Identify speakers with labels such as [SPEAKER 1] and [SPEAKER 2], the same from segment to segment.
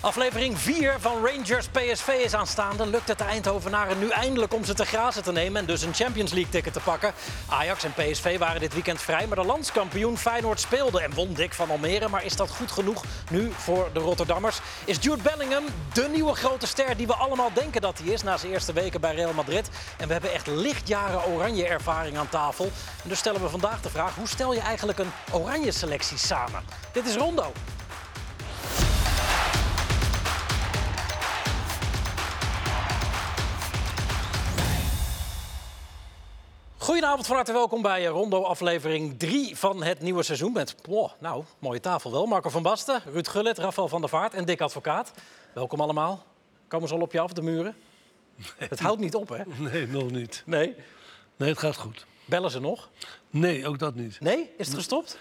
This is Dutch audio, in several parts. [SPEAKER 1] Aflevering 4 van Rangers PSV is aanstaande. Lukt het de Eindhovenaren nu eindelijk om ze te grazen te nemen en dus een Champions League ticket te pakken? Ajax en PSV waren dit weekend vrij, maar de landskampioen Feyenoord speelde en won dik van Almere. Maar is dat goed genoeg nu voor de Rotterdammers? Is Jude Bellingham de nieuwe grote ster die we allemaal denken dat hij is na zijn eerste weken bij Real Madrid? En we hebben echt lichtjaren oranje ervaring aan tafel. En dus stellen we vandaag de vraag: hoe stel je eigenlijk een oranje selectie samen? Dit is Rondo. Goedenavond, van harte welkom bij eh, Rondo aflevering 3 van het nieuwe seizoen. Met, wow, nou, mooie tafel wel. Marco van Basten, Ruud Gullit, Rafael van der Vaart en Dick Advocaat. Welkom allemaal. Komen ze al op je af, de muren? Het houdt niet op, hè?
[SPEAKER 2] Nee, nog niet.
[SPEAKER 1] Nee.
[SPEAKER 2] Nee, het gaat goed.
[SPEAKER 1] Bellen ze nog?
[SPEAKER 2] Nee, ook dat niet. Eh,
[SPEAKER 1] Nee? Is het gestopt?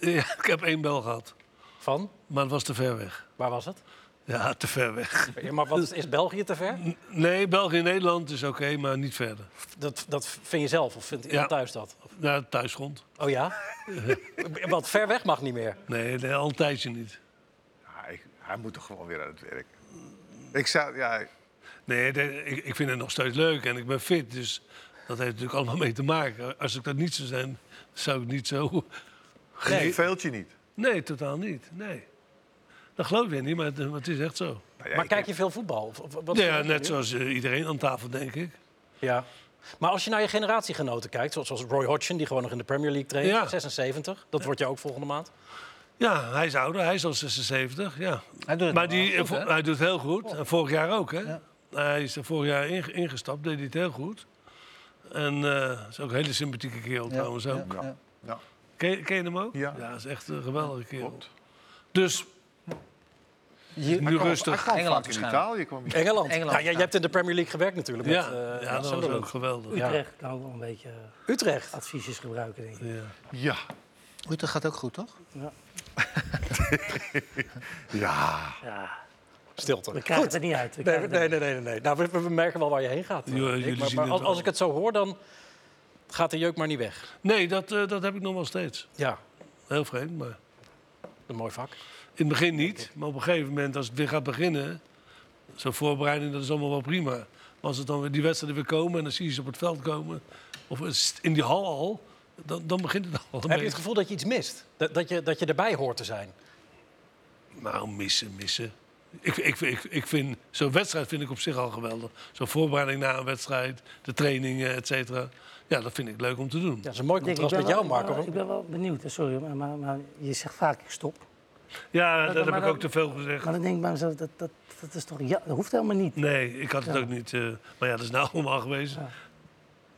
[SPEAKER 2] Ja, ik heb één bel gehad,
[SPEAKER 1] Van?
[SPEAKER 2] maar het was te ver weg.
[SPEAKER 1] Waar was het?
[SPEAKER 2] Ja, te ver weg.
[SPEAKER 1] Ja, maar wat, is België te ver?
[SPEAKER 2] N- Nee, België-Nederland is oké, maar niet verder.
[SPEAKER 1] Dat, dat vind je zelf of vindt iemand
[SPEAKER 2] Ja.
[SPEAKER 1] thuis dat?
[SPEAKER 2] Naar het thuisgrond.
[SPEAKER 1] Oh ja? Want ver weg mag niet meer.
[SPEAKER 2] Nee, nee, al een tijdje niet.
[SPEAKER 3] Hij, Ah, hij moet toch gewoon weer aan het werk. Ik zou, ja,
[SPEAKER 2] Nee, nee, ik, ik vind het nog steeds leuk en ik ben fit, dus dat heeft natuurlijk allemaal mee te maken. Als ik dat niet zou zijn, zou ik niet zo...
[SPEAKER 3] nee. veelt je niet.
[SPEAKER 2] Nee, totaal niet. Nee. Dat geloof je niet, maar het, eh, het is echt zo.
[SPEAKER 3] Nou ja,
[SPEAKER 1] Maar
[SPEAKER 3] ik-
[SPEAKER 1] kijk je veel voetbal? Of- of wat-
[SPEAKER 2] Ja, net zoals eh, iedereen aan tafel, denk ik.
[SPEAKER 1] Ja. Maar als je naar je generatiegenoten kijkt, zoals zoals Roy Hodgson, die gewoon nog in de Premier League traint,
[SPEAKER 2] Ja.
[SPEAKER 1] 76, dat wordt je ook volgende maand.
[SPEAKER 2] Ja, hij is ouder, hij is al 76, ja.
[SPEAKER 4] Hij doet het
[SPEAKER 2] Maar
[SPEAKER 4] nog wel
[SPEAKER 2] die,
[SPEAKER 4] goed,
[SPEAKER 2] vo-
[SPEAKER 4] hè? Oh.
[SPEAKER 2] hij doet het heel goed. En vorig jaar ook, hè? Hij is er vorig jaar inge- ingestapt, deed hij het heel goed. En eh, is ook een hele sympathieke kerel
[SPEAKER 4] Ja,
[SPEAKER 2] trouwens ook.
[SPEAKER 4] ja, ja.
[SPEAKER 3] ja,
[SPEAKER 2] Ken, je- ken je hem ook?
[SPEAKER 3] Ja.
[SPEAKER 2] is echt een geweldige kerel.
[SPEAKER 3] klopt.
[SPEAKER 2] Dus,
[SPEAKER 4] Je-
[SPEAKER 2] nu rustig.
[SPEAKER 3] Hij kwam
[SPEAKER 4] Engeland
[SPEAKER 3] vaak in
[SPEAKER 4] waarschijnlijk.
[SPEAKER 3] Italië. Kwam hij.
[SPEAKER 1] Engeland.
[SPEAKER 4] Engeland,
[SPEAKER 1] ja, jij-
[SPEAKER 4] ja.
[SPEAKER 1] jij hebt in de Premier League gewerkt natuurlijk. Met,
[SPEAKER 2] ja,
[SPEAKER 1] eh,
[SPEAKER 2] ja, dat was
[SPEAKER 1] Sunderland.
[SPEAKER 2] ook Ah, geweldig. Ja.
[SPEAKER 5] Utrecht kan ook wel een beetje eh,
[SPEAKER 1] Utrecht.
[SPEAKER 5] adviesjes gebruiken, denk ik.
[SPEAKER 3] Ja.
[SPEAKER 4] Rutte gaat ook goed, toch?
[SPEAKER 3] ja,
[SPEAKER 5] Ja,
[SPEAKER 1] Stilte.
[SPEAKER 5] we krijgen het er niet uit. We
[SPEAKER 1] Nee,
[SPEAKER 5] krijgen
[SPEAKER 1] nee,
[SPEAKER 5] het er
[SPEAKER 1] nee, nee. nee, nee. Nou, we, we merken wel waar je heen gaat. eh,
[SPEAKER 2] Jullie-
[SPEAKER 1] Dick.
[SPEAKER 2] jullie
[SPEAKER 1] maar
[SPEAKER 2] zien
[SPEAKER 1] maar
[SPEAKER 2] het
[SPEAKER 1] als,
[SPEAKER 2] wel.
[SPEAKER 1] als ik het zo hoor, dan gaat de jeuk maar niet weg.
[SPEAKER 2] Nee, dat, eh, dat heb ik nog wel steeds.
[SPEAKER 1] Ja,
[SPEAKER 2] Heel vreemd, maar...
[SPEAKER 1] een mooi vak.
[SPEAKER 2] In het begin niet, maar op een gegeven moment als het weer gaat beginnen, zo'n voorbereiding, dat is allemaal wel prima. Maar als het dan weer die wedstrijden weer komen en dan zie je ze op het veld komen, of het is in die hal al, dan, dan begint het al een
[SPEAKER 1] Heb je het
[SPEAKER 2] beetje.
[SPEAKER 1] gevoel dat je iets mist? Dat, dat, je, dat je erbij hoort te zijn?
[SPEAKER 2] Nou, missen, missen. Ik, ik, ik, ik vind, zo'n wedstrijd vind ik op zich al geweldig. Zo'n voorbereiding na een wedstrijd, de trainingen, et cetera. Ja, dat vind ik leuk om te doen.
[SPEAKER 1] Ja, dat is een mooi
[SPEAKER 5] Dick, ik
[SPEAKER 1] contrast
[SPEAKER 5] ben
[SPEAKER 1] met jou,
[SPEAKER 5] wel- ik ben
[SPEAKER 1] Marco.
[SPEAKER 5] wel- Ik ben wel benieuwd, hè, sorry, maar, maar, maar je zegt vaak ik stop.
[SPEAKER 2] Ja,
[SPEAKER 5] Maar
[SPEAKER 2] dat heb
[SPEAKER 5] dan-
[SPEAKER 2] ik ook te veel gezegd.
[SPEAKER 5] Maar dan denk ik bij mezelf, dat, dat, dat, is toch, ja, dat hoeft helemaal niet.
[SPEAKER 2] Nee, ik had het ook niet. eh, maar ja, dat is nou allemaal geweest.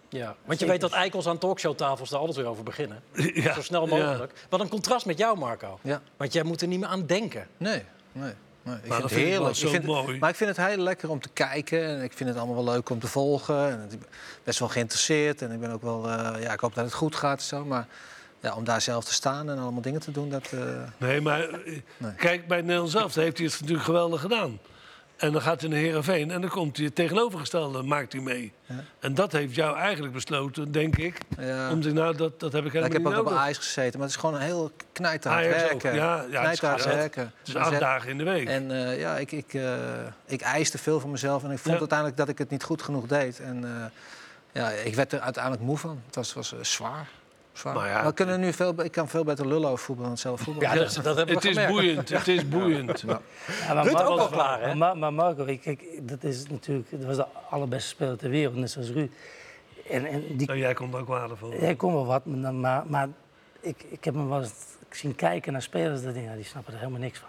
[SPEAKER 1] Ja, want je weet dat eikels aan talkshowtafels daar altijd weer over beginnen.
[SPEAKER 2] Ja,
[SPEAKER 1] Zo snel
[SPEAKER 2] ja.
[SPEAKER 1] mogelijk. Wat een contrast met jou, Marco.
[SPEAKER 4] Ja.
[SPEAKER 1] Want jij moet er niet meer aan denken.
[SPEAKER 4] Nee, nee. nee. Ik
[SPEAKER 2] dat
[SPEAKER 4] vind het
[SPEAKER 2] vind ik wel
[SPEAKER 4] heerlijk.
[SPEAKER 2] zo
[SPEAKER 4] vind het-
[SPEAKER 2] mooi.
[SPEAKER 4] maar ik vind het heel lekker om te kijken. En ik vind het allemaal wel leuk om te volgen. En ik ben best wel geïnteresseerd. En ik ben ook wel... eh, ja, ik hoop dat het goed gaat en zo. Maar ja, om daar zelf te staan en allemaal dingen te doen, dat... eh,
[SPEAKER 2] Nee, maar eh, kijk, bij Nederland zelf heeft hij het natuurlijk geweldig gedaan. En dan gaat hij naar Herenveen en dan komt hij het tegenovergestelde, maakt hij mee. En dat heeft jou eigenlijk besloten, denk ik.
[SPEAKER 4] ja.
[SPEAKER 2] Om te nou, dat, dat heb ik
[SPEAKER 4] Ja, ik
[SPEAKER 2] helemaal
[SPEAKER 4] heb ook
[SPEAKER 2] niet
[SPEAKER 4] op
[SPEAKER 2] nodig.
[SPEAKER 4] ijs gezeten, maar het is gewoon een heel knijterhard
[SPEAKER 2] Ajax ook,
[SPEAKER 4] werken.
[SPEAKER 2] ja. Ja, het is
[SPEAKER 4] knijterhard
[SPEAKER 2] AZ.
[SPEAKER 4] werken.
[SPEAKER 2] Het is acht dagen in de week.
[SPEAKER 4] En eh, ja, ik, ik, eh, ik eiste veel van mezelf en ik vond
[SPEAKER 2] Ja.
[SPEAKER 4] uiteindelijk dat ik het niet goed genoeg deed. En eh, ja, ik werd er uiteindelijk moe van. Het was, was eh, zwaar. zwaar.
[SPEAKER 2] Maar
[SPEAKER 4] Maar,
[SPEAKER 2] ja,
[SPEAKER 4] we kunnen nu veel, be- ik kan veel beter lullen over voetbal dan zelf voetbal.
[SPEAKER 1] dat, hebben
[SPEAKER 2] het is boeiend, het is boeiend. Ja,
[SPEAKER 5] Ja, maar
[SPEAKER 1] Ruud
[SPEAKER 5] Marco-
[SPEAKER 1] ook al klaar, hè?
[SPEAKER 5] Maar, Mar- maar Marco, ik- kijk, dat is natuurlijk, dat was de allerbeste speler ter wereld, net zoals Ruud. En, en die,
[SPEAKER 2] Nou, jij komt ook waardevol.
[SPEAKER 5] hij kon wel wat, maar, maar, maar ik, ik heb hem wel eens zien kijken naar spelers, dat ik denk, nou, die snappen er helemaal niks van.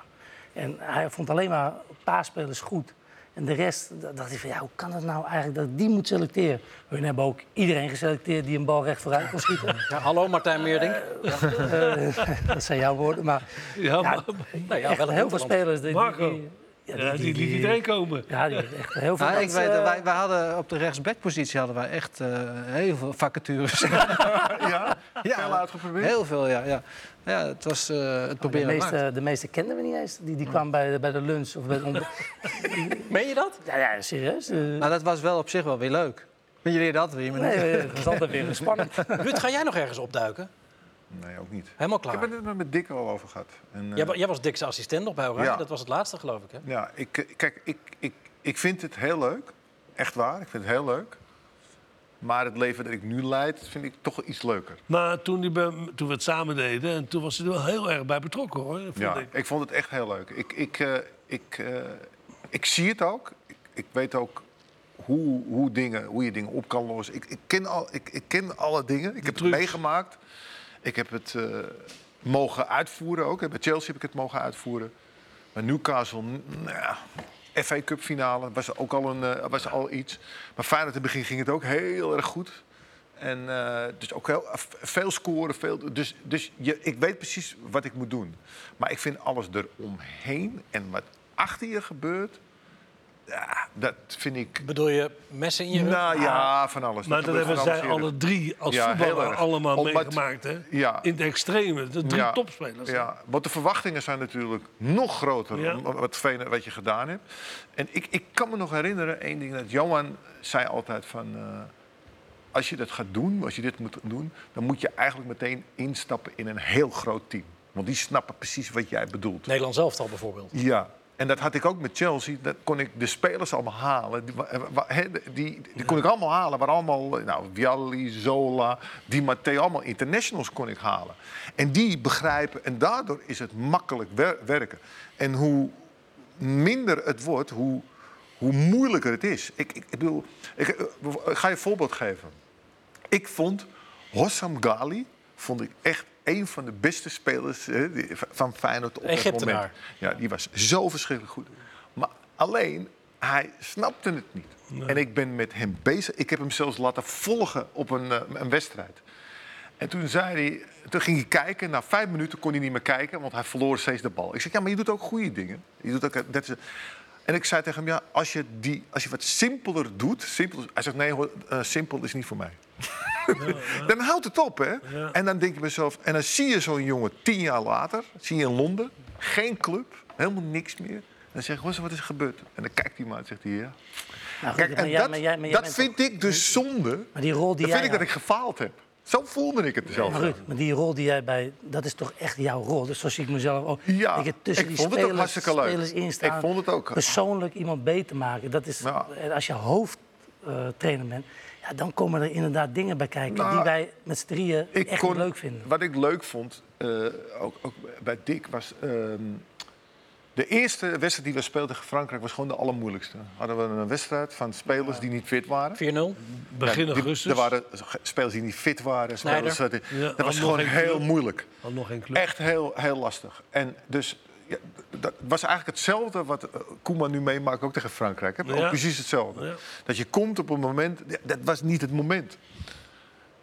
[SPEAKER 5] En hij vond alleen maar een paar spelers goed. En de rest d- dacht ik van, ja, hoe kan dat nou eigenlijk dat ik die moet selecteren? Hun hebben ook iedereen geselecteerd die een bal recht vooruit kon schieten.
[SPEAKER 1] Ja, hallo Martijn Meerdink.
[SPEAKER 5] Eh, dat zijn jouw woorden, maar
[SPEAKER 2] Ja,
[SPEAKER 5] ja,
[SPEAKER 2] maar,
[SPEAKER 1] nou ja,
[SPEAKER 5] echt
[SPEAKER 1] wel een
[SPEAKER 5] heel
[SPEAKER 1] Nederlander.
[SPEAKER 5] veel spelers. Die,
[SPEAKER 2] Marco.
[SPEAKER 5] die- ja,
[SPEAKER 2] ja, die liet iedereen komen.
[SPEAKER 5] Ja, die, echt heel veel
[SPEAKER 4] Nou, ik
[SPEAKER 5] mensen,
[SPEAKER 4] weet, dat
[SPEAKER 5] eh,
[SPEAKER 4] wij, wij hadden op de rechtsbackpositie hadden wij echt eh, heel veel vacatures.
[SPEAKER 3] ja. Veel uitgeprobeerd.
[SPEAKER 4] heel veel, ja. Ja, ja het was eh, het
[SPEAKER 5] de
[SPEAKER 4] proberen waard.
[SPEAKER 5] meeste, de meeste kenden we niet eens. Die, die kwam bij de, bij de lunch of bij het ontbijt.
[SPEAKER 1] Meen je dat?
[SPEAKER 5] ja, ja, serieus. eh,
[SPEAKER 4] Maar dat was wel op zich wel weer leuk. Vind jullie dat weer?
[SPEAKER 5] nee, eh, dat is altijd weer spannend.
[SPEAKER 1] Ruud, ga jij nog ergens opduiken?
[SPEAKER 3] Nee, ook niet.
[SPEAKER 1] Helemaal
[SPEAKER 3] Ik
[SPEAKER 1] klaar.
[SPEAKER 3] heb het net met Dick al over gehad. En, eh,
[SPEAKER 1] Jij, wa- jij was Dick's assistent nog bij Oranje.
[SPEAKER 3] Ja.
[SPEAKER 1] Dat was het laatste, geloof ik. Hè?
[SPEAKER 3] Ja, ik, eh, kijk, ik, ik, ik vind het heel leuk. Echt waar, ik vind het heel leuk. Maar het leven dat ik nu leid, vind ik toch iets leuker.
[SPEAKER 2] Maar toen, die bij, toen we het samen deden, en toen was hij er wel heel erg bij betrokken hoor. Vond
[SPEAKER 3] Ja,
[SPEAKER 2] ik.
[SPEAKER 3] ik vond het echt heel leuk. Ik, ik, eh, ik, eh, ik zie het ook. Ik, ik weet ook hoe, hoe, dingen, hoe je dingen op kan lossen. Ik, ik, ken, al, ik, ik ken alle dingen. Ik heb
[SPEAKER 2] trucs.
[SPEAKER 3] het meegemaakt. Ik heb het eh, mogen uitvoeren ook. Bij Chelsea heb ik het mogen uitvoeren. Bij Newcastle, n- nou ja, FA Cup finale was ook al, een, eh, was al iets. Maar Feyenoord in het begin ging het ook heel erg goed. En eh, dus ook heel, veel scoren. Veel, dus dus je, ik weet precies wat ik moet doen. Maar ik vind alles eromheen en wat achter je gebeurt... Ja, dat vind ik...
[SPEAKER 1] Bedoel je messen in je rug?
[SPEAKER 3] Nou ja, van alles.
[SPEAKER 2] Maar
[SPEAKER 3] Dat
[SPEAKER 2] dat
[SPEAKER 3] gebeurt
[SPEAKER 2] hebben
[SPEAKER 3] van
[SPEAKER 2] zij
[SPEAKER 3] alles eerder.
[SPEAKER 2] alle drie als
[SPEAKER 3] Ja, heel
[SPEAKER 2] voetballer
[SPEAKER 3] erg.
[SPEAKER 2] allemaal
[SPEAKER 3] Omdat-
[SPEAKER 2] meegemaakt. Hè?
[SPEAKER 3] Ja.
[SPEAKER 2] In het extreme, de drie
[SPEAKER 3] Ja.
[SPEAKER 2] topspelers. hè?
[SPEAKER 3] Ja, want de verwachtingen zijn natuurlijk nog groter
[SPEAKER 2] Ja.
[SPEAKER 3] om wat, vele- wat je gedaan hebt. En ik, ik kan me nog herinneren, één ding dat Johan zei altijd van... eh, als je dat gaat doen, als je dit moet doen... dan moet je eigenlijk meteen instappen in een heel groot team. Want die snappen precies wat jij bedoelt.
[SPEAKER 1] Nederland zelf al bijvoorbeeld.
[SPEAKER 3] Ja. En dat had ik ook met Chelsea. Dat kon ik de spelers allemaal halen. Die, wa- eh, wa- hè, die, die kon ik allemaal halen. Waar allemaal, eh, nou, Vialli, Zola, Di Matteo, allemaal internationals kon ik halen. En die begrijpen. En daardoor is het makkelijk wer- werken. En hoe minder het wordt, hoe, hoe moeilijker het is. Ik, ik, ik bedoel, ik, eh, ik ga je een voorbeeld geven. Ik vond Hossam Ghali vond ik echt een van de beste spelers eh, die- van Feyenoord op dat
[SPEAKER 1] Egyptenaar.
[SPEAKER 3] moment. Ja, die was zo verschrikkelijk goed. Maar alleen, hij snapte het niet. En ik ben met hem bezig. Ik heb hem zelfs laten volgen op een, eh, een wedstrijd. En toen, zei hij, toen ging hij kijken. Na vijf minuten kon hij niet meer kijken, want hij verloor steeds de bal. Ik zeg, ja, maar je doet ook goede dingen. Je doet ook, dat is, en ik zei tegen hem, ja, als je, die, als je wat simpeler doet... Simpel, hij zegt, nee, hoor, eh, simpel is niet voor mij. Dan houdt het op, hè? En dan denk je mezelf, en dan zie je zo'n jongen tien jaar later, zie je in Londen, geen club, helemaal niks meer. En dan zeg ik, "Gozer, wat is er gebeurd? En dan kijkt hij maar en zegt hij, ja.
[SPEAKER 5] Nou, goed,
[SPEAKER 3] Kijk,
[SPEAKER 5] maar
[SPEAKER 3] en
[SPEAKER 5] jij-
[SPEAKER 3] dat,
[SPEAKER 5] maar jij- maar jij
[SPEAKER 3] dat
[SPEAKER 5] bent
[SPEAKER 3] vind
[SPEAKER 5] toch-
[SPEAKER 3] ik dus zonde.
[SPEAKER 5] Maar die rol die
[SPEAKER 3] Dan
[SPEAKER 5] jij
[SPEAKER 3] vind ik dat ik
[SPEAKER 5] had-
[SPEAKER 3] gefaald heb. Zo voelde ik het zelf.
[SPEAKER 5] Maar Ruud, maar die rol die jij bij... Dat is toch echt jouw rol? Dus zo zie ik mezelf ook.
[SPEAKER 3] Ja,
[SPEAKER 5] dat je tussen
[SPEAKER 3] ik
[SPEAKER 5] die
[SPEAKER 3] vond het ook
[SPEAKER 5] spelers,
[SPEAKER 3] hartstikke leuk.
[SPEAKER 5] spelers in
[SPEAKER 3] Ik
[SPEAKER 5] staan,
[SPEAKER 3] vond het ook.
[SPEAKER 5] Persoonlijk iemand beter maken. Dat is,
[SPEAKER 3] Ja.
[SPEAKER 5] en Als je hoofdtrainer bent, ja, dan komen er inderdaad dingen bij kijken...
[SPEAKER 3] Nou,
[SPEAKER 5] die wij met z'n drieën
[SPEAKER 3] ik
[SPEAKER 5] echt
[SPEAKER 3] kon-
[SPEAKER 5] leuk vinden.
[SPEAKER 3] Wat ik leuk vond, eh, ook, ook bij Dick, was... ehm, de eerste wedstrijd die we speelden tegen Frankrijk was gewoon de allermoeilijkste. Hadden we een wedstrijd van spelers die niet fit waren.
[SPEAKER 1] 4-0.
[SPEAKER 2] Begin
[SPEAKER 3] Die-
[SPEAKER 2] augustus.
[SPEAKER 3] Er waren ge- spelers die niet fit waren.
[SPEAKER 1] Sneijder.
[SPEAKER 3] Spelers, die-
[SPEAKER 2] Ja,
[SPEAKER 3] dat
[SPEAKER 2] had
[SPEAKER 3] was
[SPEAKER 2] nog
[SPEAKER 3] gewoon
[SPEAKER 2] geen
[SPEAKER 3] heel
[SPEAKER 2] club.
[SPEAKER 3] moeilijk.
[SPEAKER 2] Had nog geen club.
[SPEAKER 3] Echt heel, heel lastig. En dus ja, dat was eigenlijk hetzelfde wat eh, Koeman nu meemaakt ook tegen Frankrijk. Hè? Ook
[SPEAKER 2] Ja.
[SPEAKER 3] precies hetzelfde.
[SPEAKER 2] Ja.
[SPEAKER 3] Dat je komt op een moment, ja, dat was niet het moment.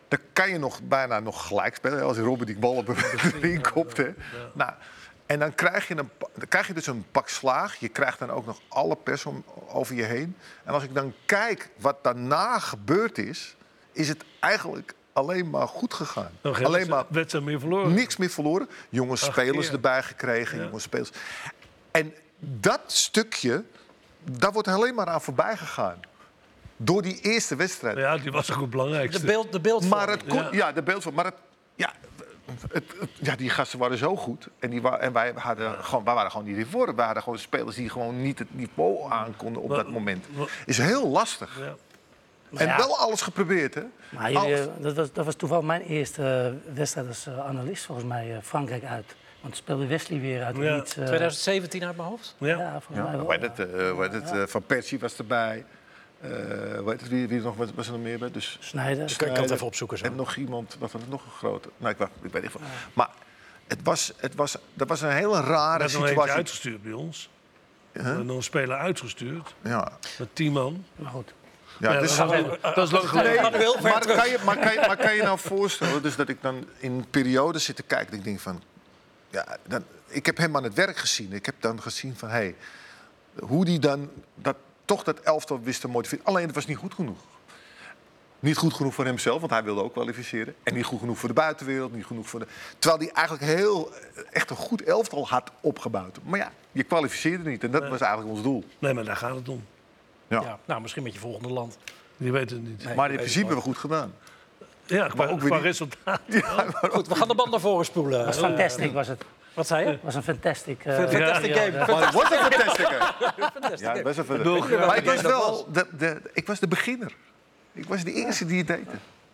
[SPEAKER 3] Dan kan je nog bijna nog gelijk spelen. Als Robert die bal op de ring kopt. Hè. Nou, en dan krijg, je een, pa- dan krijg je dus een pak slaag. Je krijgt dan ook nog alle pers om, over je heen. En als ik dan kijk wat daarna gebeurd is... is het eigenlijk alleen maar goed gegaan.
[SPEAKER 2] Dan geen
[SPEAKER 3] alleen maar
[SPEAKER 2] wedstrijd meer verloren.
[SPEAKER 3] niks meer verloren. Jonge spelers
[SPEAKER 2] keer.
[SPEAKER 3] erbij gekregen. Jonge spelers. En dat stukje, daar wordt alleen maar aan voorbij gegaan. Door die eerste wedstrijd.
[SPEAKER 2] Ja, die was ook het belangrijkste.
[SPEAKER 1] De, beeld, de beeldvorming.
[SPEAKER 3] Maar het kon, ja. de beeldvorm. Maar het, ja, het, het- ja, die gasten waren zo goed. En, die wa- en wij, hadden gewoon, wij waren gewoon niet in vorm. Wij hadden gewoon spelers die gewoon niet het niveau aankonden op
[SPEAKER 2] Wa-
[SPEAKER 3] dat moment.
[SPEAKER 2] wa-
[SPEAKER 3] Is heel lastig.
[SPEAKER 2] Ja.
[SPEAKER 3] en
[SPEAKER 5] ja.
[SPEAKER 3] wel alles geprobeerd, hè?
[SPEAKER 5] Maar
[SPEAKER 3] Alles.
[SPEAKER 5] jullie, eh, dat, was, dat was toevallig mijn eerste eh, wedstrijd als eh, analist, volgens mij, eh, Frankrijk uit. Want speelde Wesley weer uit.
[SPEAKER 2] Ja.
[SPEAKER 5] Ja, iets, eh,
[SPEAKER 1] 2017 uit mijn hoofd.
[SPEAKER 2] Ja.
[SPEAKER 5] ja, volgens mij
[SPEAKER 3] Ja,
[SPEAKER 5] wel.
[SPEAKER 3] hoe heet het, eh, hoe heet het, eh, Van Persie was erbij. Eh, hoe heet het, wie, wie er nog, was, was er nog meer bij? Dus
[SPEAKER 5] Snijder.
[SPEAKER 1] Ik kan het
[SPEAKER 3] Snijder.
[SPEAKER 1] even opzoeken zo.
[SPEAKER 3] En nog iemand, wat was het, nog een grote? Nou, ik, wa- ik weet niet. van. Maar het was, het was, dat was een hele rare
[SPEAKER 2] Dat is nog eentje
[SPEAKER 3] situatie.
[SPEAKER 2] uitgestuurd bij ons. Huh? Nog een speler uitgestuurd.
[SPEAKER 3] Ja,
[SPEAKER 2] Met tien man.
[SPEAKER 5] Maar goed.
[SPEAKER 3] ja,
[SPEAKER 2] Ja,
[SPEAKER 3] dus-
[SPEAKER 2] dat, is lang- dat is lang geleden.
[SPEAKER 1] Gaat heel ver
[SPEAKER 3] maar,
[SPEAKER 1] terug.
[SPEAKER 3] kan je, maar, kan je, maar kan je nou voorstellen dus dat ik dan in een periode zit te kijken... dat ik denk van... Ja, dan, ik heb hem aan het werk gezien. Ik heb dan gezien van... Hey, hoe die dan dat, toch dat elftal wist te motiveren. Alleen het was niet goed genoeg. Niet goed genoeg voor hemzelf, want hij wilde ook kwalificeren. En niet goed genoeg voor de buitenwereld. Niet genoeg voor de... Terwijl hij eigenlijk heel, eh, echt een goed elftal had opgebouwd. Maar ja, je kwalificeerde niet. En dat was eigenlijk ons doel.
[SPEAKER 2] Nee, maar daar gaat het om.
[SPEAKER 3] Ja. Oh,
[SPEAKER 1] Ja, nou, misschien met je volgende land.
[SPEAKER 2] Je weet het niet.
[SPEAKER 3] maar in principe hebben we goed gedaan.
[SPEAKER 2] Ja, qua,
[SPEAKER 3] ook weer
[SPEAKER 2] qua
[SPEAKER 3] niet.
[SPEAKER 2] resultaat.
[SPEAKER 3] oh.
[SPEAKER 1] Goed, we gaan de band naar voren spoelen. eh,
[SPEAKER 5] was fantastic, was het.
[SPEAKER 1] Wat zei je?
[SPEAKER 5] was een fantastic... eh,
[SPEAKER 1] Fantastic
[SPEAKER 2] ja,
[SPEAKER 1] game.
[SPEAKER 3] Maar het was een fantastische.
[SPEAKER 1] Fantastic
[SPEAKER 3] Ja,
[SPEAKER 1] game.
[SPEAKER 3] best wel
[SPEAKER 2] bedoel,
[SPEAKER 3] fantastisch. Maar ik was wel de, de, ik was de beginner. Ik was de eerste die het deed.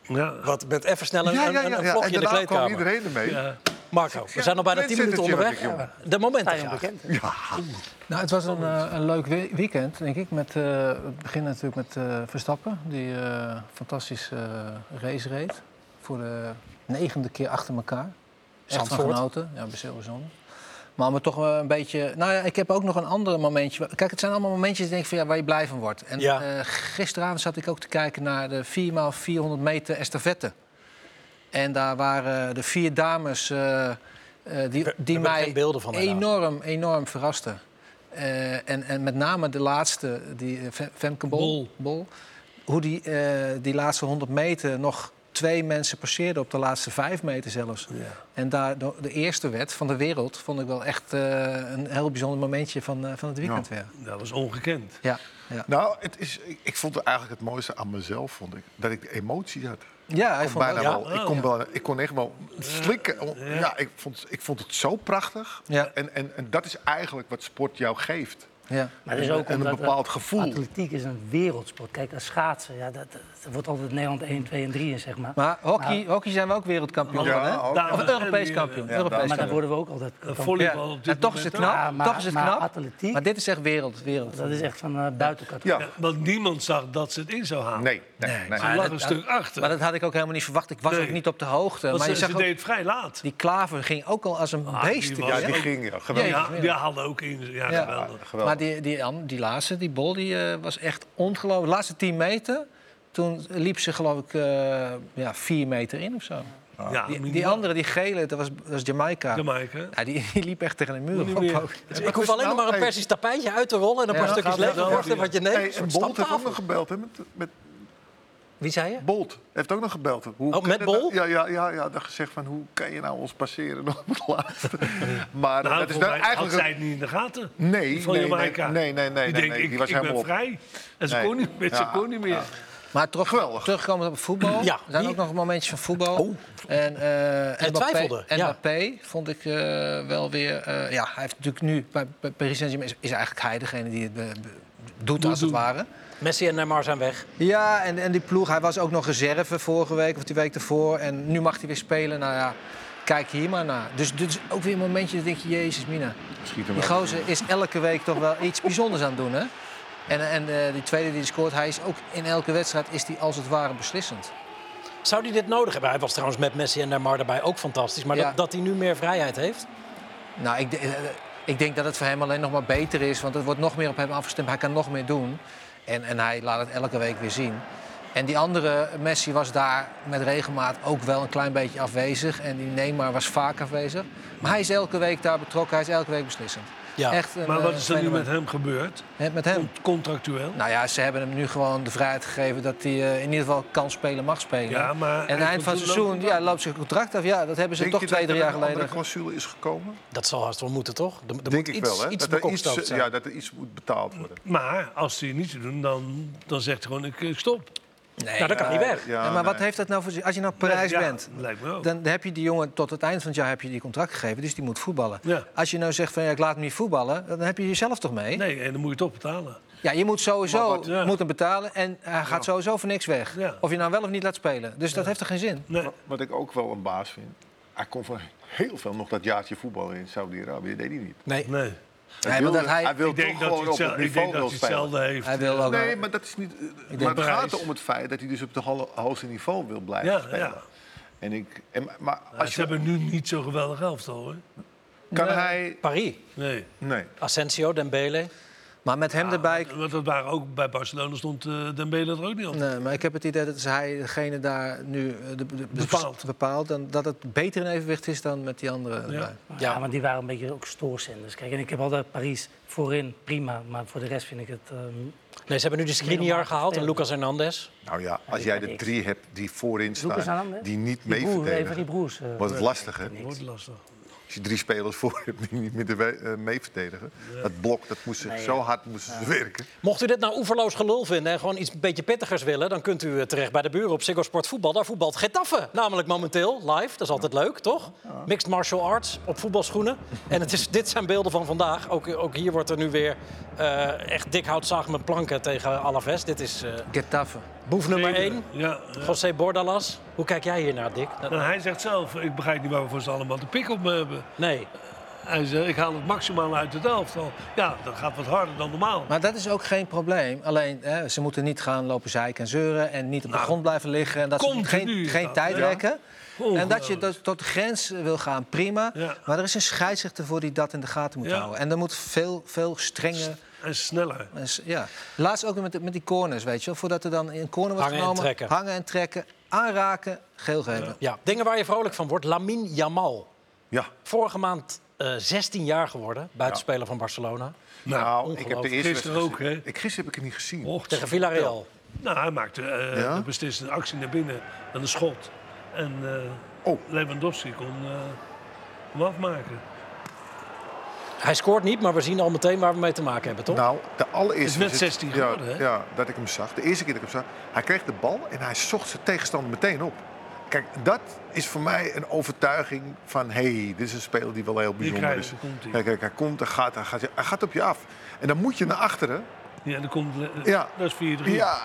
[SPEAKER 2] Ja.
[SPEAKER 1] Wat met even snel een,
[SPEAKER 3] Ja, ja,
[SPEAKER 1] een-
[SPEAKER 3] ja.
[SPEAKER 1] een
[SPEAKER 3] ja.
[SPEAKER 1] vlogje
[SPEAKER 3] En
[SPEAKER 1] in de
[SPEAKER 3] daarna kwam
[SPEAKER 1] kleedkamer.
[SPEAKER 3] iedereen ermee.
[SPEAKER 1] Marco, we zijn al bijna
[SPEAKER 3] dit
[SPEAKER 1] 10
[SPEAKER 3] zit
[SPEAKER 1] minuten
[SPEAKER 3] het,
[SPEAKER 1] onderweg.
[SPEAKER 3] jongen, jongen.
[SPEAKER 1] De momenten
[SPEAKER 5] Feyenoord
[SPEAKER 1] graag.
[SPEAKER 5] bekend.
[SPEAKER 4] Nou, het was een, eh, een leuk we- weekend, denk ik. Met, eh, we beginnen natuurlijk met eh, Verstappen, die eh fantastische eh, race reed. Voor de negende keer achter elkaar. Echt van
[SPEAKER 1] Zandvoort.
[SPEAKER 4] genoten. Ja, best heel bijzonder. Maar om het toch wel een beetje... Nou ja, ik heb ook nog een ander momentje. Kijk, het zijn allemaal momentjes denk ik, van, ja, waar je blij van wordt. En
[SPEAKER 1] Ja.
[SPEAKER 4] eh, gisteravond zat ik ook te kijken naar de 4x400 meter estafette. En daar waren de vier dames eh, eh, die,
[SPEAKER 1] We- we
[SPEAKER 4] die
[SPEAKER 1] hebben er
[SPEAKER 4] mij
[SPEAKER 1] geen beelden van, helaas.
[SPEAKER 4] enorm, enorm verrasten. Eh, en, en met name de laatste, die eh, Fe- Femke Bol.
[SPEAKER 2] Bol.
[SPEAKER 4] Bol. hoe die, eh, die laatste 100 meter nog twee mensen passeerde op de laatste vijf meter zelfs. En daar de, de eerste werd van de wereld vond ik wel echt eh, een heel bijzonder momentje van, eh, van het weekend weer.
[SPEAKER 2] Dat was ongekend.
[SPEAKER 4] Ja, ja.
[SPEAKER 3] Nou, het is, ik, ik vond het eigenlijk het mooiste aan mezelf, vond ik, dat ik de emotie had.
[SPEAKER 4] ja hij
[SPEAKER 3] Ik kon,
[SPEAKER 4] vond het
[SPEAKER 3] bijna
[SPEAKER 4] ook-
[SPEAKER 3] wel, ik, kon wel, ik kon echt wel slikken. Ja, ik, vond, ik vond het zo prachtig.
[SPEAKER 4] Ja.
[SPEAKER 3] En, en, en dat is eigenlijk wat sport jou geeft.
[SPEAKER 4] ja.
[SPEAKER 5] Maar dat is
[SPEAKER 3] En-
[SPEAKER 5] ook
[SPEAKER 3] en een
[SPEAKER 5] omdat, eh,
[SPEAKER 3] bepaald gevoel.
[SPEAKER 5] Atletiek is een wereldsport. Kijk, als schaatsen, ja, dat, dat wordt altijd Nederland 1, 2 en 3 in, zeg maar. Maar,
[SPEAKER 4] Maar hockey, hockey zijn we ook wereldkampioen
[SPEAKER 3] Ja,
[SPEAKER 4] van, hè?
[SPEAKER 3] ook.
[SPEAKER 4] Of Europees kampioen.
[SPEAKER 3] Ja,
[SPEAKER 4] Europees
[SPEAKER 5] daar
[SPEAKER 4] kampioen.
[SPEAKER 5] worden we ook altijd...
[SPEAKER 4] Ja.
[SPEAKER 2] Volleybal op dit
[SPEAKER 4] En toch is het
[SPEAKER 2] moment
[SPEAKER 4] knap.
[SPEAKER 5] Ja, maar-
[SPEAKER 4] toch is het
[SPEAKER 5] maar
[SPEAKER 4] knap.
[SPEAKER 5] atletiek-
[SPEAKER 4] Maar dit is echt wereld. wereld.
[SPEAKER 5] Dat is echt van eh buitencategorie.
[SPEAKER 3] Ja,
[SPEAKER 2] ook. Want niemand zag dat ze het in zou halen.
[SPEAKER 3] nee, nee, nee.
[SPEAKER 2] Ze lag
[SPEAKER 4] dat-
[SPEAKER 2] een stuk achter.
[SPEAKER 4] Maar dat had ik ook helemaal niet verwacht. Ik was
[SPEAKER 2] Nee.
[SPEAKER 4] ook niet op de hoogte.
[SPEAKER 2] Want
[SPEAKER 4] maar
[SPEAKER 2] ze,
[SPEAKER 4] je zag
[SPEAKER 2] ze
[SPEAKER 4] ook,
[SPEAKER 2] deed het vrij laat.
[SPEAKER 4] die klaver ging ook al als een
[SPEAKER 2] die
[SPEAKER 4] beest.
[SPEAKER 2] was-
[SPEAKER 3] Ja,
[SPEAKER 4] Ja,
[SPEAKER 3] die ging, ja, geweldig.
[SPEAKER 4] Ja,
[SPEAKER 2] Ja, die haalde ook in. Ja,
[SPEAKER 4] Ja.
[SPEAKER 2] geweldig.
[SPEAKER 3] geweldig.
[SPEAKER 4] Maar die, die, an- die laatste, die bol, die eh, was echt ongelooflijk. De laatste 10 meter, toen liep ze geloof ik eh, ja, 4 meter in of zo.
[SPEAKER 2] Ja,
[SPEAKER 4] Die, die
[SPEAKER 2] minimaal.
[SPEAKER 4] andere, die gele, dat was, dat was Jamaica.
[SPEAKER 2] Jamaica.
[SPEAKER 4] Ja, die, die liep echt tegen de muur
[SPEAKER 2] Niet
[SPEAKER 4] op.
[SPEAKER 2] meer.
[SPEAKER 4] ook.
[SPEAKER 1] Dus Ik hoef alleen nog maar een persisch tapijtje uit te rollen en een
[SPEAKER 4] Ja,
[SPEAKER 1] paar
[SPEAKER 4] dat
[SPEAKER 1] stukjes
[SPEAKER 4] gaat
[SPEAKER 1] leeg te
[SPEAKER 2] wel.
[SPEAKER 1] wachten wat je neemt.
[SPEAKER 3] Hey,
[SPEAKER 1] Een
[SPEAKER 3] en
[SPEAKER 1] soort
[SPEAKER 3] Bolt heeft ook
[SPEAKER 1] staptafel.
[SPEAKER 3] nog gebeld, hè? Met, met
[SPEAKER 4] Wie zei je?
[SPEAKER 3] Bolt heeft ook nog gebeld. Hoe kan
[SPEAKER 1] Oh, met
[SPEAKER 3] je nou-
[SPEAKER 1] Bolt?
[SPEAKER 3] Ja, ja, ja, ja. Dan gezegd van, hoe kan je nou ons passeren op het laatste? Maar eh,
[SPEAKER 2] Nou,
[SPEAKER 3] dat is
[SPEAKER 2] volgens
[SPEAKER 3] nou
[SPEAKER 2] mij had
[SPEAKER 3] eigenlijk...
[SPEAKER 2] zij het niet in de gaten.
[SPEAKER 3] Nee,
[SPEAKER 2] Die van
[SPEAKER 3] nee,
[SPEAKER 2] Jamaica.
[SPEAKER 3] nee, nee, nee, nee,
[SPEAKER 2] Die
[SPEAKER 3] nee,
[SPEAKER 2] denkt,
[SPEAKER 3] nee, die
[SPEAKER 2] ik,
[SPEAKER 3] was
[SPEAKER 2] ik ben
[SPEAKER 3] helemaal op.
[SPEAKER 2] vrij. En ze
[SPEAKER 3] Nee.
[SPEAKER 2] kon niet meer. Ze
[SPEAKER 3] Ja,
[SPEAKER 2] kon niet meer.
[SPEAKER 4] Maar terug,
[SPEAKER 3] Geweldig.
[SPEAKER 4] terugkomend op het voetbal.
[SPEAKER 1] Ja,
[SPEAKER 4] er zijn
[SPEAKER 1] wie-
[SPEAKER 4] ook nog momentjes van voetbal. En, eh Mbappé,
[SPEAKER 1] twijfelde, ja.
[SPEAKER 4] Mbappé vond ik eh, wel weer... eh, ja, hij heeft natuurlijk nu... Bij, bij Paris Saint-Germain is, is eigenlijk hij degene die het eh, be- be- doet als het ware.
[SPEAKER 1] Messi en Neymar zijn weg.
[SPEAKER 4] Ja, en, en die ploeg. Hij was ook nog reserve vorige week of die week ervoor. En nu mag hij weer spelen. Nou ja, kijk hier maar naar. Dus dit is ook weer een momentje dat denk je... Jezus, Mina.
[SPEAKER 3] Schiet hem
[SPEAKER 4] Die
[SPEAKER 3] wel.
[SPEAKER 4] gozer is elke week toch wel iets bijzonders aan het doen, hè? En, en eh, die tweede die hij scoort, hij is ook in elke wedstrijd is die als het ware beslissend.
[SPEAKER 1] Zou hij dit nodig hebben? Hij was trouwens met Messi en Neymar daarbij ook fantastisch. Maar
[SPEAKER 4] Ja.
[SPEAKER 1] dat, dat hij nu meer vrijheid heeft.
[SPEAKER 4] Nou, ik, de- eh, ik denk dat het voor hem alleen nog maar beter is, want het wordt nog meer op hem afgestemd. Hij kan nog meer doen. En, en hij laat het elke week weer zien. En die andere, Messi, was daar met regelmaat ook wel een klein beetje afwezig. En die Neymar was vaak afwezig. Maar hij is elke week daar betrokken, hij is elke week beslissend.
[SPEAKER 1] Ja.
[SPEAKER 4] Echt een,
[SPEAKER 2] Maar wat
[SPEAKER 4] eh,
[SPEAKER 2] is er nu
[SPEAKER 4] fenomeen.
[SPEAKER 2] met hem gebeurd?
[SPEAKER 4] Hè, met hem?
[SPEAKER 2] Contractueel.
[SPEAKER 4] Nou ja, ze hebben hem nu gewoon de vrijheid gegeven dat hij eh, in ieder geval kan spelen, mag spelen.
[SPEAKER 2] Ja, maar
[SPEAKER 4] en aan het
[SPEAKER 2] hij
[SPEAKER 4] eind van het
[SPEAKER 2] loopt
[SPEAKER 4] seizoen
[SPEAKER 2] contract
[SPEAKER 4] ja, loopt zijn contract af. Ja, dat hebben ze
[SPEAKER 3] Denk
[SPEAKER 4] toch
[SPEAKER 3] je
[SPEAKER 4] twee,
[SPEAKER 3] dat
[SPEAKER 4] drie
[SPEAKER 3] er
[SPEAKER 4] jaar
[SPEAKER 3] een andere
[SPEAKER 4] geleden.
[SPEAKER 3] clausule is gekomen?
[SPEAKER 1] Dat zal haast wel moeten, toch? Er, er
[SPEAKER 3] Denk
[SPEAKER 1] moet
[SPEAKER 3] ik
[SPEAKER 1] iets,
[SPEAKER 3] wel, hè?
[SPEAKER 1] iets
[SPEAKER 3] dat, er
[SPEAKER 1] bekokstookt
[SPEAKER 3] iets, eh,
[SPEAKER 1] zijn.
[SPEAKER 3] ja, dat er iets moet betaald worden.
[SPEAKER 2] Maar als hij het niet zou doen, dan, dan zegt hij gewoon ik eh, stop.
[SPEAKER 1] nou, dat kan niet weg.
[SPEAKER 3] Ja,
[SPEAKER 4] Nee, maar wat
[SPEAKER 3] nee.
[SPEAKER 4] heeft dat nou voor zin? Als je nou Parijs
[SPEAKER 2] Ja,
[SPEAKER 4] bent,
[SPEAKER 2] Lijkt me ook.
[SPEAKER 4] dan heb je die jongen tot het eind van het jaar heb je die contract gegeven, dus die moet voetballen.
[SPEAKER 2] Ja.
[SPEAKER 4] Als je nou zegt van ja, ik laat hem niet voetballen, dan heb je jezelf toch mee?
[SPEAKER 2] Nee, en dan moet je het toch betalen.
[SPEAKER 4] Ja, je moet sowieso
[SPEAKER 2] Maar wat- ja.
[SPEAKER 4] moet hem betalen en hij gaat sowieso voor niks weg.
[SPEAKER 2] Ja.
[SPEAKER 4] Of je nou wel of niet laat spelen. Dus dat heeft er geen zin.
[SPEAKER 2] Nee.
[SPEAKER 3] Wat- Wat ik ook wel een baas vind. Hij kon van heel veel nog dat jaartje voetballen in Saudi-Arabië. Dat deed hij niet.
[SPEAKER 1] Nee.
[SPEAKER 2] nee.
[SPEAKER 4] Nee, maar
[SPEAKER 3] wilde-
[SPEAKER 4] dat hij-
[SPEAKER 3] wil
[SPEAKER 2] Ik denk
[SPEAKER 3] toch
[SPEAKER 2] dat hij
[SPEAKER 3] gewoon op het
[SPEAKER 2] hetzelfde, ik denk
[SPEAKER 3] niveau
[SPEAKER 2] dat
[SPEAKER 3] wil
[SPEAKER 2] hij
[SPEAKER 3] spelen.
[SPEAKER 2] hetzelfde heeft.
[SPEAKER 4] Hij wil ook
[SPEAKER 3] Nee, maar dat is niet. eh, Maar het
[SPEAKER 2] Parijs.
[SPEAKER 3] gaat erom het feit dat hij dus op het ho- hoogste niveau wil blijven
[SPEAKER 2] Ja,
[SPEAKER 3] spelen.
[SPEAKER 2] ja.
[SPEAKER 3] En ik, en, maar
[SPEAKER 2] Maar
[SPEAKER 3] als
[SPEAKER 2] ze
[SPEAKER 3] je,
[SPEAKER 2] hebben nu niet zo'n geweldig elftal hoor.
[SPEAKER 3] kan hij.
[SPEAKER 1] Paris,
[SPEAKER 2] Nee.
[SPEAKER 3] Nee.
[SPEAKER 1] Asensio, Dembele.
[SPEAKER 4] Maar met hem erbij
[SPEAKER 2] Want dat waren ook bij Barcelona stond eh Dembele er ook niet op.
[SPEAKER 4] Nee, maar ik heb het idee dat is hij degene daar nu eh, de, de- de-
[SPEAKER 2] Bepaalt.
[SPEAKER 4] bepaalt en dat het beter in evenwicht is dan met die andere. Ja.
[SPEAKER 1] Ja.
[SPEAKER 5] Ja, want die waren een beetje ook stoorzenders. Kijk, en ik heb altijd Parijs voorin, prima. Maar voor de rest vind ik het... ehm,
[SPEAKER 1] Nee, ze hebben nu de Skriniar
[SPEAKER 5] Middelmatig
[SPEAKER 1] gehaald en
[SPEAKER 5] speler.
[SPEAKER 1] Lucas Hernandez.
[SPEAKER 3] Nou ja, als
[SPEAKER 5] die
[SPEAKER 3] jij
[SPEAKER 5] kan
[SPEAKER 3] de
[SPEAKER 5] niks.
[SPEAKER 3] drie hebt die voorin
[SPEAKER 5] Lucas
[SPEAKER 3] staan,
[SPEAKER 5] Hernandez?
[SPEAKER 3] die niet
[SPEAKER 5] die
[SPEAKER 3] mee
[SPEAKER 5] broer, even die
[SPEAKER 3] verdedigen,
[SPEAKER 5] broers. eh,
[SPEAKER 3] wordt het lastig, hè?
[SPEAKER 2] Dat wordt lastig.
[SPEAKER 3] Als je drie spelers voor hebt die niet meer de we- eh, mee verdedigen. Dat blok, dat moest zich zo hard moest het werken.
[SPEAKER 1] Mocht u dit nou oeverloos gelul vinden en gewoon iets een beetje pittigers willen... dan kunt u eh, terecht bij de buren op Ziggo Sport Voetbal. Daar voetbalt Getafe namelijk momenteel live. Dat is altijd leuk, toch? Mixed martial arts op voetbalschoenen. En het is, dit zijn beelden van vandaag. Ook, ook hier wordt er nu weer eh, echt dik houtzaag met planken tegen Alaves. Dit is eh,
[SPEAKER 4] Getafe.
[SPEAKER 1] boef nummer 1,
[SPEAKER 2] Ja, ja.
[SPEAKER 1] José Bordalas. Hoe kijk jij hiernaar, Dick? Dat-
[SPEAKER 2] Maar hij zegt zelf, ik begrijp niet waarvoor ze allemaal de pik op me hebben.
[SPEAKER 1] Nee.
[SPEAKER 2] Hij zegt, ik haal het maximaal uit het elftal. Ja, dat gaat wat harder dan normaal.
[SPEAKER 4] Maar dat is ook geen probleem. Alleen, hè, ze moeten niet gaan lopen zeiken en zeuren... en niet op de
[SPEAKER 2] Nou,
[SPEAKER 4] grond blijven liggen. En dat ze
[SPEAKER 2] continu
[SPEAKER 4] geen,
[SPEAKER 2] is
[SPEAKER 4] geen
[SPEAKER 2] dat,
[SPEAKER 4] tijd
[SPEAKER 2] hè?
[SPEAKER 4] rekken. En dat je dat tot de grens eh, wil gaan, prima.
[SPEAKER 2] Ja.
[SPEAKER 4] Maar er is een scheidsrechter voor die dat in de gaten moet
[SPEAKER 2] Ja.
[SPEAKER 4] houden. En er moet veel, veel strenger...
[SPEAKER 2] En sneller.
[SPEAKER 4] En s- Ja. Laatst ook weer met, met die corners, weet je wel. Voordat er dan een corner wordt
[SPEAKER 1] Hangen en
[SPEAKER 4] genomen.
[SPEAKER 1] trekken.
[SPEAKER 4] Hangen en trekken. Aanraken, geel geven.
[SPEAKER 1] Ja, dingen waar je vrolijk van wordt. Lamin Jamal.
[SPEAKER 3] Ja.
[SPEAKER 1] Vorige maand eh, 16 jaar geworden, buitenspeler van Barcelona.
[SPEAKER 3] Nou, ik heb de
[SPEAKER 1] ongelooflijk.
[SPEAKER 3] eerste
[SPEAKER 2] Gisteren ook, hè?
[SPEAKER 3] wedstrijd gezien. Ik, gisteren heb ik het niet gezien.
[SPEAKER 2] Ochtend.
[SPEAKER 1] Tegen Villarreal.
[SPEAKER 2] Nou, hij maakte eh
[SPEAKER 3] Ja?
[SPEAKER 2] een beslissende actie naar binnen. En een schot. En eh,
[SPEAKER 3] Oh.
[SPEAKER 2] Lewandowski kon eh, hem afmaken.
[SPEAKER 1] Hij scoort niet, maar we zien al meteen waar we mee te maken hebben, toch?
[SPEAKER 3] Nou, de allereerste...
[SPEAKER 2] Is net
[SPEAKER 3] visit-
[SPEAKER 2] 16
[SPEAKER 3] ja,
[SPEAKER 2] geworden, hè?
[SPEAKER 3] Ja, dat ik hem zag. De eerste keer dat ik hem zag. Hij kreeg de bal en hij zocht zijn tegenstander meteen op. Kijk, dat is voor mij een overtuiging van... hé, hey, dit is een speler die wel heel bijzonder
[SPEAKER 2] krijgen,
[SPEAKER 3] is.
[SPEAKER 2] komt ie.
[SPEAKER 3] kijk, kijk, hij komt, hij gaat, hij, gaat, hij gaat op je af. En dan moet je naar achteren.
[SPEAKER 2] Ja, dan komt, Le- eh,
[SPEAKER 3] Ja.
[SPEAKER 2] dat is 4-3.
[SPEAKER 3] Ja,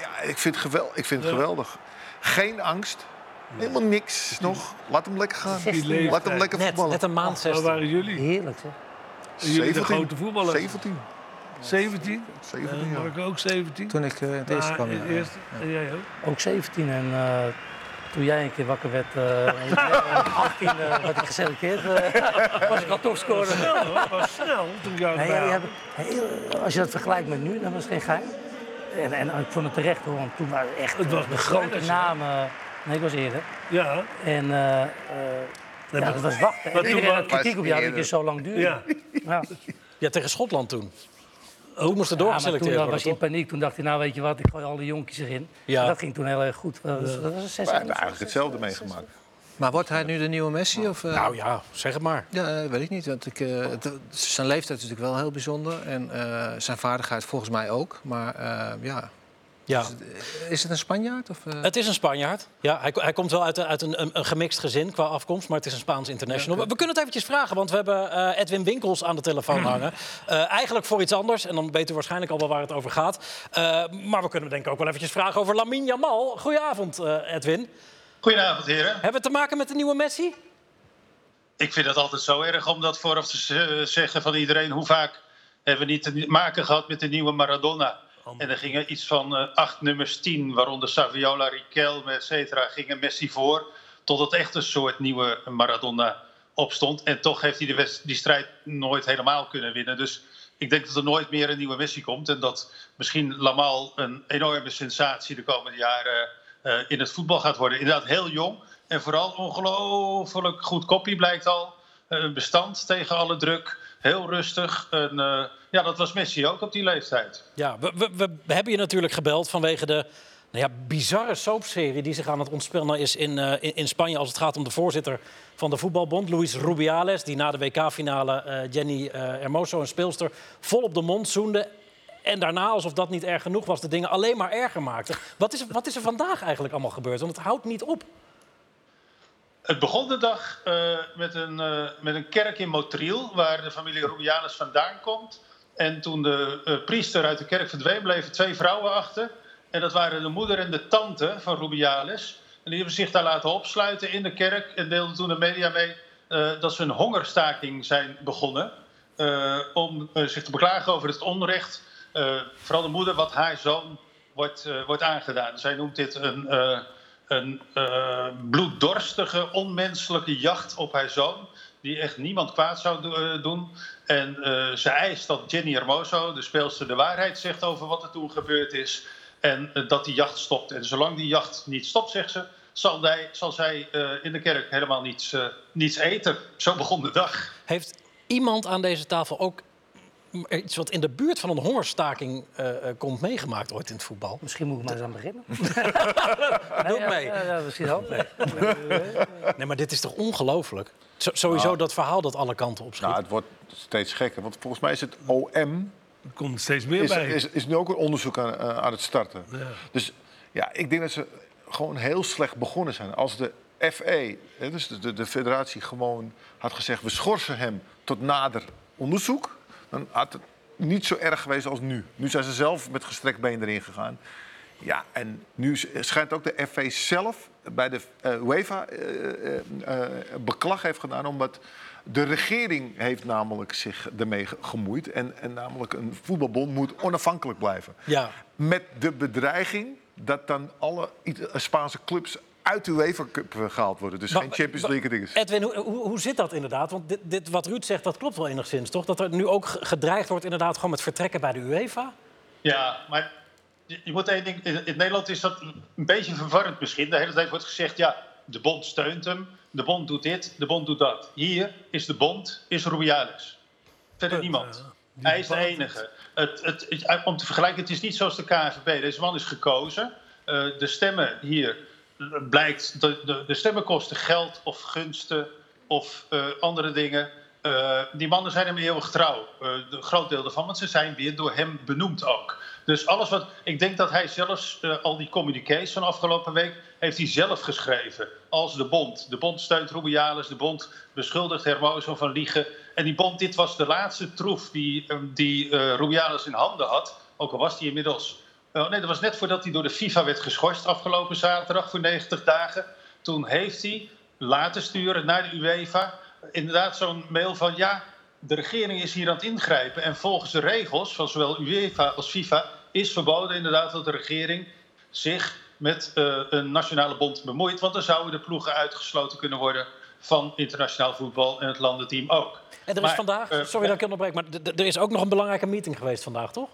[SPEAKER 3] ja ik vind het, gewel, ik vind het
[SPEAKER 2] Ja.
[SPEAKER 3] geweldig. Geen angst. Helemaal niks nog. Laat hem lekker gaan.
[SPEAKER 5] Die
[SPEAKER 2] leeftijd.
[SPEAKER 3] Laat hem lekker
[SPEAKER 1] net,
[SPEAKER 3] voetballen.
[SPEAKER 1] net een
[SPEAKER 5] Oh,
[SPEAKER 1] maand
[SPEAKER 2] Waar
[SPEAKER 1] 16.
[SPEAKER 2] waren jullie?
[SPEAKER 5] Heerlijk, zeg.
[SPEAKER 2] Jullie de grote voetballers.
[SPEAKER 3] 17.
[SPEAKER 2] 17?
[SPEAKER 3] 17
[SPEAKER 2] Eh
[SPEAKER 3] ja.
[SPEAKER 2] Marco ook 17?
[SPEAKER 4] Toen ik eh, het eerste
[SPEAKER 2] Ah,
[SPEAKER 4] kwam. ja.
[SPEAKER 2] het eerste. En jij ook?
[SPEAKER 5] Ook 17 en eh, toen jij een keer wakker werd, eh, in 18 eh, werd ik geselecteerd. eh, was ik al topscorer.
[SPEAKER 2] Snel hoor, was snel toen ik jou
[SPEAKER 5] Nee,
[SPEAKER 2] erbij
[SPEAKER 5] ja,
[SPEAKER 2] had.
[SPEAKER 5] die hebben heel- als je dat vergelijkt met nu, dan was het geen geheim. En, en ik vond het terecht hoor, want toen waren het echt
[SPEAKER 2] Het was
[SPEAKER 5] eh,
[SPEAKER 2] met
[SPEAKER 5] grote
[SPEAKER 2] Feyenoord, hè?
[SPEAKER 5] namen. Nee, ik was eerder.
[SPEAKER 2] Ja,
[SPEAKER 5] En eh, eh, ja,
[SPEAKER 2] maar-
[SPEAKER 5] dat was wachten.
[SPEAKER 2] maar
[SPEAKER 5] En
[SPEAKER 2] toen
[SPEAKER 5] iedereen had
[SPEAKER 2] was-
[SPEAKER 5] kritiek op jou dat je
[SPEAKER 3] eerder.
[SPEAKER 5] zo lang duurde. Nou,
[SPEAKER 2] ja.
[SPEAKER 5] Ja.
[SPEAKER 1] Ja, tegen Schotland toen. Toen moest er
[SPEAKER 5] Oh, Ja, maar toen
[SPEAKER 1] doorgeselecteerd
[SPEAKER 5] eh,
[SPEAKER 1] worden,
[SPEAKER 5] was je in
[SPEAKER 1] toch?
[SPEAKER 5] paniek. Toen dacht hij, nou weet je wat, ik gooi al die jonkies erin.
[SPEAKER 1] Ja.
[SPEAKER 5] En Dat ging toen heel erg goed. Dat was, dat was een
[SPEAKER 3] We
[SPEAKER 5] 16.
[SPEAKER 3] hebben eigenlijk hetzelfde meegemaakt.
[SPEAKER 4] Maar wordt hij nu de nieuwe Messi? Of, eh,
[SPEAKER 1] Nou ja, zeg het maar.
[SPEAKER 4] Ja, dat weet ik niet. Want ik, eh, het- zijn leeftijd is natuurlijk wel heel bijzonder. En eh, zijn vaardigheid volgens mij ook. Maar eh, ja,
[SPEAKER 1] Ja.
[SPEAKER 4] is het een Spanjaard? Of, eh?
[SPEAKER 1] Dus, eh, Het is een Spanjaard. Ja, hij, ko- hij komt wel uit, een- uit een, een, een gemixt gezin qua afkomst, maar het is een Spaans international. We- We kunnen het eventjes vragen, want we hebben eh, Edwin Winkels aan de telefoon hangen. Eh, eigenlijk voor iets anders, en dan weet u waarschijnlijk al wel waar het over gaat. Eh, maar we kunnen hem denk ik ook wel eventjes vragen over Lamin Jamal. Goedenavond, eh, Edwin.
[SPEAKER 6] Goedenavond, heren.
[SPEAKER 1] Hebben we te maken met de nieuwe Messi?
[SPEAKER 6] Ik vind het altijd zo erg om dat vooraf te z- eh, zeggen van iedereen. Hoe vaak hebben we niet te maken gehad met de nieuwe Maradona? En er gingen iets van eh, acht nummers tien, waaronder Saviola, Riquelme, et cetera, gingen Messi voor. Totdat echt een soort nieuwe Maradona opstond. En toch heeft hij de west- die strijd nooit helemaal kunnen winnen. Dus ik denk dat er nooit meer een nieuwe Messi komt. En dat misschien Lamal een enorme sensatie de komende jaren eh, in het voetbal gaat worden. Inderdaad, heel jong. En vooral ongelooflijk goed kopie blijkt al. Eh, Een bestand tegen alle druk. Heel rustig. En, eh, ja, dat was Messi ook op die leeftijd.
[SPEAKER 1] Ja, we, we, we hebben je natuurlijk gebeld vanwege de nou ja, bizarre soapserie die zich aan het ontspannen is in, eh, in, in Spanje. Als het gaat om de voorzitter van de voetbalbond, Luis Rubiales. Die na de WK-finale eh, Jenny eh, Hermoso, een speelster, vol op de mond zoende. En daarna, alsof dat niet erg genoeg was, de dingen alleen maar erger maakte. Wat is, wat is er vandaag eigenlijk allemaal gebeurd? Want het houdt niet op.
[SPEAKER 6] Het begon de dag eh, met, een, eh, met een kerk in Motriel, waar de familie Rubianes vandaan komt. En toen de eh, priester uit de kerk verdween, bleven twee vrouwen achter. En dat waren de moeder en de tante van Rubiales. En die hebben zich daar laten opsluiten in de kerk en deelden toen de media mee eh, dat ze een hongerstaking zijn begonnen. eh, om eh, zich te beklagen over het onrecht, eh, vooral de moeder, wat haar zoon wordt, eh, wordt aangedaan. Zij noemt dit een, eh, een eh, bloeddorstige, onmenselijke jacht op haar zoon. Die echt niemand kwaad zou do- eh, doen. En eh, ze eist dat Jenny Hermoso, de speelster, de waarheid zegt over wat er toen gebeurd is. En eh, dat die jacht stopt. En zolang die jacht niet stopt, zegt ze, zal, zij- zal zij eh, in de kerk helemaal niets, eh, niets eten. Zo begon de dag.
[SPEAKER 1] Heeft iemand aan deze tafel ook iets wat in de buurt van een hongerstaking eh, eh, komt meegemaakt ooit in het voetbal.
[SPEAKER 5] Misschien moet ik maar eens aan beginnen.
[SPEAKER 1] Doe het mee.
[SPEAKER 5] Ja, eh, ja, misschien ook. Nee.
[SPEAKER 1] Nee, maar dit is toch ongelooflijk? Zo- sowieso dat verhaal dat alle kanten opschiet.
[SPEAKER 3] Nou, het wordt steeds gekker. Want volgens mij is het OM
[SPEAKER 2] Er komt steeds meer
[SPEAKER 3] is,
[SPEAKER 2] bij.
[SPEAKER 3] is, is nu ook een onderzoek aan, eh, aan het starten. Dus ja, ik denk dat ze gewoon heel slecht begonnen zijn. Als de FE, hè, dus de, de, de federatie, gewoon had gezegd... we schorsen hem tot nader onderzoek... dan had het niet zo erg geweest als nu. Nu zijn ze zelf met gestrekt been erin gegaan. Ja, en nu s- schijnt ook de FE zelf bij de eh, UEFA eh, eh, eh, beklag heeft gedaan... omdat de regering heeft namelijk zich ermee ge- gemoeid... en, en namelijk een voetbalbond moet onafhankelijk blijven.
[SPEAKER 1] Ja.
[SPEAKER 3] Met de bedreiging dat dan alle Ita- Spaanse clubs uit de UEFA Cup eh, gehaald worden. Dus geen
[SPEAKER 1] Wa-
[SPEAKER 3] Champions
[SPEAKER 1] wa-
[SPEAKER 3] League en dinges.
[SPEAKER 1] Edwin, hoe, hoe, hoe zit dat inderdaad? Want dit, dit wat Ruud zegt, dat klopt wel enigszins, toch? Dat er nu ook ge- gedreigd wordt inderdaad gewoon met vertrekken bij de UEFA.
[SPEAKER 6] Ja, maar je je moet één ding. In in Nederland is dat een beetje verwarrend misschien. De hele tijd wordt gezegd: ja, de bond steunt hem. De bond doet dit, de bond doet dat. Hier is de bond, is Rubiales. Verder niemand. Hij is de enige. Het, het, het- om te vergelijken, het is niet zoals de KNVB. Deze man is gekozen. Eh, de stemmen hier eh, blijkt. De, de, de stemmen kosten geld of gunsten of eh, andere dingen. Eh, die mannen zijn hem eeuwig trouw. Eh, de- een groot deel daarvan, want ze zijn weer door hem benoemd ook. Dus alles wat. Ik denk dat hij zelfs eh, al die communiqués van afgelopen week. heeft hij zelf geschreven. Als de Bond. De Bond steunt Rubiales. De Bond beschuldigt Hermoso van liegen. En die Bond, dit was de laatste troef die, eh, die eh, Rubiales in handen had. Ook al was hij inmiddels. eh, nee, dat was net voordat hij door de FIFA werd geschorst afgelopen zaterdag voor 90 dagen. Toen heeft hij laten sturen naar de UEFA. Inderdaad, zo'n mail van ja, de regering is hier aan het ingrijpen. En volgens de regels van zowel UEFA als FIFA is verboden inderdaad dat de regering zich met eh, een nationale bond bemoeit. Want dan zouden de ploegen uitgesloten kunnen worden van internationaal voetbal en het landenteam ook.
[SPEAKER 1] En er is
[SPEAKER 6] Maar,
[SPEAKER 1] vandaag,
[SPEAKER 6] eh,
[SPEAKER 1] sorry dat ik je onderbreek, maar d- d- er is ook nog een belangrijke meeting geweest vandaag, toch?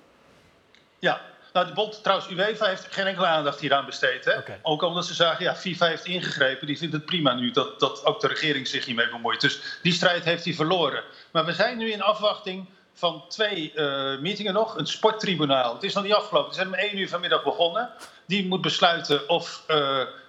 [SPEAKER 6] Ja, nou de bond, trouwens, UEFA heeft geen enkele aandacht hieraan besteed. Hè?
[SPEAKER 1] Oké.
[SPEAKER 6] Ook omdat ze zagen, ja, FIFA heeft ingegrepen. Die vindt het prima nu dat, dat ook de regering zich hiermee bemoeit. Dus die strijd heeft hij verloren. Maar we zijn nu in afwachting van twee eh, meetingen nog. Een sporttribunaal. Het is nog niet afgelopen. Ze zijn om één uur vanmiddag begonnen. Die moet besluiten of eh,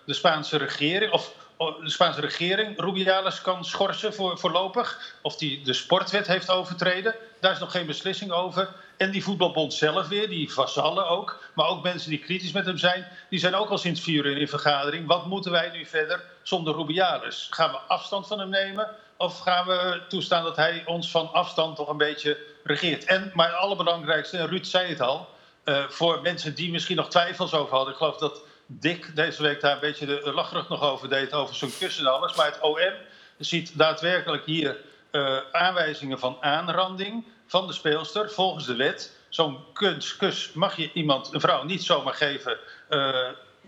[SPEAKER 6] de Spaanse regering... Of, of de Spaanse regering Rubiales kan schorsen voor, voorlopig. Of die de sportwet heeft overtreden. Daar is nog geen beslissing over. En die voetbalbond zelf weer, die vazallen ook. Maar ook mensen die kritisch met hem zijn. Die zijn ook al sinds vier uur in vergadering. Wat moeten wij nu verder zonder Rubiales? Gaan we afstand van hem nemen? Of gaan we toestaan dat hij ons van afstand toch een beetje regeert? En, maar het allerbelangrijkste, en Ruud zei het al. eh, voor mensen die misschien nog twijfels over hadden. Ik geloof dat Dick deze week daar een beetje de eh, lacherig nog over deed. Over zijn kussen en alles. Maar het OM ziet daadwerkelijk hier eh, aanwijzingen van aanranding van de speelster volgens de wet. Zo'n kunst, kus mag je iemand, een vrouw, niet zomaar geven eh,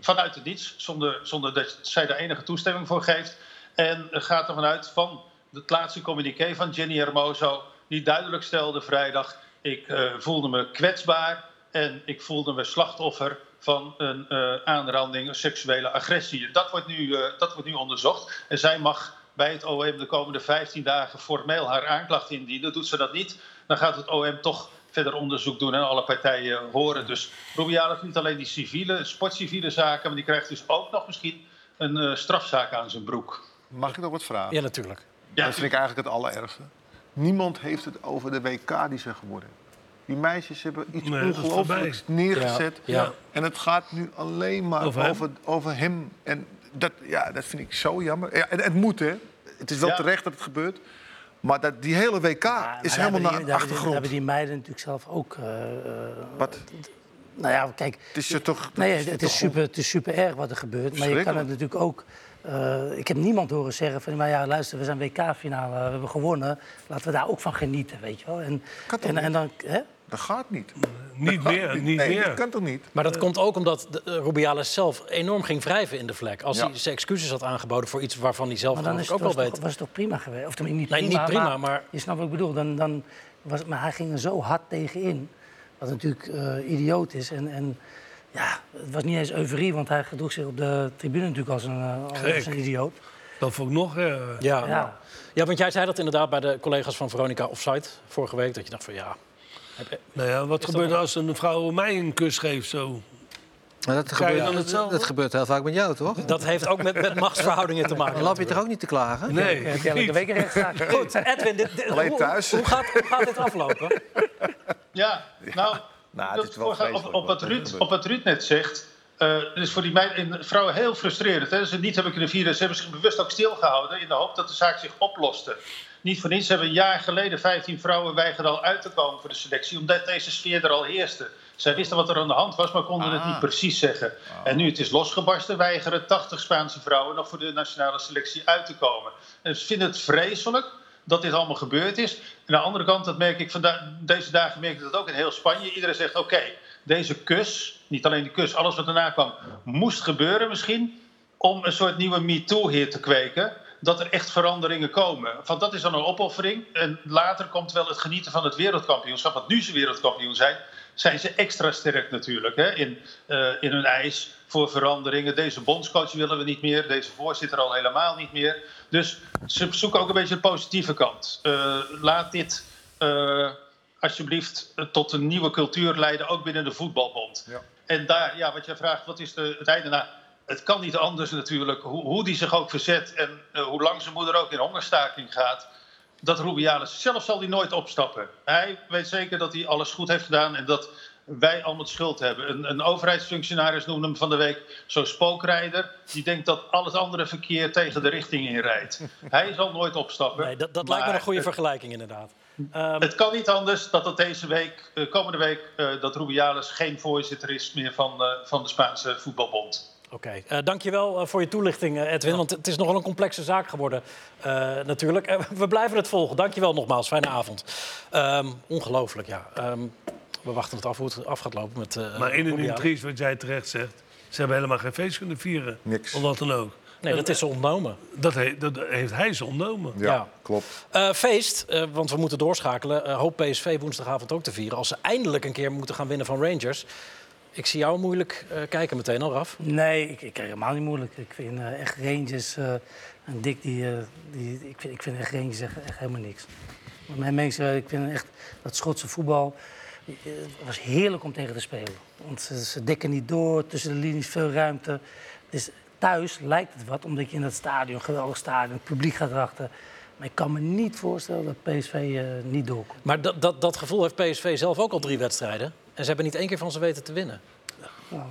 [SPEAKER 6] vanuit de niets, zonder, zonder dat zij daar enige toestemming voor geeft. En eh, gaat ervan uit van het laatste communiqué van Jenny Hermoso, die duidelijk stelde vrijdag: ik eh, voelde me kwetsbaar en ik voelde me slachtoffer van een eh, aanranding, een seksuele agressie. Dat wordt, nu, eh, dat wordt nu onderzocht. En zij mag bij het OM de komende 15 dagen formeel haar aanklacht indienen. Doet ze dat niet, dan gaat het OM toch verder onderzoek doen en alle partijen horen. Dus Rubiales niet alleen die civiele, sportciviele zaken... maar die krijgt dus ook nog misschien een eh, strafzaak aan zijn broek.
[SPEAKER 3] Mag ik nog wat vragen?
[SPEAKER 1] Ja, natuurlijk.
[SPEAKER 6] Ja,
[SPEAKER 3] Dat vind ik eigenlijk het allerergste. Niemand heeft het over de WK die ze geworden hebben. Die meisjes hebben iets
[SPEAKER 2] Nee, dat is
[SPEAKER 3] ongelooflijks neergezet.
[SPEAKER 1] Ja, ja.
[SPEAKER 3] En het gaat nu alleen maar
[SPEAKER 2] Over
[SPEAKER 3] over
[SPEAKER 2] hem.
[SPEAKER 3] hem. Over, hem. En dat, ja, dat vind ik zo jammer. Ja, en het moet, hè. Het is wel
[SPEAKER 6] Ja.
[SPEAKER 3] terecht dat het gebeurt. Maar dat, die hele WK
[SPEAKER 5] Ja, maar
[SPEAKER 3] is
[SPEAKER 5] daar
[SPEAKER 3] helemaal
[SPEAKER 5] hebben die- daar
[SPEAKER 3] naar
[SPEAKER 5] hebben
[SPEAKER 3] de
[SPEAKER 5] die- daar
[SPEAKER 3] achtergrond.
[SPEAKER 5] hebben die meiden natuurlijk zelf ook. eh, eh,
[SPEAKER 3] Wat?
[SPEAKER 5] nou ja, kijk,
[SPEAKER 3] Het is er toch...
[SPEAKER 5] Nee,
[SPEAKER 3] het is
[SPEAKER 5] het,
[SPEAKER 3] er
[SPEAKER 5] is
[SPEAKER 3] toch
[SPEAKER 5] super, het is super erg wat er gebeurt. Maar je kan het natuurlijk ook. eh, ik heb niemand horen zeggen van, maar ja, luister, we zijn WK-finale, we hebben gewonnen. Laten we daar ook van genieten, weet je wel. En,
[SPEAKER 3] Kan toch
[SPEAKER 5] en, en dan, hè?
[SPEAKER 3] gewoon- Dat gaat niet. Ah,
[SPEAKER 2] Niet meer, niet
[SPEAKER 3] nee,
[SPEAKER 2] meer.
[SPEAKER 3] dat kan toch niet?
[SPEAKER 1] Maar dat komt ook omdat de, eh, Rubiales zelf enorm ging wrijven in de vlek. Als
[SPEAKER 3] Ja.
[SPEAKER 1] hij zijn excuses had aangeboden voor iets waarvan hij zelf
[SPEAKER 5] Maar dan is
[SPEAKER 1] natuurlijk
[SPEAKER 5] het,
[SPEAKER 1] ook
[SPEAKER 5] was,
[SPEAKER 1] wel
[SPEAKER 5] het
[SPEAKER 1] weet.
[SPEAKER 5] toch, was het toch prima geweest? Of tenminste, niet
[SPEAKER 1] Nee,
[SPEAKER 5] prima,
[SPEAKER 1] niet prima, maar-
[SPEAKER 5] Je snapt wat ik bedoel. Dan, dan was, het- maar hij ging er zo hard tegenin. Wat natuurlijk eh, idioot is. En, en ja, het was niet eens euforie, want hij gedroeg zich op de tribune natuurlijk als een, eh, als
[SPEAKER 2] Gek.
[SPEAKER 5] een idioot.
[SPEAKER 2] Dat vond ik nog. eh,
[SPEAKER 1] Ja.
[SPEAKER 5] Ja.
[SPEAKER 1] ja, want jij zei dat inderdaad bij de collega's van Veronica Offside vorige week. Dat je dacht van ja,
[SPEAKER 2] Nou ja, wat gebeurt er als een vrouw mij een kus geeft zo?
[SPEAKER 4] Maar dat,
[SPEAKER 2] Krijg je
[SPEAKER 4] gebeurt,
[SPEAKER 2] dan hetzelfde?
[SPEAKER 4] dat gebeurt heel vaak met jou, toch?
[SPEAKER 1] Dat heeft ook met, met machtsverhoudingen te maken.
[SPEAKER 4] Dan loop je toch ook niet te klagen?
[SPEAKER 2] Nee,
[SPEAKER 5] Heb jij elke
[SPEAKER 2] niet.
[SPEAKER 5] week een rechtszaak?
[SPEAKER 1] Goed, Edwin, dit, dit-
[SPEAKER 3] Alleen
[SPEAKER 1] hoe,
[SPEAKER 3] thuis.
[SPEAKER 1] Hoe, gaat, hoe gaat dit aflopen?
[SPEAKER 6] Ja, nou,
[SPEAKER 3] nou, het
[SPEAKER 6] dat
[SPEAKER 3] is wel
[SPEAKER 6] voorgaan- op,
[SPEAKER 3] vreselijk
[SPEAKER 6] op, wat
[SPEAKER 3] wat er
[SPEAKER 6] Ruud,
[SPEAKER 3] gebeurt.
[SPEAKER 6] op wat Ruud net zegt. eh dus voor die meid, en vrouwen heel frustrerend. Hè? Ze niet hebben kunnen vieren. Ze hebben zich bewust ook stilgehouden in de hoop dat de zaak zich oploste. Niet voor niets hebben een jaar geleden 15 vrouwen weigerd al uit te komen voor de selectie, omdat deze sfeer er al heerste. Zij wisten wat er aan de hand was, maar konden het
[SPEAKER 3] Ah.
[SPEAKER 6] niet precies zeggen. En nu het is losgebarsten, weigeren 80 Spaanse vrouwen nog voor de nationale selectie uit te komen. En ze vinden het vreselijk dat dit allemaal gebeurd is. En aan de andere kant, dat merk ik vanda- deze dagen merk ik dat ook in heel Spanje. Iedereen zegt, oké, deze kus, niet alleen de kus, alles wat erna kwam, moest gebeuren misschien, om een soort nieuwe MeToo hier te kweken, dat er echt veranderingen komen. Want dat is dan een opoffering. En later komt wel het genieten van het wereldkampioenschap, want nu ze wereldkampioen zijn, zijn ze extra sterk natuurlijk hè, in, eh, in hun eis voor veranderingen. Deze bondscoach willen we niet meer, deze voorzitter al helemaal niet meer. Dus ze zoeken ook een beetje de positieve kant. Eh, laat dit eh, alsjeblieft eh, tot een nieuwe cultuur leiden, ook binnen de voetbalbond.
[SPEAKER 3] Ja.
[SPEAKER 6] En daar, ja, wat jij vraagt, wat is de, het einde nou, Het kan niet anders natuurlijk, hoe, hoe die zich ook verzet en eh, hoe lang zijn moeder ook in hongerstaking gaat. Dat Rubiales, zelf zal hij nooit opstappen. Hij weet zeker dat hij alles goed heeft gedaan en dat wij allemaal de schuld hebben. Een, een overheidsfunctionaris noemde hem van de week zo'n spookrijder. Die denkt dat al het andere verkeer tegen de richting inrijdt. Hij zal nooit opstappen.
[SPEAKER 1] Nee, dat dat lijkt me
[SPEAKER 6] Maar
[SPEAKER 1] een goede
[SPEAKER 6] het-
[SPEAKER 1] vergelijking inderdaad. Ehm,
[SPEAKER 6] Het kan niet anders dat het deze week, eh, komende week, eh, dat Rubiales geen voorzitter is meer van, eh, van de Spaanse voetbalbond.
[SPEAKER 1] Oké, eh, dankjewel eh, voor je toelichting eh, Edwin, want het is nogal een complexe zaak geworden eh, natuurlijk. Eh, we blijven het volgen. Dankjewel nogmaals, fijne avond. Ehm, ongelooflijk, ja. Ehm, we wachten het af hoe het af gaat lopen met... eh,
[SPEAKER 2] Maar in een
[SPEAKER 1] Rubiales.
[SPEAKER 2] intrigue, wat jij terecht zegt, ze hebben helemaal geen feest kunnen vieren.
[SPEAKER 3] Niks.
[SPEAKER 2] Of wat dan ook.
[SPEAKER 1] Nee, dat is ze ontnomen.
[SPEAKER 2] Dat, he- dat heeft hij ze ontnomen.
[SPEAKER 3] Ja,
[SPEAKER 1] Ja.
[SPEAKER 3] klopt.
[SPEAKER 1] Eh, feest, eh, want we moeten doorschakelen. Eh, hoop PSV woensdagavond ook te vieren. Als ze eindelijk een keer moeten gaan winnen van Rangers. Ik zie jou moeilijk eh, kijken meteen al, Raf.
[SPEAKER 5] Nee, ik, ik krijg helemaal niet moeilijk. Ik vind eh, echt Rangers eh en Dick, die, eh, die, ik, vind, ik vind echt Rangers echt, echt helemaal niks. Want Mijn mensen, ik vind echt dat Schotse voetbal eh, het was heerlijk om tegen te spelen. Want ze, ze dekken niet door, tussen de linies veel ruimte. Dus thuis lijkt het wat, omdat je in dat stadion, geweldig stadion, het publiek gaat erachter. Maar ik kan me niet voorstellen dat PSV eh, niet doorkomt.
[SPEAKER 1] Maar dat, dat, dat gevoel heeft PSV zelf ook al drie wedstrijden. En ze hebben niet één keer van ze weten te winnen.
[SPEAKER 5] Nou,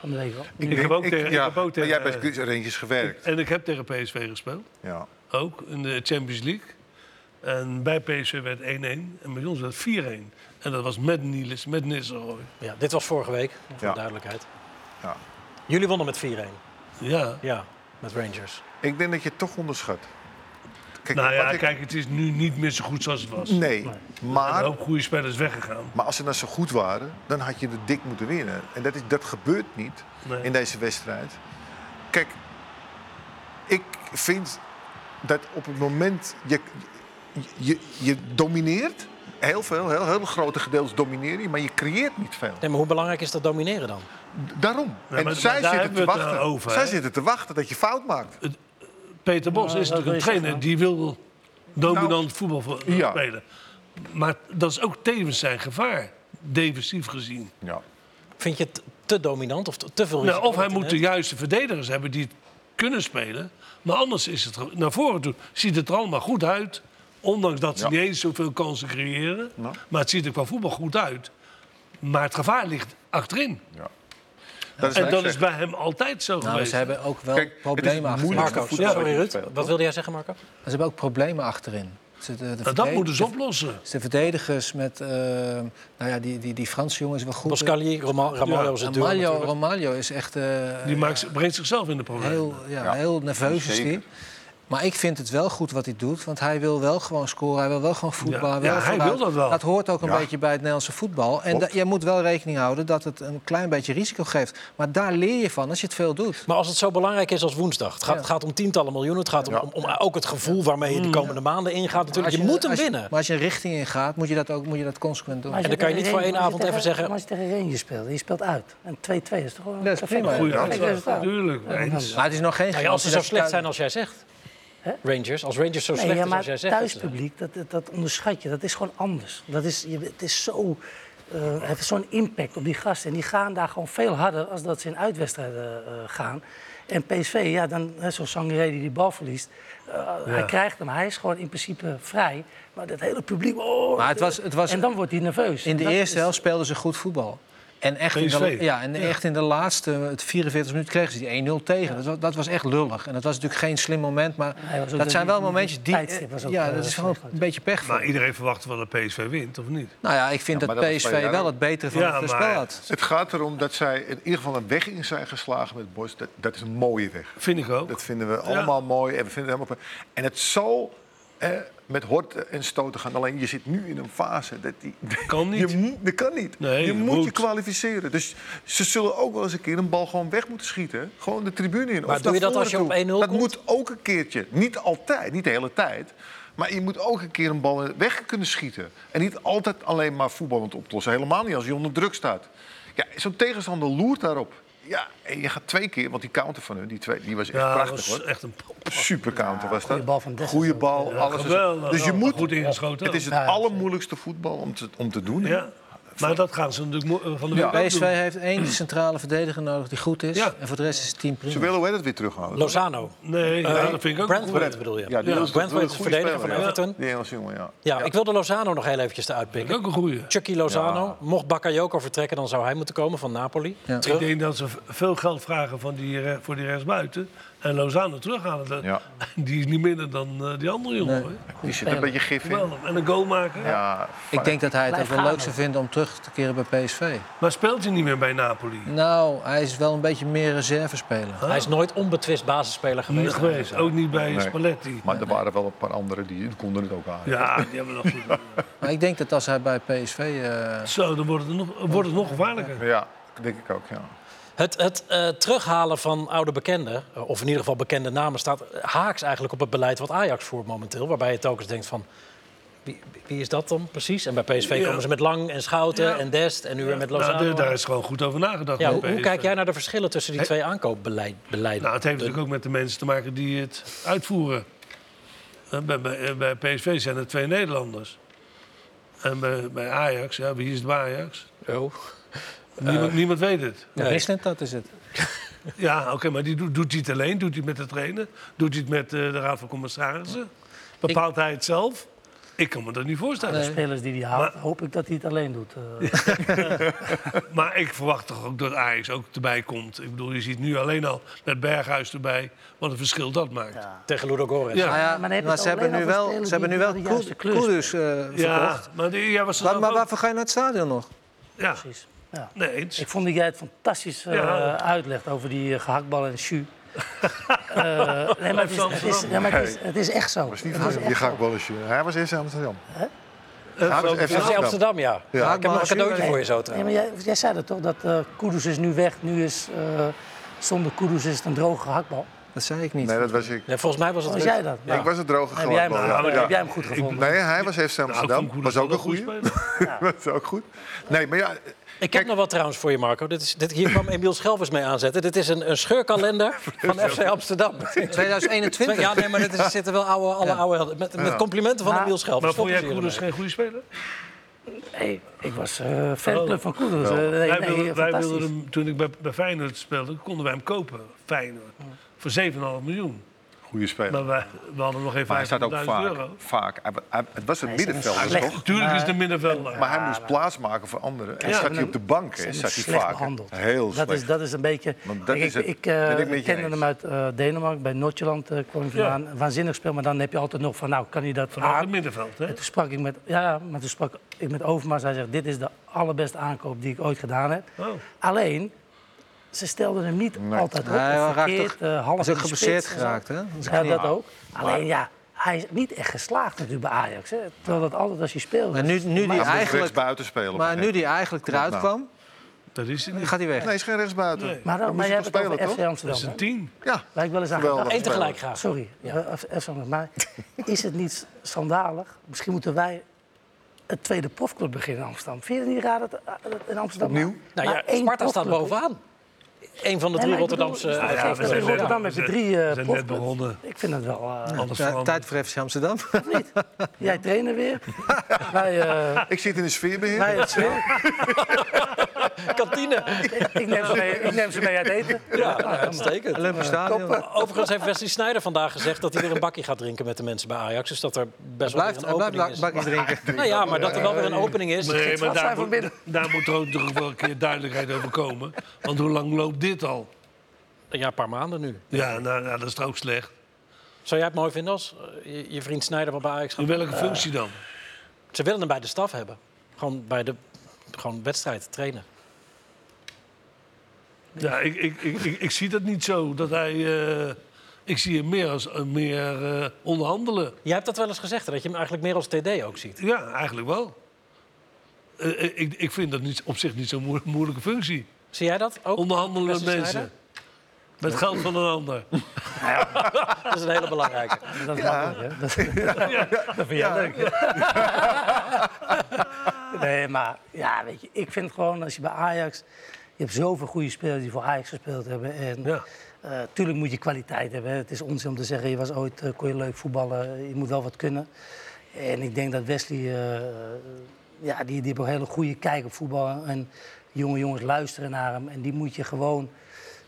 [SPEAKER 5] van de week wel.
[SPEAKER 2] Ik, heb ook tegen...
[SPEAKER 3] ja,
[SPEAKER 2] ik heb ook
[SPEAKER 3] maar jij
[SPEAKER 2] tegen
[SPEAKER 3] hebt bij Rangers gewerkt.
[SPEAKER 2] eh, en ik heb tegen PSV gespeeld.
[SPEAKER 3] Ja.
[SPEAKER 2] Ook in de Champions League. En bij PSV werd 1-1 en bij ons werd 4-1. En dat was met Niels, met Nisselrooy.
[SPEAKER 1] Ja, dit was vorige week, voor de
[SPEAKER 3] Ja.
[SPEAKER 1] duidelijkheid.
[SPEAKER 3] Ja.
[SPEAKER 1] Jullie wonnen met 4-1.
[SPEAKER 2] Ja.
[SPEAKER 1] Ja, met Rangers.
[SPEAKER 3] Ik denk dat je het toch onderschat. Kijk,
[SPEAKER 2] Nou ja,
[SPEAKER 3] wat ik-
[SPEAKER 2] kijk, het is nu niet meer zo goed zoals het was.
[SPEAKER 3] Nee,
[SPEAKER 2] Een
[SPEAKER 3] maar,
[SPEAKER 2] hoop goede spelers weggegaan.
[SPEAKER 3] maar als ze nou zo goed waren, dan had je de dik moeten winnen. En dat, is, dat gebeurt niet
[SPEAKER 2] Nee.
[SPEAKER 3] in deze wedstrijd. Kijk, ik vind dat op het moment je, je, je domineert, heel veel, heel, heel grote gedeeltes domineer je, maar je creëert niet veel.
[SPEAKER 1] Nee, maar hoe belangrijk is dat domineren dan?
[SPEAKER 3] Daarom.
[SPEAKER 2] Ja,
[SPEAKER 3] en
[SPEAKER 2] maar-
[SPEAKER 3] zij
[SPEAKER 2] maar daar
[SPEAKER 3] zitten
[SPEAKER 2] hebben
[SPEAKER 3] te
[SPEAKER 2] we het,
[SPEAKER 3] wachten.
[SPEAKER 2] eh, over,
[SPEAKER 3] zij
[SPEAKER 2] hè?
[SPEAKER 3] zitten te wachten dat je fout maakt.
[SPEAKER 2] Peter Bos
[SPEAKER 5] Nou,
[SPEAKER 2] is
[SPEAKER 5] dat
[SPEAKER 2] natuurlijk een
[SPEAKER 5] wil je
[SPEAKER 2] trainer die wil dominant voetbal vo-
[SPEAKER 3] Nou, Ja.
[SPEAKER 2] spelen. Maar dat is ook tevens zijn gevaar, defensief gezien.
[SPEAKER 3] Ja.
[SPEAKER 1] Vind je het te dominant of te, te veel
[SPEAKER 2] Nou,
[SPEAKER 1] risico
[SPEAKER 2] of hij
[SPEAKER 1] dat
[SPEAKER 2] moet de
[SPEAKER 1] neemt?
[SPEAKER 2] juiste verdedigers hebben die het kunnen spelen. Maar anders is het ge- naar voren toe. Ziet het er allemaal goed uit. Ondanks dat ze
[SPEAKER 3] Ja.
[SPEAKER 2] niet eens zoveel kansen creëren.
[SPEAKER 3] Nou.
[SPEAKER 2] Maar het ziet er qua voetbal goed uit. Maar het gevaar ligt achterin.
[SPEAKER 3] Dat is wat
[SPEAKER 2] en
[SPEAKER 3] ik
[SPEAKER 2] dat
[SPEAKER 3] zeg.
[SPEAKER 2] is bij hem altijd zo
[SPEAKER 4] Nou, maar
[SPEAKER 2] geweest.
[SPEAKER 4] ze hebben ook wel
[SPEAKER 3] Kijk, het is
[SPEAKER 4] problemen achterin.
[SPEAKER 3] moeilijk.
[SPEAKER 1] Marco,
[SPEAKER 3] Voetbal
[SPEAKER 1] sorry Ruud.
[SPEAKER 3] spelen,
[SPEAKER 1] Wat wilde jij zeggen, Marco?
[SPEAKER 4] Ze hebben ook problemen achterin. Ze- de- de
[SPEAKER 2] En Nou, dat
[SPEAKER 4] verdedig-
[SPEAKER 2] moeten ze oplossen.
[SPEAKER 4] De verdedigers met, eh, nou ja, die, die, die Franse jongen is wel goed.
[SPEAKER 1] Boscali, Roma- Ramalho is het duo
[SPEAKER 4] Romaglio,
[SPEAKER 1] natuurlijk.
[SPEAKER 4] Romaglio is echt eh,
[SPEAKER 2] Die maakt, brengt zichzelf in de problemen.
[SPEAKER 4] heel, ja, heel nerveus is die.
[SPEAKER 3] eh, Zeker.
[SPEAKER 4] Maar ik vind het wel goed wat hij doet, want hij wil wel gewoon scoren. Hij wil wel gewoon voetbal.
[SPEAKER 2] Ja,
[SPEAKER 4] wil
[SPEAKER 2] ja, hij
[SPEAKER 4] vooruit.
[SPEAKER 2] wil dat wel.
[SPEAKER 4] hoort ook een
[SPEAKER 3] Ja.
[SPEAKER 4] beetje bij het Nederlandse voetbal. En
[SPEAKER 3] Klopt.
[SPEAKER 4] da- je moet wel rekening houden dat het een klein beetje risico geeft. Maar daar leer je van als je het veel doet.
[SPEAKER 1] Maar als het zo belangrijk is als woensdag, het gaat, het gaat om tientallen miljoenen, het gaat om,
[SPEAKER 3] Ja.
[SPEAKER 1] om, om ook het gevoel waarmee je de komende maanden ingaat. Natuurlijk,
[SPEAKER 4] Als
[SPEAKER 1] je, moet hem
[SPEAKER 4] als je-
[SPEAKER 1] winnen.
[SPEAKER 4] Maar als je een richting ingaat, moet je dat ook moet je dat consequent doen.
[SPEAKER 5] Maar als
[SPEAKER 1] En dan kan je niet
[SPEAKER 5] tegen
[SPEAKER 1] voor één
[SPEAKER 5] Rangers-
[SPEAKER 1] avond
[SPEAKER 5] maar als je
[SPEAKER 1] even
[SPEAKER 5] tegen-
[SPEAKER 1] zeggen-
[SPEAKER 5] Maar als je tegen Rangers speelt, en je speelt uit. En 2-2 is toch gewoon...
[SPEAKER 4] Dat is prima.
[SPEAKER 2] Goeie
[SPEAKER 5] Goeie
[SPEAKER 2] uitslag,
[SPEAKER 5] resultaat.
[SPEAKER 2] natuurlijk. Eens.
[SPEAKER 4] Maar het is nog geen
[SPEAKER 1] Nou ja, als ze
[SPEAKER 4] garantie
[SPEAKER 1] zo
[SPEAKER 4] dat-
[SPEAKER 1] slecht zijn als jij zegt. Rangers. Als Rangers zo
[SPEAKER 5] Nee,
[SPEAKER 1] slecht
[SPEAKER 5] ja,
[SPEAKER 1] is
[SPEAKER 5] maar
[SPEAKER 1] als jij zegt. dus, eh, dat ze-
[SPEAKER 5] thuispubliek, dat, dat, dat onderschat je. Dat is gewoon anders. Dat is, je, het is zo, eh, heeft zo'n impact op die gasten. En die gaan daar gewoon veel harder als dat ze in uitwedstrijden eh, gaan. En PSV, ja, dan hè, zo'n Sangaré die die bal verliest. eh, Hij krijgt hem, hij is gewoon in principe vrij. Maar dat hele publiek... Oh,
[SPEAKER 4] Maar het was- het was-
[SPEAKER 5] en dan wordt hij nerveus.
[SPEAKER 4] In de
[SPEAKER 5] Dat
[SPEAKER 4] eerste
[SPEAKER 5] is-
[SPEAKER 4] helft speelden ze goed voetbal. En echt, in de,
[SPEAKER 2] PSV.
[SPEAKER 4] ja, en echt in de laatste het 44 minuten kregen ze die 1-0 tegen. Dat, was, dat was echt lullig. En dat was natuurlijk geen slim moment. Maar
[SPEAKER 5] Hij was ook
[SPEAKER 4] dat
[SPEAKER 5] door
[SPEAKER 4] zijn
[SPEAKER 5] die-
[SPEAKER 4] wel
[SPEAKER 5] die-
[SPEAKER 4] momentjes
[SPEAKER 5] die
[SPEAKER 4] die...
[SPEAKER 5] tijdstip was ook,
[SPEAKER 4] ja,
[SPEAKER 5] eh,
[SPEAKER 4] dat is gewoon
[SPEAKER 5] slecht.
[SPEAKER 4] een beetje pech voor.
[SPEAKER 2] Maar iedereen verwacht wel dat PSV wint, of niet?
[SPEAKER 4] Nou ja, ik vind
[SPEAKER 3] Ja, maar
[SPEAKER 4] dat
[SPEAKER 3] dat was
[SPEAKER 4] PSV
[SPEAKER 3] twee jaar
[SPEAKER 4] wel
[SPEAKER 3] ook.
[SPEAKER 4] het betere van
[SPEAKER 2] Ja,
[SPEAKER 4] het
[SPEAKER 2] maar-
[SPEAKER 4] spel had.
[SPEAKER 3] Het gaat erom dat zij in ieder geval een weg in zijn geslagen met Bos. Dat, dat is een mooie weg.
[SPEAKER 2] Vind ik ook.
[SPEAKER 3] Dat vinden we allemaal mooi en we vinden het helemaal. pre- En het zal eh, met hort en stoten gaan. Alleen je zit nu in een fase dat die.
[SPEAKER 2] Kan niet.
[SPEAKER 3] Je, moet- dat kan niet.
[SPEAKER 2] Nee,
[SPEAKER 3] je,
[SPEAKER 2] je
[SPEAKER 3] moet,
[SPEAKER 2] moet.
[SPEAKER 3] je kwalificeren. Dus ze zullen ook wel eens een keer een bal gewoon weg moeten schieten. hè. Gewoon de tribune in.
[SPEAKER 1] Maar
[SPEAKER 3] of
[SPEAKER 1] doe je
[SPEAKER 3] naar
[SPEAKER 1] dat als je
[SPEAKER 3] voren
[SPEAKER 1] op
[SPEAKER 3] toe.
[SPEAKER 1] 1-0
[SPEAKER 3] Dat
[SPEAKER 1] komt?
[SPEAKER 3] moet ook een keertje. Niet altijd, niet de hele tijd. Maar je moet ook een keer een bal weg kunnen schieten. En niet altijd alleen maar voetballend oplossen. Helemaal niet als je onder druk staat. Ja, zo'n tegenstander loert daarop. Ja, en je gaat twee keer, want die counter van hun, die, twee, die was echt
[SPEAKER 2] Ja, dat
[SPEAKER 3] prachtig
[SPEAKER 2] was
[SPEAKER 3] hoor.
[SPEAKER 2] echt een
[SPEAKER 3] Super counter was dat.
[SPEAKER 5] goede bal van Dessers
[SPEAKER 3] Goede
[SPEAKER 5] ook.
[SPEAKER 3] bal, alles. is-
[SPEAKER 2] geweldig.
[SPEAKER 3] dus je
[SPEAKER 2] Ja,
[SPEAKER 3] moet,
[SPEAKER 2] goed ingeschoten
[SPEAKER 3] Het
[SPEAKER 2] ook.
[SPEAKER 3] is
[SPEAKER 5] Ja,
[SPEAKER 3] het
[SPEAKER 5] ja,
[SPEAKER 3] allermoeilijkste voetbal om te, om te doen. hè.
[SPEAKER 2] Ja, maar dat gaan ze natuurlijk mo- eh, van de
[SPEAKER 3] Ja.
[SPEAKER 2] week ook
[SPEAKER 4] PSV
[SPEAKER 2] doen.
[SPEAKER 4] heeft één centrale verdediger nodig die goed is.
[SPEAKER 2] Ja.
[SPEAKER 4] En voor de rest is het team
[SPEAKER 3] Ze
[SPEAKER 4] prima.
[SPEAKER 3] willen hoe heet het weer terughalen.
[SPEAKER 1] Lozano.
[SPEAKER 2] Nee,
[SPEAKER 3] Eh,
[SPEAKER 2] ja, dat vind ik ook een goeie.
[SPEAKER 1] Brentford bedoel je?
[SPEAKER 3] Ja, die
[SPEAKER 2] Ja.
[SPEAKER 3] was- dat was
[SPEAKER 1] Brentford
[SPEAKER 3] een
[SPEAKER 1] is de
[SPEAKER 3] goede
[SPEAKER 1] verdediger van
[SPEAKER 3] speler, ja.
[SPEAKER 1] Everton.
[SPEAKER 3] Die Engelse jongen, ja.
[SPEAKER 1] Ja, ik wilde Lozano nog heel eventjes eruit
[SPEAKER 2] Dat is
[SPEAKER 1] uitpikken.
[SPEAKER 2] ook een goeie.
[SPEAKER 1] Chucky Lozano. Mocht Bakayoko vertrekken, dan zou hij moeten komen van Napoli.
[SPEAKER 2] Ik
[SPEAKER 1] Terug.
[SPEAKER 2] denk dat ze v- veel geld vragen van die, re- voor die rechtsbuiten. En Lozano terughalen. Dat-
[SPEAKER 3] Ja.
[SPEAKER 2] Die is niet minder dan eh, die andere jongen. hoor.
[SPEAKER 3] Die zit een beetje gif in.
[SPEAKER 2] Geweldig. En een goal maken.
[SPEAKER 3] Ja,
[SPEAKER 4] Ik denk dat hij het ook
[SPEAKER 5] Blijf
[SPEAKER 4] wel
[SPEAKER 5] gaan,
[SPEAKER 4] leuk zou vinden om terug te keren bij PSV.
[SPEAKER 2] Maar speelt hij niet meer bij Napoli?
[SPEAKER 4] Nou, hij is wel een beetje meer reserve spelen.
[SPEAKER 1] Hij is nooit onbetwist basisspeler
[SPEAKER 2] Niet
[SPEAKER 1] geweest.
[SPEAKER 2] geweest. Ook niet bij
[SPEAKER 3] Nee.
[SPEAKER 2] Spalletti.
[SPEAKER 3] maar er waren wel een paar anderen die konden het ook aan.
[SPEAKER 2] Ja, die hebben nog goed.
[SPEAKER 4] Maar ik denk dat als hij bij PSV... eh,
[SPEAKER 2] Zo, dan wordt het nog, wordt het nog gevaarlijker.
[SPEAKER 3] Ja, denk ik ook, ja.
[SPEAKER 1] Het, het eh, terughalen van oude bekenden, eh, of in ieder geval bekende namen, staat haaks eigenlijk op het beleid wat Ajax voert momenteel. Waarbij je telkens denkt van, wie, wie is dat dan precies? En bij PSV
[SPEAKER 2] Ja.
[SPEAKER 1] komen ze met Lang en Schouten
[SPEAKER 2] Ja.
[SPEAKER 1] en Dest en nu weer met
[SPEAKER 2] Nou,
[SPEAKER 1] Lozano.
[SPEAKER 2] daar- daar is gewoon goed over nagedacht.
[SPEAKER 1] ja,
[SPEAKER 2] bij
[SPEAKER 1] hoe, hoe
[SPEAKER 2] PSV.
[SPEAKER 1] kijk jij naar de verschillen tussen die twee aankoopbeleiden?
[SPEAKER 2] Nou, het heeft natuurlijk ook met de mensen te maken die het uitvoeren. Eh, Bij, bij, eh, bij PSV zijn er twee Nederlanders. En bij, bij Ajax, ja, wie is het bij Ajax? Niemand, niemand weet het.
[SPEAKER 1] Nee.
[SPEAKER 4] Wisland, dat is het.
[SPEAKER 2] Ja, oké, maar die doet, doet hij het alleen? Doet hij het met de trainer? Doet hij het met eh, de Raad van Commissarissen? Bepaalt hij het zelf? Ik kan me dat niet voorstellen.
[SPEAKER 5] De spelers die hij haalt, hoop ik dat hij het alleen doet. eh.
[SPEAKER 2] Maar ik verwacht toch ook dat Ajax ook erbij komt. Ik bedoel, je ziet nu alleen al met Berghuis erbij wat een verschil dat maakt.
[SPEAKER 1] Tegen Ludo Goretz.
[SPEAKER 2] Ja.
[SPEAKER 4] Nou ja,
[SPEAKER 5] maar dan heb je
[SPEAKER 4] maar
[SPEAKER 5] het
[SPEAKER 4] ze hebben
[SPEAKER 5] alleen
[SPEAKER 4] nu
[SPEAKER 5] over
[SPEAKER 4] wel,
[SPEAKER 5] spelers
[SPEAKER 4] ze hebben nu
[SPEAKER 5] die
[SPEAKER 4] wel
[SPEAKER 5] naar de juiste kleur
[SPEAKER 4] Koeders verkocht.
[SPEAKER 2] Ja, maar die, jij was er
[SPEAKER 4] Waar-
[SPEAKER 2] zelf
[SPEAKER 4] maar
[SPEAKER 2] ook.
[SPEAKER 4] waarvoor ga je naar het stadion nog?
[SPEAKER 2] Ja,
[SPEAKER 5] Precies. Ja.
[SPEAKER 2] nee eens.
[SPEAKER 5] Ik vond dat jij het fantastisch eh
[SPEAKER 2] Ja.
[SPEAKER 5] uitlegt over die eh, gehaktballen en shoe. Eh nee, maar het is, het is, ja, maar het is, het is echt zo.
[SPEAKER 3] Was niet
[SPEAKER 5] Het
[SPEAKER 3] van
[SPEAKER 5] is
[SPEAKER 3] hem,
[SPEAKER 5] echt
[SPEAKER 3] die
[SPEAKER 5] zo.
[SPEAKER 3] gaakballetje. eh, Hij was eerst in Amsterdam. Hij was
[SPEAKER 2] zo-
[SPEAKER 3] eerst in
[SPEAKER 1] FC
[SPEAKER 3] Amsterdam.
[SPEAKER 1] Amsterdam, ja.
[SPEAKER 4] Ja,
[SPEAKER 1] Ik heb nog een
[SPEAKER 4] maar-
[SPEAKER 1] cadeautje voor je zo
[SPEAKER 5] Nee,
[SPEAKER 1] trouwens.
[SPEAKER 5] maar jij, jij zei dat toch, dat eh Kudus is nu weg. Nu is, eh, zonder Kudus is het een droge hakbal.
[SPEAKER 4] Dat zei ik niet.
[SPEAKER 3] Nee, dat was ik.
[SPEAKER 1] Nee, volgens mij was het
[SPEAKER 5] Was
[SPEAKER 1] Rut.
[SPEAKER 5] jij dat? Nou,
[SPEAKER 1] Ja.
[SPEAKER 3] Ik was het droge
[SPEAKER 5] Heb jij hem,
[SPEAKER 3] gehaktbal, ja.
[SPEAKER 5] eh,
[SPEAKER 3] Ja.
[SPEAKER 5] heb jij hem goed gevonden?
[SPEAKER 3] Nee, hij was heeft Amsterdam.
[SPEAKER 2] Koen
[SPEAKER 3] was
[SPEAKER 2] Koeders
[SPEAKER 3] ook een
[SPEAKER 2] wel een
[SPEAKER 3] goeie.
[SPEAKER 2] goede
[SPEAKER 3] dat is ook goed. Nee, maar ja,
[SPEAKER 1] Ik heb nog wat trouwens voor je, Marco. Dit is, dit, hier kwam Emiel Schelvis mee aanzetten. Dit is een, een scheurkalender van FC Amsterdam.
[SPEAKER 4] 2021.
[SPEAKER 1] Ja, nee, maar dit is, er zitten wel oude, alle oude helden. Met, met complimenten van
[SPEAKER 5] Maar-
[SPEAKER 1] Emiel Schelvis.
[SPEAKER 2] Maar vond jij
[SPEAKER 1] Veel plezier
[SPEAKER 2] Koeders
[SPEAKER 1] ermee.
[SPEAKER 2] geen goede speler?
[SPEAKER 5] Nee, ik was eh fanclub van Kudus. Eh,
[SPEAKER 2] wij
[SPEAKER 5] nee, nee,
[SPEAKER 2] wilden, wij
[SPEAKER 5] fantastisch.
[SPEAKER 2] wilden hem, toen ik bij, bij Feyenoord speelde, konden wij hem kopen. Feyenoord. Voor 7,5 miljoen.
[SPEAKER 3] goede speler.
[SPEAKER 2] Maar wij, we hadden nog geen
[SPEAKER 3] Maar hij staat
[SPEAKER 2] 500.000
[SPEAKER 3] ook vaak.
[SPEAKER 2] euro.
[SPEAKER 3] vaak. Hij- hij- het was een
[SPEAKER 5] Hij is een
[SPEAKER 3] middenvelder,
[SPEAKER 5] slecht-
[SPEAKER 3] toch?
[SPEAKER 2] Natuurlijk is de middenvelder.
[SPEAKER 3] Maar hij moest plaatsmaken voor anderen. En zat hij op de bank, hè?
[SPEAKER 5] Ze
[SPEAKER 3] Zat
[SPEAKER 5] hebben
[SPEAKER 3] hij
[SPEAKER 5] slecht
[SPEAKER 3] vaak.
[SPEAKER 5] behandeld.
[SPEAKER 3] Heel
[SPEAKER 5] dat is,
[SPEAKER 3] slecht.
[SPEAKER 5] dat is een beetje...
[SPEAKER 3] Want dat
[SPEAKER 5] ik
[SPEAKER 3] is het.
[SPEAKER 5] ik, eh,
[SPEAKER 3] Ben ik met je
[SPEAKER 5] kende
[SPEAKER 3] eens.
[SPEAKER 5] hem uit eh, Denemarken, bij Nordjylland eh, kwam hij vandaan. Waanzinnig speel, maar dan heb je altijd nog van, nou, kan hij dat
[SPEAKER 2] Vanaf
[SPEAKER 5] aan?
[SPEAKER 2] het middenveld, hè?
[SPEAKER 5] En toen sprak ik met, ja, maar toen sprak ik met Overmars. Hij zegt, dit is de allerbeste aankoop die ik ooit gedaan heb.
[SPEAKER 2] Oh.
[SPEAKER 5] Alleen, ze stelden hem niet altijd op.
[SPEAKER 4] Nee, hij
[SPEAKER 5] Of
[SPEAKER 4] raakt
[SPEAKER 5] verkeerd,
[SPEAKER 4] toch-
[SPEAKER 5] eh, half
[SPEAKER 4] hij is ook
[SPEAKER 5] in de spits
[SPEAKER 4] geblesseerd
[SPEAKER 5] en zo.
[SPEAKER 4] geraakt, hè? Aan zijn
[SPEAKER 5] Ja,
[SPEAKER 4] knie.
[SPEAKER 5] dat ook. Alleen ja, hij is niet echt geslaagd natuurlijk bij Ajax. Hè? Terwijl dat altijd als hij speelt.
[SPEAKER 4] En nu, nu die
[SPEAKER 3] Hij moest
[SPEAKER 4] eigenlijk,
[SPEAKER 3] rechtsbuiten spelen. op
[SPEAKER 4] maar
[SPEAKER 3] een
[SPEAKER 4] nu
[SPEAKER 3] gegeven
[SPEAKER 4] die eigenlijk eruit
[SPEAKER 3] nou.
[SPEAKER 4] kwam,
[SPEAKER 2] Dat is hij niet.
[SPEAKER 4] gaat hij weg.
[SPEAKER 3] moment. Nee, is geen rechtsbuiten.
[SPEAKER 2] Nee.
[SPEAKER 5] maar
[SPEAKER 3] Dan
[SPEAKER 5] dan, maar
[SPEAKER 3] moest
[SPEAKER 5] jij
[SPEAKER 3] je
[SPEAKER 5] hebt
[SPEAKER 3] toch
[SPEAKER 5] het over
[SPEAKER 3] spelen,
[SPEAKER 5] FC
[SPEAKER 3] toch?
[SPEAKER 2] Dat is
[SPEAKER 5] Amsterdam.
[SPEAKER 2] een
[SPEAKER 5] hè?
[SPEAKER 2] tien.
[SPEAKER 3] Ja.
[SPEAKER 5] Waar ik wel eens aan
[SPEAKER 3] Geweldig.
[SPEAKER 5] gedacht-
[SPEAKER 1] Eén tegelijk graag.
[SPEAKER 5] Sorry, eh, F- FC Amsterdam. Maar is het niet schandalig? Misschien moeten wij het tweede profclub beginnen in Amsterdam. Vind je het niet raar dat, eh, dat in Amsterdam...
[SPEAKER 3] Opnieuw?
[SPEAKER 5] maar
[SPEAKER 1] Nou ja,
[SPEAKER 5] één
[SPEAKER 1] Sparta staat
[SPEAKER 5] profclub is?
[SPEAKER 1] bovenaan. Een van de
[SPEAKER 5] Nee,
[SPEAKER 1] drie
[SPEAKER 5] maar ik bedoel,
[SPEAKER 1] Rotterdamse. eh,
[SPEAKER 5] ik- ik-
[SPEAKER 2] Ja, we
[SPEAKER 5] ik- ik-
[SPEAKER 2] zijn
[SPEAKER 5] ik-
[SPEAKER 2] net-
[SPEAKER 5] Rotterdam met de drie
[SPEAKER 2] we
[SPEAKER 5] eh
[SPEAKER 2] zijn net
[SPEAKER 5] profclubs.
[SPEAKER 2] begonnen.
[SPEAKER 5] Ik vind het wel... eh,
[SPEAKER 2] Alles
[SPEAKER 4] Ja,
[SPEAKER 2] veranderd.
[SPEAKER 4] tijd voor FC Amsterdam.
[SPEAKER 5] jij trainen weer. wij, eh
[SPEAKER 3] Ik zit in de sfeerbeheer.
[SPEAKER 5] wij het zweer.
[SPEAKER 1] eh, kantine.
[SPEAKER 5] Ik neem, ze mee, ik neem ze mee uit eten.
[SPEAKER 1] Ja, uitstekend.
[SPEAKER 4] Olympisch Stadion.
[SPEAKER 1] Overigens heeft Wesley Sneijder vandaag gezegd dat hij weer een bakkie gaat drinken met de mensen bij Ajax. Dus dat er best wel
[SPEAKER 4] Blijft,
[SPEAKER 1] weer een opening
[SPEAKER 4] blijft bak-
[SPEAKER 1] is.
[SPEAKER 4] bakjes drinken.
[SPEAKER 1] Nou ja, maar dat er wel weer een opening is.
[SPEAKER 2] Nee, maar
[SPEAKER 5] wat zijn
[SPEAKER 2] daar
[SPEAKER 5] van
[SPEAKER 2] moet,
[SPEAKER 5] binnen?
[SPEAKER 2] daar moet er ook toch wel een keer duidelijkheid over komen. Want hoe lang loopt dit al?
[SPEAKER 1] Ja, een paar maanden nu.
[SPEAKER 2] Ja, nou, nou, dat is toch ook slecht.
[SPEAKER 1] Zou jij het mooi vinden als eh, je, je vriend Sneijder wel bij Ajax gaat?
[SPEAKER 2] In welke functie dan?
[SPEAKER 1] Ze willen hem bij de staf hebben. Gewoon bij de gewoon wedstrijd trainen.
[SPEAKER 2] Ja, ik, ik, ik, ik, ik zie dat niet zo. Dat hij, eh, ik zie hem meer als eh, meer eh, onderhandelen.
[SPEAKER 1] Jij hebt dat wel eens gezegd, hè, dat je hem eigenlijk meer als TD ook ziet.
[SPEAKER 2] Ja, eigenlijk wel. Eh, eh, ik, ik vind dat niet, op zich niet zo'n moe- moeilijke functie.
[SPEAKER 1] Zie jij dat ook?
[SPEAKER 2] Onderhandelen met
[SPEAKER 1] Wesley
[SPEAKER 2] mensen.
[SPEAKER 1] Sneijder?
[SPEAKER 2] Met geld van een ander.
[SPEAKER 1] Dat is een hele belangrijke.
[SPEAKER 5] Dat is makkelijk, hè? Dat, dat vind jij leuk. nee, maar ja, weet je, ik vind gewoon als je bij Ajax... Je hebt zoveel goede spelers die voor Ajax gespeeld hebben. En
[SPEAKER 2] Ja.
[SPEAKER 5] eh, tuurlijk moet je kwaliteit hebben. hè. Het is onzin om te zeggen, je was ooit, eh, kon je leuk voetballen. eh, Je moet wel wat kunnen. En ik denk dat Wesley, eh, ja, die, die heeft een hele goede kijk op voetbal. En jonge jongens luisteren naar hem. En die moet je gewoon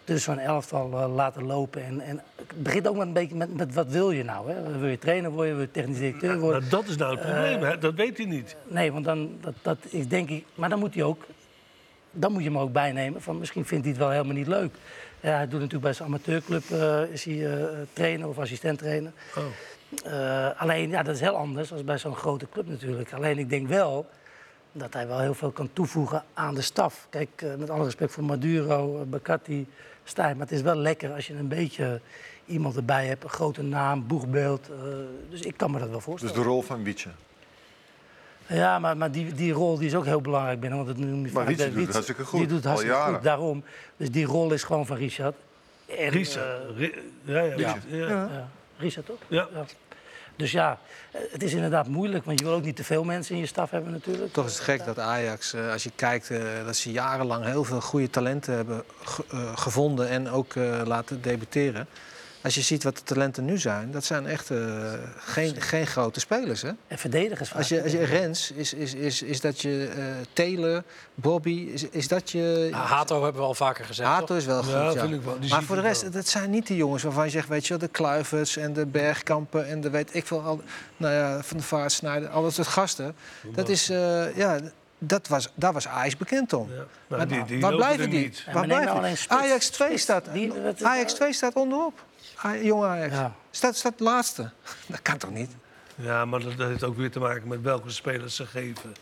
[SPEAKER 5] tussen zo'n elftal eh, laten lopen. En, en het begint ook met een beetje met, met wat wil je nou? Hè? Wil je trainer worden? Wil je technisch directeur worden?
[SPEAKER 2] Nou, dat is
[SPEAKER 4] Eh,
[SPEAKER 2] nou het probleem. hè. Dat weet hij niet.
[SPEAKER 5] Nee, want dan dat, dat is denk ik. Maar dan moet hij ook. Dan moet je hem ook bijnemen. Van misschien vindt hij het wel helemaal niet leuk. Ja, hij doet natuurlijk bij zijn amateurclub eh, is hij eh, trainer of assistent trainer. Eh, alleen, ja, dat is heel anders dan bij zo'n grote club natuurlijk. Alleen ik denk wel dat hij wel heel veel kan toevoegen aan de staf. Kijk, eh, met alle respect voor Maduro, eh, Bacatti, Stijn. Maar het is wel lekker als je een beetje iemand erbij hebt. Een grote naam, boegbeeld. eh, dus ik kan me dat wel
[SPEAKER 3] Dus
[SPEAKER 5] voorstellen.
[SPEAKER 3] de rol van Wietje.
[SPEAKER 5] Ja, maar, maar die, die rol die is ook heel belangrijk binnen. Want het noem
[SPEAKER 3] Maar
[SPEAKER 5] je vaak
[SPEAKER 3] Wietse
[SPEAKER 5] bij
[SPEAKER 3] doet het hartstikke goed,
[SPEAKER 5] Die doet het
[SPEAKER 3] al
[SPEAKER 5] hartstikke
[SPEAKER 3] jaren.
[SPEAKER 5] goed, daarom. Dus die rol is gewoon van Richard. En,
[SPEAKER 2] Risa.
[SPEAKER 4] eh,
[SPEAKER 2] Ri- ja, ja,
[SPEAKER 3] Ja.
[SPEAKER 2] Richard, ja.
[SPEAKER 5] eh, ja, Richard toch?
[SPEAKER 2] Ja.
[SPEAKER 5] Dus ja, eh, het is inderdaad moeilijk. Want je wil ook niet te veel mensen in je staf hebben natuurlijk.
[SPEAKER 4] Toch is het gek dat Ajax, eh, als je kijkt, eh, dat ze jarenlang heel veel goede talenten hebben ge- eh, gevonden en ook eh, laten debuteren. Als je ziet wat de talenten nu zijn, dat zijn echt eh, geen, geen grote spelers. Hè?
[SPEAKER 5] En verdedigers vaak.
[SPEAKER 4] Als je, als je Rens, is, is, is, is dat je eh Taylor, Bobby, is, is dat je...
[SPEAKER 1] Nou, Hato hebben we al vaker gezegd. toch?
[SPEAKER 4] Ah, Hato is wel goed,
[SPEAKER 2] Ja,
[SPEAKER 4] ja.
[SPEAKER 2] vind ik wel. Die zie
[SPEAKER 4] Maar
[SPEAKER 2] ik
[SPEAKER 4] voor de
[SPEAKER 2] ook
[SPEAKER 4] rest,
[SPEAKER 2] wel.
[SPEAKER 4] dat zijn niet de jongens waarvan je zegt, weet je wel, de Kluivers en de Bergkampen en de weet ik veel, al, nou ja, Van de Vaart, Snijder, al dat soort gasten. Dat is, eh, ja, dat was, daar was Ajax bekend om.
[SPEAKER 2] Nou,
[SPEAKER 4] Maar
[SPEAKER 2] die, die
[SPEAKER 4] waar
[SPEAKER 2] lopen
[SPEAKER 4] blijven
[SPEAKER 2] er
[SPEAKER 4] die?
[SPEAKER 2] niet.
[SPEAKER 5] Ja,
[SPEAKER 4] Waar
[SPEAKER 5] maar neem nou
[SPEAKER 4] blijven die?
[SPEAKER 5] alleen spits.
[SPEAKER 4] Ajax 2 staat,
[SPEAKER 5] Die- dat is-
[SPEAKER 4] Ajax 2 staat onderop. A- jong Ajax.
[SPEAKER 5] Ja.
[SPEAKER 4] Staat, staat laatste. Dat kan toch niet?
[SPEAKER 2] Ja, maar dat, dat heeft ook weer te maken met welke spelers ze geven.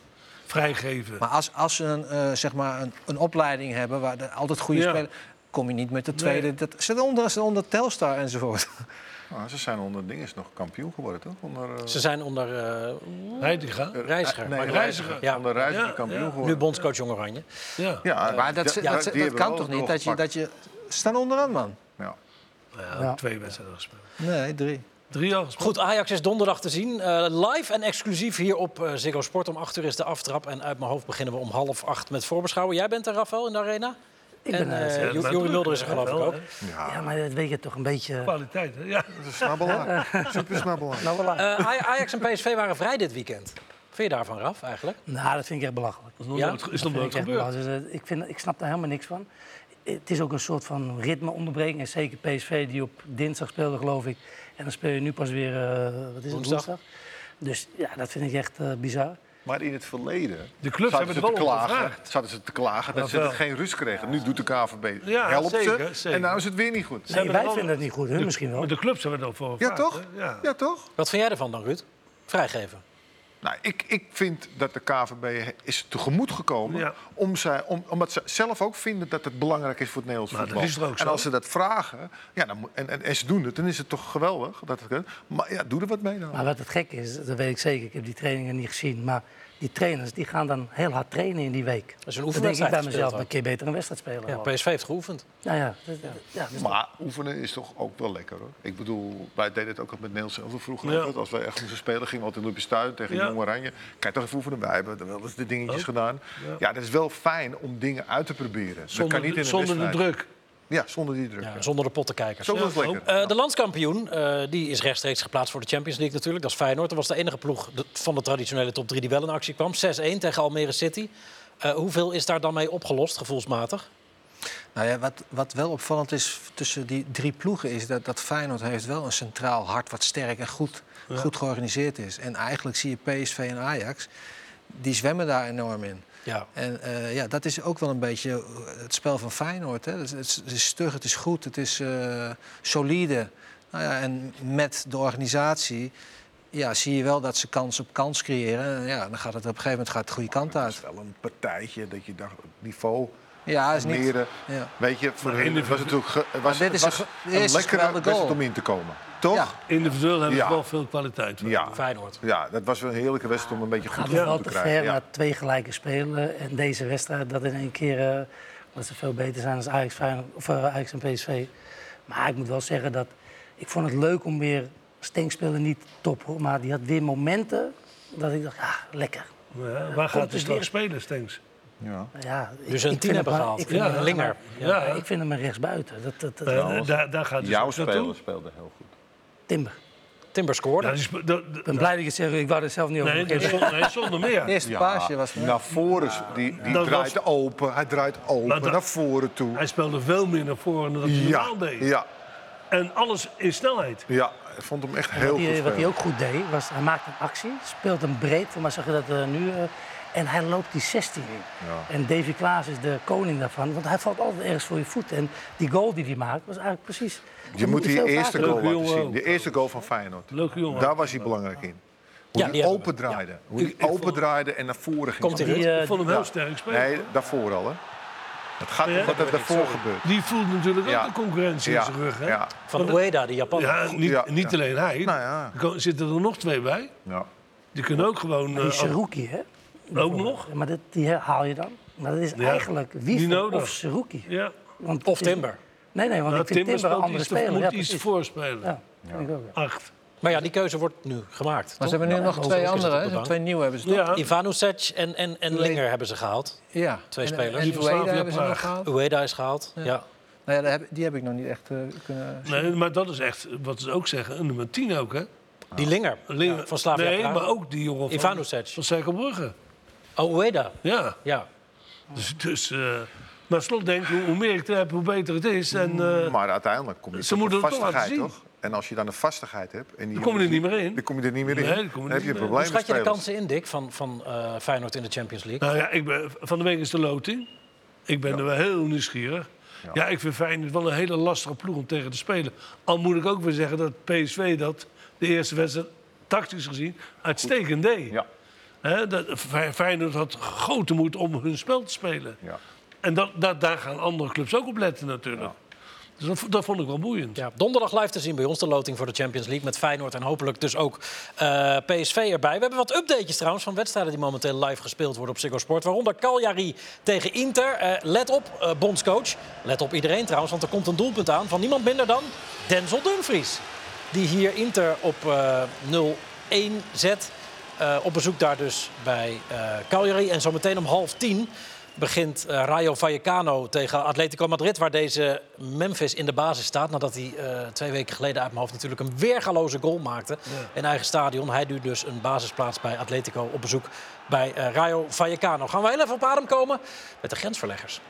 [SPEAKER 2] Vrijgeven.
[SPEAKER 4] Maar als, als ze een, eh, zeg maar een, een opleiding hebben waar er altijd goede
[SPEAKER 2] Ja.
[SPEAKER 4] spelers... kom je niet met de tweede. Dat, ze zitten onder, ze zitten onder Telstar enzovoort.
[SPEAKER 3] Ah, ze zijn onder dinges nog kampioen geworden, toch? Onder, eh,
[SPEAKER 1] Ze zijn onder eh
[SPEAKER 2] Heitinga?
[SPEAKER 1] Reiziger.
[SPEAKER 3] Nee,
[SPEAKER 1] Maar
[SPEAKER 2] Reiziger.
[SPEAKER 1] Ja.
[SPEAKER 3] Onder reiziger
[SPEAKER 2] Ja,
[SPEAKER 3] kampioen
[SPEAKER 2] ja.
[SPEAKER 1] nu
[SPEAKER 3] geworden.
[SPEAKER 1] bondscoach Jong Oranje.
[SPEAKER 2] Ja.
[SPEAKER 3] Ja,
[SPEAKER 4] Maar
[SPEAKER 3] die-
[SPEAKER 4] Ah, dat, dat,
[SPEAKER 3] die
[SPEAKER 4] dat,
[SPEAKER 3] hebben
[SPEAKER 4] kan
[SPEAKER 3] wel
[SPEAKER 4] toch
[SPEAKER 3] een
[SPEAKER 4] niet?
[SPEAKER 3] rol
[SPEAKER 4] Dat je,
[SPEAKER 3] gepakt.
[SPEAKER 4] dat je, ze staan onderaan, man.
[SPEAKER 3] Ja.
[SPEAKER 2] Ja,
[SPEAKER 5] Ja.
[SPEAKER 2] Twee wedstrijden gespeeld.
[SPEAKER 4] Nee, drie.
[SPEAKER 2] Drie al gespeeld.
[SPEAKER 1] Goed, Ajax is donderdag te zien. eh, live en exclusief hier op eh, Ziggo Sport. Om 8 uur is de aftrap. En uit mijn hoofd beginnen we om half acht met voorbeschouwen. Jij bent er, Rafael, in de arena?
[SPEAKER 5] Ik
[SPEAKER 1] en
[SPEAKER 5] ben er,
[SPEAKER 1] eh,
[SPEAKER 5] ja,
[SPEAKER 1] Jo- Joeri
[SPEAKER 2] maar druk,
[SPEAKER 1] Mulder is er
[SPEAKER 2] hè,
[SPEAKER 1] geloof ik
[SPEAKER 2] nou, wel,
[SPEAKER 1] ook.
[SPEAKER 2] hè.
[SPEAKER 5] ja, maar dat weet je toch een beetje...
[SPEAKER 2] Kwaliteit, hè? Ja.
[SPEAKER 3] Dat is een snabbelaar. Super snabbelaar.
[SPEAKER 5] Nou, wel aan.
[SPEAKER 1] Eh, Aj- Ajax en PSV waren vrij dit weekend. Vind je daarvan, Raf, eigenlijk?
[SPEAKER 5] nou, dat vind ik echt belachelijk.
[SPEAKER 2] Dat is nog
[SPEAKER 1] Ja?
[SPEAKER 2] nooit, is nog
[SPEAKER 5] Dat
[SPEAKER 2] nooit
[SPEAKER 5] vind ik echt
[SPEAKER 2] gebeurd.
[SPEAKER 5] belachelijk. Dus, eh, ik, vind, ik snap daar helemaal niks van. Het is ook een soort van ritmeonderbreking. En zeker PSV, die op dinsdag speelde, geloof ik. En dan speel je nu pas weer, eh, wat is het,
[SPEAKER 1] Woensdag.
[SPEAKER 5] woensdag. Dus ja, dat vind ik echt eh, bizar.
[SPEAKER 3] Maar in het verleden
[SPEAKER 2] De clubs
[SPEAKER 3] zaten
[SPEAKER 2] hebben
[SPEAKER 3] ze,
[SPEAKER 2] er
[SPEAKER 3] te
[SPEAKER 2] wel om
[SPEAKER 3] klagen,
[SPEAKER 2] gevraagd.
[SPEAKER 3] zaten ze te klagen dat ze
[SPEAKER 2] Jawel.
[SPEAKER 3] geen rust kregen. Nu doet de KVB
[SPEAKER 2] Ja,
[SPEAKER 3] helpt
[SPEAKER 2] zeker,
[SPEAKER 3] ze.
[SPEAKER 2] zeker.
[SPEAKER 3] En nou is het weer niet goed.
[SPEAKER 5] Nee,
[SPEAKER 2] hebben
[SPEAKER 5] wij
[SPEAKER 2] wel-
[SPEAKER 5] vinden het niet goed, hun misschien wel.
[SPEAKER 2] Maar de clubs hebben er ook voor
[SPEAKER 3] Ja,
[SPEAKER 2] gevraagd,
[SPEAKER 3] toch?
[SPEAKER 2] hè? Ja.
[SPEAKER 3] Ja, toch?
[SPEAKER 1] Wat vind jij ervan dan, Ruud? Vrijgeven.
[SPEAKER 3] Nou, ik, ik vind dat de KVB is tegemoet gekomen.
[SPEAKER 2] Ja.
[SPEAKER 3] Om zij, om, omdat ze zelf ook vinden dat het belangrijk is voor het Nederlands
[SPEAKER 2] Nou, dat
[SPEAKER 3] voetbal.
[SPEAKER 2] is toch ook
[SPEAKER 3] en
[SPEAKER 2] zo?
[SPEAKER 3] als ze dat vragen, ja, dan, moet- en, en, en ze doen het, dan is het toch geweldig. Dat het, kan. maar ja, doe er wat mee dan.
[SPEAKER 5] Maar wat het gek is, dat weet ik zeker, ik heb die trainingen niet gezien. Maar die trainers die gaan dan heel hard trainen in die week.
[SPEAKER 1] Dat is een
[SPEAKER 5] Dan denk ik bij
[SPEAKER 1] oefenwedstrijd
[SPEAKER 5] mezelf,
[SPEAKER 1] gespeeld
[SPEAKER 5] maar een keer beter een wedstrijd spelen.
[SPEAKER 1] Ja,
[SPEAKER 5] Ja,
[SPEAKER 1] PSV heeft geoefend.
[SPEAKER 5] nou ja, dat- dat- ja, dus
[SPEAKER 3] Maar oefenen is toch ook wel lekker hoor. Ik bedoel, wij deden het ook al met Nederlands zelf vroeger.
[SPEAKER 2] Ja.
[SPEAKER 3] altijd. Als wij echt moesten spelen, gingen we altijd Olympisch tuin tegen
[SPEAKER 2] Ja.
[SPEAKER 3] Jong Oranje. Kijk toch even oefenen, wij hebben dan wel eens de dingetjes gedaan. Ja. dat is wel fijn om dingen uit te proberen. dat
[SPEAKER 2] Zonder,
[SPEAKER 3] kan niet in een
[SPEAKER 2] zonder de
[SPEAKER 3] wedstrijd.
[SPEAKER 2] druk.
[SPEAKER 3] Ja, zonder die druk.
[SPEAKER 1] Ja,
[SPEAKER 3] Ja,
[SPEAKER 1] zonder de pottenkijkers.
[SPEAKER 3] Zo was het lekker.
[SPEAKER 1] Eh, de landskampioen eh, die is rechtstreeks geplaatst voor de Champions League natuurlijk. Dat is Feyenoord. Dat was de enige ploeg de- van de traditionele top 3 die wel in actie kwam. 6-1 tegen Almere City. Eh, hoeveel is daar dan mee opgelost, gevoelsmatig?
[SPEAKER 4] Nou ja, wat, wat wel opvallend is tussen die drie ploegen is dat, dat Feyenoord heeft wel een centraal hart wat sterk en goed, goed georganiseerd is. En eigenlijk zie je PSV en Ajax, die zwemmen daar enorm in.
[SPEAKER 1] Ja.
[SPEAKER 4] En eh, ja, dat is ook wel een beetje eh, het spel van Feyenoord. Hè? Het, is- het is- het is stug, het is goed, het is eh, solide. Nou ja, en met de organisatie ja, zie je wel dat ze kans op kans creëren. En ja, dan gaat het op een gegeven moment gaat het de goede kant
[SPEAKER 3] dat
[SPEAKER 4] uit.
[SPEAKER 3] is wel een partijtje dat je dacht, het niveau,
[SPEAKER 4] Ja, is niet.
[SPEAKER 3] meren.
[SPEAKER 4] Ja.
[SPEAKER 3] Weet je, voor hun was het natuurlijk ge- was,
[SPEAKER 4] dit is
[SPEAKER 3] was
[SPEAKER 4] een ge-
[SPEAKER 3] een
[SPEAKER 4] eerste
[SPEAKER 3] lekkere
[SPEAKER 4] geweldige
[SPEAKER 3] wedstrijd om
[SPEAKER 4] goal.
[SPEAKER 3] in te komen. Toch?
[SPEAKER 4] Ja.
[SPEAKER 3] Ja,
[SPEAKER 2] Individueel hebben ze
[SPEAKER 3] Ja.
[SPEAKER 2] wel veel kwaliteit.
[SPEAKER 3] ja.
[SPEAKER 1] Feyenoord.
[SPEAKER 3] dat was wel een heerlijke wedstrijd om een beetje goed
[SPEAKER 5] Gaat het
[SPEAKER 3] gevoel
[SPEAKER 5] wel
[SPEAKER 3] te
[SPEAKER 5] te ver
[SPEAKER 3] krijgen. Ja.
[SPEAKER 5] naar twee gelijke spelen en deze wedstrijd dat in één keer eh, omdat ze veel beter zijn dan Ajax, Feyenoord- of, eh, Ajax en PSV. Maar ik moet wel zeggen dat ik vond het leuk om weer Stenk speelde niet top hoor, maar die had weer momenten dat ik dacht ja lekker.
[SPEAKER 2] Ja, waar
[SPEAKER 5] Komt
[SPEAKER 2] gaat de
[SPEAKER 5] het
[SPEAKER 2] straks
[SPEAKER 5] weer.
[SPEAKER 2] spelen, Eh, Stenks?
[SPEAKER 3] Ja.
[SPEAKER 5] Ja,
[SPEAKER 1] Dus
[SPEAKER 5] ik- ik
[SPEAKER 1] een tien
[SPEAKER 5] vind hem
[SPEAKER 1] hebben
[SPEAKER 5] wel-
[SPEAKER 1] gehaald.
[SPEAKER 5] ik vind
[SPEAKER 1] Ja,
[SPEAKER 5] hem-
[SPEAKER 1] Linger.
[SPEAKER 2] Ja,
[SPEAKER 5] Ja, Ik vind hem een rechtsbuiten. Dat, dat, dat,
[SPEAKER 2] Eh, daar, daar gaat het
[SPEAKER 3] Nou, Jouw
[SPEAKER 2] straks naartoe.
[SPEAKER 3] speler speelde heel goed.
[SPEAKER 5] Timber.
[SPEAKER 1] Timber scoorde.
[SPEAKER 2] Ja, die spe- dat- dat-
[SPEAKER 5] Ik ben blij dat je het zegt, ik wou er zelf niet over
[SPEAKER 2] nee, dus dat
[SPEAKER 5] beginnen.
[SPEAKER 2] is zon- nee, zonder
[SPEAKER 1] eh,
[SPEAKER 4] De
[SPEAKER 2] meer.
[SPEAKER 4] eerste paasje was
[SPEAKER 1] nou,
[SPEAKER 3] Naar voren, die, die
[SPEAKER 2] Dat
[SPEAKER 3] draait open, hij draait open,
[SPEAKER 2] Maar dat-
[SPEAKER 3] naar voren toe.
[SPEAKER 2] Hij speelde veel meer naar voren dan dat hij
[SPEAKER 3] ja,
[SPEAKER 2] normaal deed.
[SPEAKER 3] ja,
[SPEAKER 2] En alles in snelheid.
[SPEAKER 3] ja, ik vond hem echt heel
[SPEAKER 5] Wat
[SPEAKER 3] goed
[SPEAKER 5] hij, wat hij
[SPEAKER 3] spelen.
[SPEAKER 5] ook goed deed, was hij maakt een actie, speelt een breed, voor mij zag je dat eh, nu. eh, en hij loopt die 16 in. En Davy Klaas is de koning daarvan, want hij valt altijd ergens voor je voet. En die goal die hij maakt, was eigenlijk precies...
[SPEAKER 3] Je moet die
[SPEAKER 5] veel
[SPEAKER 3] eerste
[SPEAKER 5] vaker-
[SPEAKER 3] goal
[SPEAKER 2] Leuke
[SPEAKER 3] laten
[SPEAKER 2] jongen
[SPEAKER 3] zien. De
[SPEAKER 2] ook.
[SPEAKER 3] eerste goal van Feyenoord.
[SPEAKER 2] Leuke jongen.
[SPEAKER 3] Daar was hij belangrijk in. Hoe
[SPEAKER 1] Ja, die
[SPEAKER 3] hij
[SPEAKER 1] hebben
[SPEAKER 3] open draaide. Hoe
[SPEAKER 2] Ik-
[SPEAKER 3] hij
[SPEAKER 2] ik vond-
[SPEAKER 3] open draaide en naar voren ging.
[SPEAKER 1] Komt-ie,
[SPEAKER 5] Die,
[SPEAKER 1] Ruud.
[SPEAKER 5] eh,
[SPEAKER 2] Ik vond hem heel
[SPEAKER 3] Ja.
[SPEAKER 2] sterk spelen.
[SPEAKER 3] Nee, daarvoor al, hè. Het gaat
[SPEAKER 2] Ja.
[SPEAKER 3] om wat er daarvoor gebeurt.
[SPEAKER 2] Die voelt natuurlijk
[SPEAKER 3] Ja.
[SPEAKER 2] ook de concurrentie
[SPEAKER 3] Ja,
[SPEAKER 2] in zijn rug. Hè?
[SPEAKER 3] Ja.
[SPEAKER 1] Van Ueda, die Japan.
[SPEAKER 2] Ja, niet,
[SPEAKER 3] Ja,
[SPEAKER 2] niet
[SPEAKER 3] ja.
[SPEAKER 2] alleen hij.
[SPEAKER 3] Nou ja.
[SPEAKER 2] Er ko- zitten er nog twee bij.
[SPEAKER 3] Ja.
[SPEAKER 2] Die kunnen ook gewoon...
[SPEAKER 5] Die
[SPEAKER 2] eh,
[SPEAKER 5] Seruki, hè?
[SPEAKER 2] ook nog?
[SPEAKER 5] Maar dat, die haal je dan. Maar dat is
[SPEAKER 2] Ja,
[SPEAKER 5] eigenlijk
[SPEAKER 2] die
[SPEAKER 5] wie
[SPEAKER 2] nodig.
[SPEAKER 5] of Seruki.
[SPEAKER 2] ja.
[SPEAKER 5] Want
[SPEAKER 1] Of
[SPEAKER 5] het is-
[SPEAKER 1] Timber.
[SPEAKER 5] Nee, nee, want
[SPEAKER 2] Nou,
[SPEAKER 5] ik vind
[SPEAKER 2] Timber
[SPEAKER 5] Timber een
[SPEAKER 2] speelt
[SPEAKER 5] andere
[SPEAKER 2] iets te-
[SPEAKER 5] speler.
[SPEAKER 2] moet
[SPEAKER 5] ja,
[SPEAKER 2] iets
[SPEAKER 5] precies.
[SPEAKER 2] voorspelen.
[SPEAKER 5] Ja, vind ik ook, ja.
[SPEAKER 2] Acht.
[SPEAKER 1] Maar ja, die keuze wordt nu gemaakt.
[SPEAKER 4] Maar
[SPEAKER 1] toch?
[SPEAKER 4] ze hebben nu
[SPEAKER 1] Ja,
[SPEAKER 4] nog twee
[SPEAKER 1] overigens nou, is
[SPEAKER 4] andere,
[SPEAKER 1] het
[SPEAKER 4] hè?
[SPEAKER 1] op de bank.
[SPEAKER 4] twee nieuwe hebben ze toch?
[SPEAKER 2] Ja.
[SPEAKER 1] Ivanusec en, en, en Linger hebben ze gehaald.
[SPEAKER 4] Ja.
[SPEAKER 1] Twee
[SPEAKER 4] En-
[SPEAKER 1] spelers.
[SPEAKER 4] En,
[SPEAKER 1] Die
[SPEAKER 4] en
[SPEAKER 2] van
[SPEAKER 4] Ueda
[SPEAKER 2] Slavia
[SPEAKER 4] hebben ze
[SPEAKER 2] Praag.
[SPEAKER 4] nog gehaald?
[SPEAKER 1] Ueda is gehaald. ja.
[SPEAKER 4] Nou ja, daar heb- die heb ik nog niet echt eh, kunnen...
[SPEAKER 2] Nee, maar dat is echt, wat ze ook zeggen, een nummer 10 ook, hè?
[SPEAKER 1] Die Linger
[SPEAKER 2] Alleen-
[SPEAKER 1] ja, van Slavia
[SPEAKER 2] Nee,
[SPEAKER 1] Praag.
[SPEAKER 2] maar ook die jongen van...
[SPEAKER 1] Ivanovic.
[SPEAKER 2] Van Zijkelbrugge.
[SPEAKER 1] Oh, Ueda.
[SPEAKER 2] Ja.
[SPEAKER 1] Ja.
[SPEAKER 2] Dus, dus eh, maar slot denk ik, hoe hoe meer ik er heb, hoe beter het is. En eh,
[SPEAKER 3] Maar uiteindelijk kom je
[SPEAKER 2] Ze
[SPEAKER 3] tot
[SPEAKER 2] moeten
[SPEAKER 3] een
[SPEAKER 2] het toch laten
[SPEAKER 3] vastigheid,
[SPEAKER 2] zien.
[SPEAKER 3] toch? En als je dan een vastigheid hebt... En die
[SPEAKER 2] Dan kom je er
[SPEAKER 3] jongens-
[SPEAKER 2] niet meer in.
[SPEAKER 3] Dan kom je er niet meer in.
[SPEAKER 2] Nee, dan kom je er
[SPEAKER 3] heb je
[SPEAKER 2] niet
[SPEAKER 3] een
[SPEAKER 2] meer
[SPEAKER 3] probleem
[SPEAKER 1] Hoe
[SPEAKER 3] met
[SPEAKER 1] schat Dus je de
[SPEAKER 3] spelers.
[SPEAKER 1] kansen in, Dick, van, van eh, Feyenoord in de Champions League?
[SPEAKER 2] nou ja, ik ben, van de week is de loting. Ik ben er wel heel nieuwsgierig. Ja. ik vind Feyenoord wel een hele lastige ploeg om tegen te spelen. Al moet ik ook weer zeggen dat PSV dat, de eerste wedstrijd, tactisch gezien, uitstekend deed.
[SPEAKER 3] Ja,
[SPEAKER 2] Hè, dat, Fe- Feyenoord had grote moed om hun spel te spelen.
[SPEAKER 3] ja.
[SPEAKER 2] En dat, dat, daar gaan andere clubs ook op letten natuurlijk. Dus dat, dat vond ik wel boeiend.
[SPEAKER 1] Ja, donderdag live te zien bij ons de loting voor de Champions League met Feyenoord en hopelijk dus ook eh, PSV erbij. We hebben wat updatejes trouwens van wedstrijden die momenteel live gespeeld worden op Ziggo Sport. Waaronder Cagliari tegen Inter. Eh, let op, eh, bondscoach. Let op iedereen trouwens, want er komt een doelpunt aan van niemand minder dan Denzel Dumfries. Die hier Inter op eh, 0-1 zet. Eh, op bezoek daar dus bij eh Cagliari. En zometeen om half tien begint eh, Rayo Vallecano tegen Atletico Madrid... waar deze Memphis in de basis staat... nadat hij eh, twee weken geleden uit mijn hoofd natuurlijk een weergaloze goal maakte... in eigen stadion. Hij nu dus een basisplaats bij Atletico op bezoek bij eh, Rayo Vallecano. Gaan we heel even op adem komen met de grensverleggers.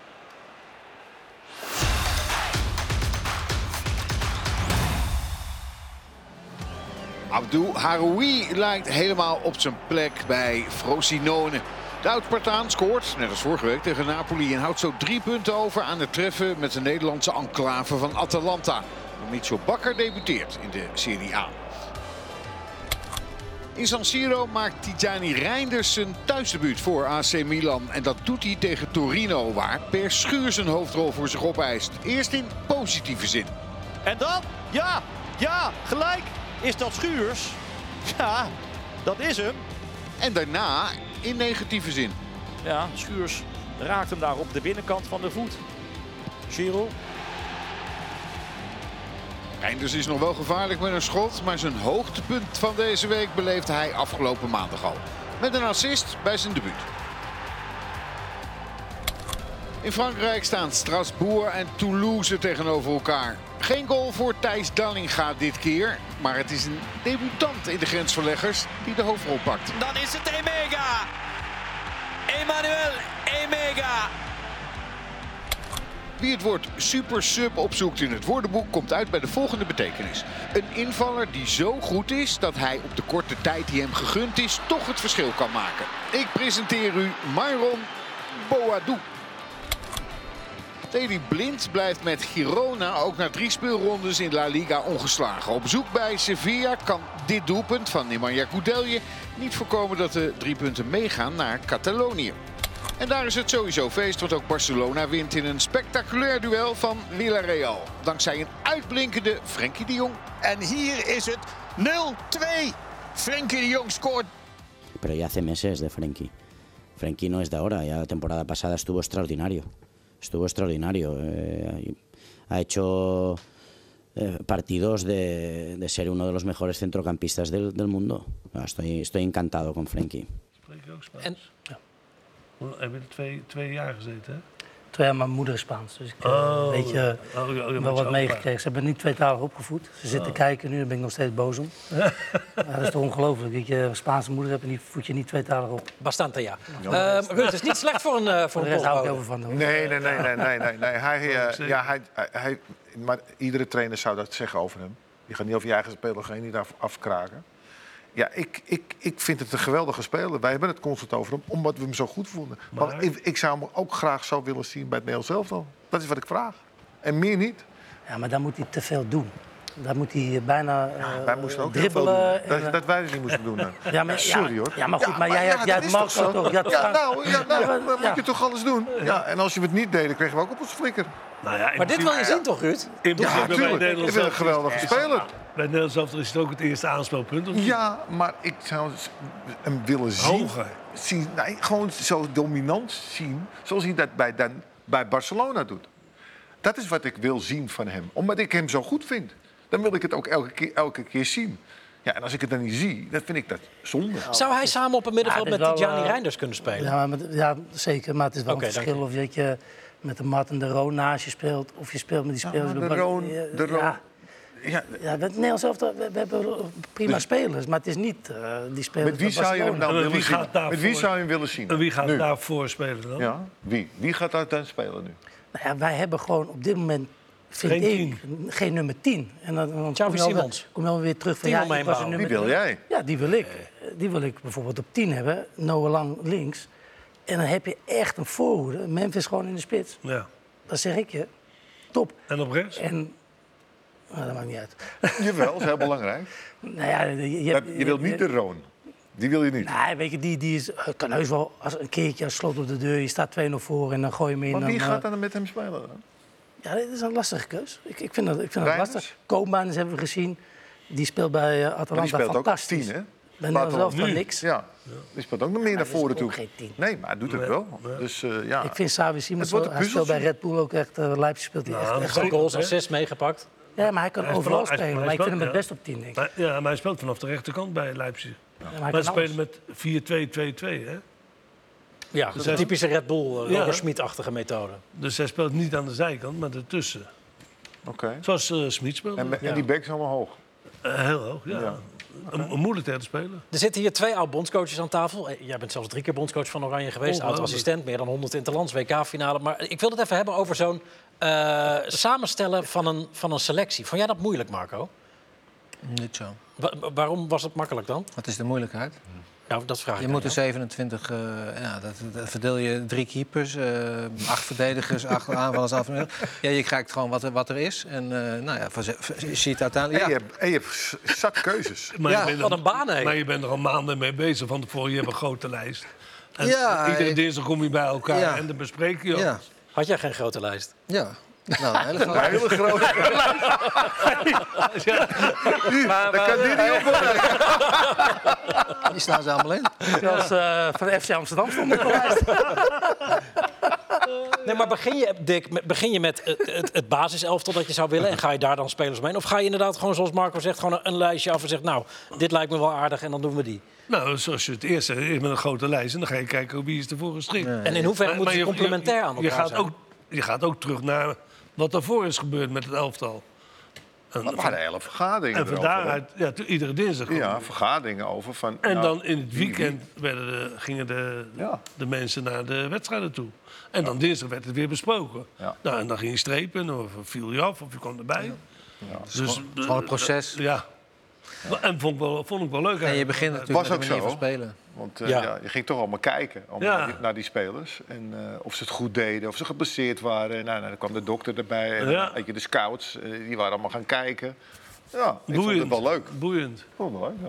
[SPEAKER 7] Abdou Haroui lijkt helemaal op zijn plek bij Frosinone. De oud-Spartaan scoort, net als vorige week tegen Napoli... en houdt zo drie punten over aan het treffen met de Nederlandse enclave van Atalanta. Michel Bakker debuteert in de Serie A. In San Siro maakt Tijani Reinders zijn thuisdebuut voor AC Milan. En dat doet hij tegen Torino, waar Per Schuur zijn hoofdrol voor zich opeist. Eerst in positieve zin.
[SPEAKER 8] En dan, ja, ja, gelijk is dat Schuurs. Ja, dat is hem.
[SPEAKER 7] En daarna in negatieve zin.
[SPEAKER 8] Ja, Schuurs raakt hem daar op de binnenkant van de voet. Giroud.
[SPEAKER 7] Reinders is nog wel gevaarlijk met een schot, maar zijn hoogtepunt van deze week beleefde hij afgelopen maandag al. Met een assist bij zijn debuut. In Frankrijk staan Strasbourg en Toulouse tegenover elkaar. Geen goal voor Thijs Dallinga dit keer. Maar het is een debutant in de grensverleggers die de hoofdrol pakt.
[SPEAKER 9] Dan is het Emega. Emmanuel Emega.
[SPEAKER 7] Wie het woord supersub opzoekt in het woordenboek komt uit bij de volgende betekenis. Een invaller die zo goed is dat hij op de korte tijd die hem gegund is toch het verschil kan maken. Ik presenteer u Myron Boadou. Daley Blind blijft met Girona ook na drie speelrondes in La Liga ongeslagen. Op bezoek bij Sevilla kan dit doelpunt van Nemanja Koudelje niet voorkomen dat de drie punten meegaan naar Catalonië. En daar is het sowieso feest, want ook Barcelona wint in een spectaculair duel van Villarreal. Dankzij een uitblinkende Frenkie de Jong.
[SPEAKER 9] En hier is het 0-2. Frenkie de Jong scoort.
[SPEAKER 10] pero ya hace meses de Frenkie. Frenkie no es de ahora, ya la temporada pasada estuvo extraordinario. Estuvo extraordinario. eh, ha hecho eh, partidos de, de ser uno de los mejores centrocampistas del, del mundo. Ah, Estoy, estoy encantado con Frenkie.
[SPEAKER 2] Spreek je ook Spaans?
[SPEAKER 1] En-
[SPEAKER 2] Hoe- Heb je er twee, twee jaar gezeten, hè?
[SPEAKER 5] Twee jaar mijn moeder is Spaans, dus ik eh,
[SPEAKER 2] Oh,
[SPEAKER 5] weet je,
[SPEAKER 2] oh, oh, je moet
[SPEAKER 5] wel
[SPEAKER 2] ze
[SPEAKER 5] wat
[SPEAKER 2] ook
[SPEAKER 5] meegekregen. Ze hebben niet tweetalig opgevoed. Ze zitten
[SPEAKER 3] Oh.
[SPEAKER 5] kijken nu, daar ben ik nog steeds boos om. Maar dat is toch ongelooflijk. Weet je, een Spaanse moeder heb je niet, voed je niet tweetalig op.
[SPEAKER 1] Bastante, ja. Ehm, Ruud, het is niet slecht voor een, eh voor
[SPEAKER 5] Voor de
[SPEAKER 1] een
[SPEAKER 5] rest hou ik heel
[SPEAKER 1] Poolbouwer.
[SPEAKER 5] veel van. hoor.
[SPEAKER 3] Nee, nee, nee, nee, nee, nee. nee. Hij, eh, ja, hij, hij- hij, maar iedere trainer zou dat zeggen over hem. Je gaat niet over je eigen speler geen niet af, afkraken. Ja, ik, ik, ik vind het een geweldige speler. Wij hebben het constant over hem, omdat we hem zo goed vonden. Maar,
[SPEAKER 2] Maar-
[SPEAKER 3] ik, ik zou hem ook graag zo willen zien bij het Nederlands elftal. Dat is wat ik vraag. En meer niet.
[SPEAKER 5] Ja, maar daar moet hij te veel doen. Daar moet hij bijna eh,
[SPEAKER 3] Wij moesten ook heel veel
[SPEAKER 5] dribbelen.
[SPEAKER 3] doen.
[SPEAKER 5] en,
[SPEAKER 3] Dat,
[SPEAKER 5] eh,
[SPEAKER 3] dat wij het niet moesten doen. dan.
[SPEAKER 5] ja, maar,
[SPEAKER 3] Sorry
[SPEAKER 5] ja,
[SPEAKER 3] hoor.
[SPEAKER 5] Ja, maar goed, maar jij,
[SPEAKER 3] ja,
[SPEAKER 5] had- jij
[SPEAKER 3] dat
[SPEAKER 5] had
[SPEAKER 3] is toch
[SPEAKER 5] Marco
[SPEAKER 3] zo?
[SPEAKER 5] toch? Jij had
[SPEAKER 3] Ja,
[SPEAKER 5] Frank-
[SPEAKER 3] nou, ja, nou,
[SPEAKER 5] Ja, maar-
[SPEAKER 3] dan moet
[SPEAKER 5] ja.
[SPEAKER 3] je toch alles doen. Ja, en als je het niet deed, dan kregen we ook op ons flikker.
[SPEAKER 2] Nou ja, in
[SPEAKER 1] Maar dit wil
[SPEAKER 2] principe-
[SPEAKER 1] je zien toch, Ruud?
[SPEAKER 2] in principe
[SPEAKER 3] Ja,
[SPEAKER 2] bij
[SPEAKER 3] natuurlijk. Ik
[SPEAKER 2] Nederland
[SPEAKER 3] vind een
[SPEAKER 2] zelf-
[SPEAKER 3] geweldige speler.
[SPEAKER 2] Bij het Nederlands elftal is het ook het eerste aanspeelpunt. Of niet?
[SPEAKER 3] Ja, maar ik zou hem willen zien.
[SPEAKER 2] Hoger.
[SPEAKER 3] zien nee, gewoon zo dominant zien, zoals hij dat bij, dan, bij Barcelona doet. Dat is wat ik wil zien van hem. Omdat ik hem zo goed vind. Dan wil ik het ook elke keer, elke keer zien. Ja, en als ik het dan niet zie, dan vind ik dat zonde.
[SPEAKER 1] Zou hij samen op een middenveld
[SPEAKER 5] Ja,
[SPEAKER 1] met
[SPEAKER 5] dit is wel,
[SPEAKER 1] Gianni
[SPEAKER 5] eh,
[SPEAKER 1] Reinders kunnen spelen?
[SPEAKER 5] Ja, maar met- ja, zeker. Maar het is wel
[SPEAKER 1] Oké,
[SPEAKER 5] een verschil of je, je met de Mart en de Roon naast je speelt... of je speelt met die spelers...
[SPEAKER 3] maar de
[SPEAKER 5] bij Bar-
[SPEAKER 3] Roon-
[SPEAKER 5] Ja,
[SPEAKER 3] de Roon-
[SPEAKER 5] Ja,
[SPEAKER 3] Ja,
[SPEAKER 5] ja, met Nederlands elftal, we, we hebben prima spelers, maar het is niet eh, die spelers
[SPEAKER 3] met wie
[SPEAKER 5] van
[SPEAKER 3] zou je hem
[SPEAKER 5] Barcelona.
[SPEAKER 3] nou
[SPEAKER 2] En wie
[SPEAKER 3] willen zien?
[SPEAKER 2] gaat daarvoor?
[SPEAKER 3] Met wie zou je hem willen zien?
[SPEAKER 2] En wie gaat
[SPEAKER 3] nu?
[SPEAKER 2] daarvoor spelen dan?
[SPEAKER 3] Ja, wie? Wie gaat daar dan spelen nu?
[SPEAKER 5] Nou ja, wij hebben gewoon op dit moment, vind
[SPEAKER 2] Geen
[SPEAKER 5] ik, geen nummer 10. En dan, dan
[SPEAKER 1] Xavi
[SPEAKER 5] kom, je alweer-
[SPEAKER 1] Simons.
[SPEAKER 5] kom je alweer weer terug van
[SPEAKER 1] Tien
[SPEAKER 5] ja,
[SPEAKER 1] om me
[SPEAKER 5] ik
[SPEAKER 1] heen
[SPEAKER 5] was een
[SPEAKER 1] bouwen.
[SPEAKER 5] nummer
[SPEAKER 3] Wie wil
[SPEAKER 5] 10.
[SPEAKER 3] jij?
[SPEAKER 5] Ja, die wil ik. Die wil ik bijvoorbeeld op 10 hebben. Noah Lang links. En dan heb je echt een voorhoede. Memphis gewoon in de spits.
[SPEAKER 2] Ja.
[SPEAKER 5] Dat zeg ik je. Top.
[SPEAKER 2] En op rechts?
[SPEAKER 5] En... Nou, dat maakt niet uit.
[SPEAKER 3] Jawel, dat is heel belangrijk.
[SPEAKER 5] nou ja, je, je,
[SPEAKER 3] Dat- Je wilt niet de Roon. Die wil je niet.
[SPEAKER 5] Nee, weet je, die, die is, kan heus wel als een keertje als slot op de deur. Je staat 2-0 voor en dan gooi je hem in.
[SPEAKER 3] Maar wie
[SPEAKER 5] dan, eh,
[SPEAKER 3] gaat dan met hem spelen dan?
[SPEAKER 5] Ja, dit is een lastige keus. Ik, ik vind dat, ik vind dat
[SPEAKER 3] Reiners?
[SPEAKER 5] lastig. Koopmans hebben we gezien. Die speelt bij eh, Atalanta
[SPEAKER 3] Maar die speelt ook als
[SPEAKER 5] fantastisch.
[SPEAKER 3] tien, hè?
[SPEAKER 5] Bij
[SPEAKER 3] Laten we
[SPEAKER 5] Nederland zelf
[SPEAKER 3] nu.
[SPEAKER 5] dan niks.
[SPEAKER 3] Ja. Die speelt ook nog meer naar
[SPEAKER 5] dat is
[SPEAKER 3] voren
[SPEAKER 5] ook
[SPEAKER 3] toe.
[SPEAKER 5] geen tien.
[SPEAKER 3] Nee, maar hij doet het wel. Dus eh, ja.
[SPEAKER 5] Ik vind Savi
[SPEAKER 3] Het
[SPEAKER 5] Simons,
[SPEAKER 3] wordt
[SPEAKER 5] wel-
[SPEAKER 3] een
[SPEAKER 5] hij speelt bij
[SPEAKER 3] puzzeltje.
[SPEAKER 5] Red Bull ook echt, eh, Leipzig speelt hij echt,
[SPEAKER 2] Nou,
[SPEAKER 5] echt
[SPEAKER 2] dat
[SPEAKER 1] Drie
[SPEAKER 5] goed.
[SPEAKER 2] is
[SPEAKER 1] goals,
[SPEAKER 2] hè?
[SPEAKER 1] assists meegepakt.
[SPEAKER 5] Ja, maar hij kan
[SPEAKER 2] Hij is
[SPEAKER 5] overal
[SPEAKER 2] wel- hij is-
[SPEAKER 5] spelen.
[SPEAKER 2] hij
[SPEAKER 5] Maar
[SPEAKER 2] is
[SPEAKER 5] ik vind hem
[SPEAKER 2] wel-
[SPEAKER 5] het
[SPEAKER 2] ja.
[SPEAKER 5] best op 10, denk ik.
[SPEAKER 2] Maar, ja, maar hij speelt vanaf de rechterkant bij Leipzig.
[SPEAKER 5] Ja,
[SPEAKER 2] Maar ze spelen met 4-2-2-2, hè?
[SPEAKER 1] Ja, dat is een
[SPEAKER 2] hij-
[SPEAKER 1] typische Red Bull,
[SPEAKER 2] Ja.
[SPEAKER 1] Robert Schmid-achtige methode.
[SPEAKER 2] Dus hij speelt niet aan de zijkant, maar ertussen.
[SPEAKER 3] Oké.
[SPEAKER 2] Zoals eh Smit speelde.
[SPEAKER 3] En, en die backs allemaal hoog.
[SPEAKER 2] Eh, heel hoog, ja.
[SPEAKER 3] Ja.
[SPEAKER 2] Een, een moeilijk tegen te spelen.
[SPEAKER 1] Er zitten hier twee oud-bondscoaches aan tafel. Eh, Jij bent zelfs drie keer bondscoach van Oranje geweest.
[SPEAKER 2] Ongelooflijk.
[SPEAKER 1] Oud-assistent, meer dan 100 interlands, WK-finale. Maar ik wil het even hebben over zo'n eh, samenstellen van een, van een selectie. Vond jij dat moeilijk, Marco?
[SPEAKER 4] Niet zo.
[SPEAKER 1] Wa- wa- waarom was dat makkelijk dan?
[SPEAKER 4] Wat is de moeilijkheid?
[SPEAKER 1] Nou, dat vraag ik
[SPEAKER 4] Je
[SPEAKER 1] aan
[SPEAKER 4] moet er
[SPEAKER 1] jou.
[SPEAKER 4] 27, eh, ja, dat, dat verdeel je drie keepers, eh, acht verdedigers, acht aanvallers, acht Ja, je krijgt gewoon wat er, wat er is. En eh nou ja, voor ze- voor- je ziet uiteindelijk.
[SPEAKER 3] En je
[SPEAKER 4] Ja,
[SPEAKER 3] hebt, en je hebt s- zak keuzes.
[SPEAKER 2] Maar
[SPEAKER 4] Ja,
[SPEAKER 2] je bent
[SPEAKER 1] wat
[SPEAKER 2] er-
[SPEAKER 1] een baan, hè?
[SPEAKER 2] Maar je bent er al maanden mee bezig van tevoren. Je hebt een grote lijst. En
[SPEAKER 4] Ja,
[SPEAKER 2] iedere
[SPEAKER 4] ik-
[SPEAKER 2] dinsdag kom je bij elkaar
[SPEAKER 4] Ja.
[SPEAKER 2] en dan bespreek je.
[SPEAKER 4] ja,
[SPEAKER 2] alles.
[SPEAKER 1] Had jij geen grote lijst?
[SPEAKER 4] ja. Nou, een hele
[SPEAKER 3] Een
[SPEAKER 4] grote-
[SPEAKER 3] hele grote.
[SPEAKER 5] Maar,
[SPEAKER 3] Dat kan die niet op worden.
[SPEAKER 4] die staan ze allemaal in.
[SPEAKER 5] zelfs eh, van de FC Amsterdam stond op de lijst.
[SPEAKER 1] Nee, maar begin je, Dick, met- begin je met het, het, het basiselftal dat je zou willen... en ga je daar dan spelers mee? in? Of ga je inderdaad gewoon, zoals Marco zegt, gewoon een, een lijstje af en zegt... nou, dit lijkt me wel aardig en dan doen we die.
[SPEAKER 2] Nou, zoals je het eerst zegt, eerst met een grote lijst. En dan ga je kijken wie is ervoor geschikt.
[SPEAKER 1] En in hoeverre moeten
[SPEAKER 2] Maar- maar
[SPEAKER 1] ze
[SPEAKER 2] je-
[SPEAKER 1] complementair
[SPEAKER 2] je-
[SPEAKER 1] aan elkaar
[SPEAKER 2] je gaat
[SPEAKER 1] zijn?
[SPEAKER 2] Ook, je gaat ook terug naar wat daarvoor is gebeurd met het elftal. En,
[SPEAKER 3] Maar de hele vergaderingen
[SPEAKER 2] en van
[SPEAKER 3] erover, hè?
[SPEAKER 2] daaruit, ja, to- iedere dinsdag.
[SPEAKER 3] Ja, vergaderingen over van...
[SPEAKER 2] En
[SPEAKER 3] nou,
[SPEAKER 2] dan in het weekend werden de, gingen de,
[SPEAKER 3] Ja.
[SPEAKER 2] de mensen naar de wedstrijden toe. En dan dinsdag werd het weer besproken.
[SPEAKER 3] Ja.
[SPEAKER 2] Nou, en dan ging je strepen, of viel je af, of je kwam erbij. Dus,
[SPEAKER 4] gewoon een proces.
[SPEAKER 2] Ja. En vond ik wel, vond ik wel leuk.
[SPEAKER 4] En je
[SPEAKER 2] eigenlijk.
[SPEAKER 4] begint natuurlijk
[SPEAKER 3] was
[SPEAKER 4] met
[SPEAKER 3] ook
[SPEAKER 4] de manier
[SPEAKER 3] zo.
[SPEAKER 4] van spelen.
[SPEAKER 3] Want eh,
[SPEAKER 1] Ja.
[SPEAKER 3] ja. je ging toch allemaal kijken allemaal
[SPEAKER 2] Ja.
[SPEAKER 3] naar, die, naar die spelers. En eh, of ze het goed deden, of ze geblesseerd waren. Nou, nou, dan kwam de dokter erbij. En
[SPEAKER 2] Ja.
[SPEAKER 3] dan had je de scouts, eh, die waren allemaal gaan kijken. Ja, ik vond
[SPEAKER 2] Boeiend.
[SPEAKER 3] het wel leuk. Ik
[SPEAKER 2] Boeiend.
[SPEAKER 3] vond het wel leuk, ja.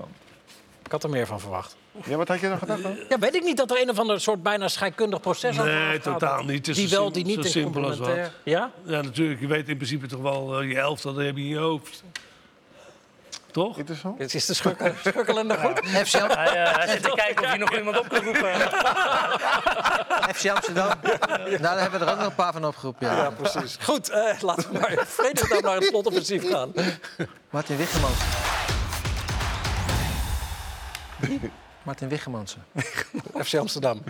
[SPEAKER 1] Ik had er meer van verwacht.
[SPEAKER 3] Ja, wat had je dan gedacht
[SPEAKER 2] Eh,
[SPEAKER 3] dan?
[SPEAKER 1] Ja, weet ik niet dat er een of ander soort bijna scheikundig proces aan vooraf
[SPEAKER 2] Nee,
[SPEAKER 1] gaat.
[SPEAKER 2] totaal niet. Het is
[SPEAKER 1] Die
[SPEAKER 2] zo
[SPEAKER 1] wel,
[SPEAKER 2] sim-
[SPEAKER 1] die niet,
[SPEAKER 2] zo
[SPEAKER 1] en
[SPEAKER 2] simpel als wat.
[SPEAKER 1] complementair. Ja?
[SPEAKER 2] Ja, natuurlijk. Je weet in principe toch wel eh, je elftal, dat heb je in je hoofd. Toch?
[SPEAKER 3] Interessant.
[SPEAKER 1] Het is de schukkel- schukkelende goed.
[SPEAKER 4] FC, Am-
[SPEAKER 5] Hij, eh, hij zit te kijken of hij nog iemand op kan roepen.
[SPEAKER 4] FC Amsterdam. Nou, daar hebben we er ook nog een paar van opgeroepen. Ja.
[SPEAKER 1] Ja, precies. Goed, eh, laten we maar Vredendam naar het slotoffensief gaan.
[SPEAKER 4] Martin Wichemans. Martin Wichemans.
[SPEAKER 1] FC Amsterdam.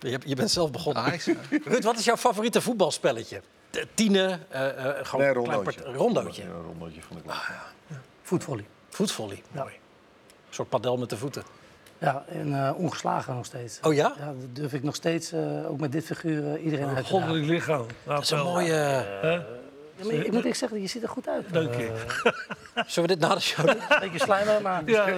[SPEAKER 1] Je, hebt- je bent zelf begonnen.
[SPEAKER 4] Ajax.
[SPEAKER 1] Ruud, wat is jouw favoriete voetbalspelletje? T- Tienen, eh, eh, gewoon
[SPEAKER 3] Nee,
[SPEAKER 1] een klein
[SPEAKER 3] rondootje.
[SPEAKER 1] part- rondootje.
[SPEAKER 3] Ja, rondootje vond ik
[SPEAKER 2] Ah.
[SPEAKER 3] leuk.
[SPEAKER 5] Voetvolley.
[SPEAKER 1] Voetvolley.
[SPEAKER 5] Ja.
[SPEAKER 1] Mooi. Een soort padel met de voeten.
[SPEAKER 5] Ja, en eh, ongeslagen nog steeds.
[SPEAKER 1] Oh ja?
[SPEAKER 5] Ja, dat durf ik nog steeds, eh, ook met dit figuur, eh, iedereen uit te dagen.
[SPEAKER 2] Oh, Goddelijk lichaam.
[SPEAKER 1] Dat is een mooie...
[SPEAKER 5] Ja, maar ik moet echt zeggen, je ziet er goed uit. Eh,
[SPEAKER 2] Dank je.
[SPEAKER 1] Zullen we dit na de show doen?
[SPEAKER 5] Een beetje slijmer, maar... Dus-
[SPEAKER 2] Ja, ja.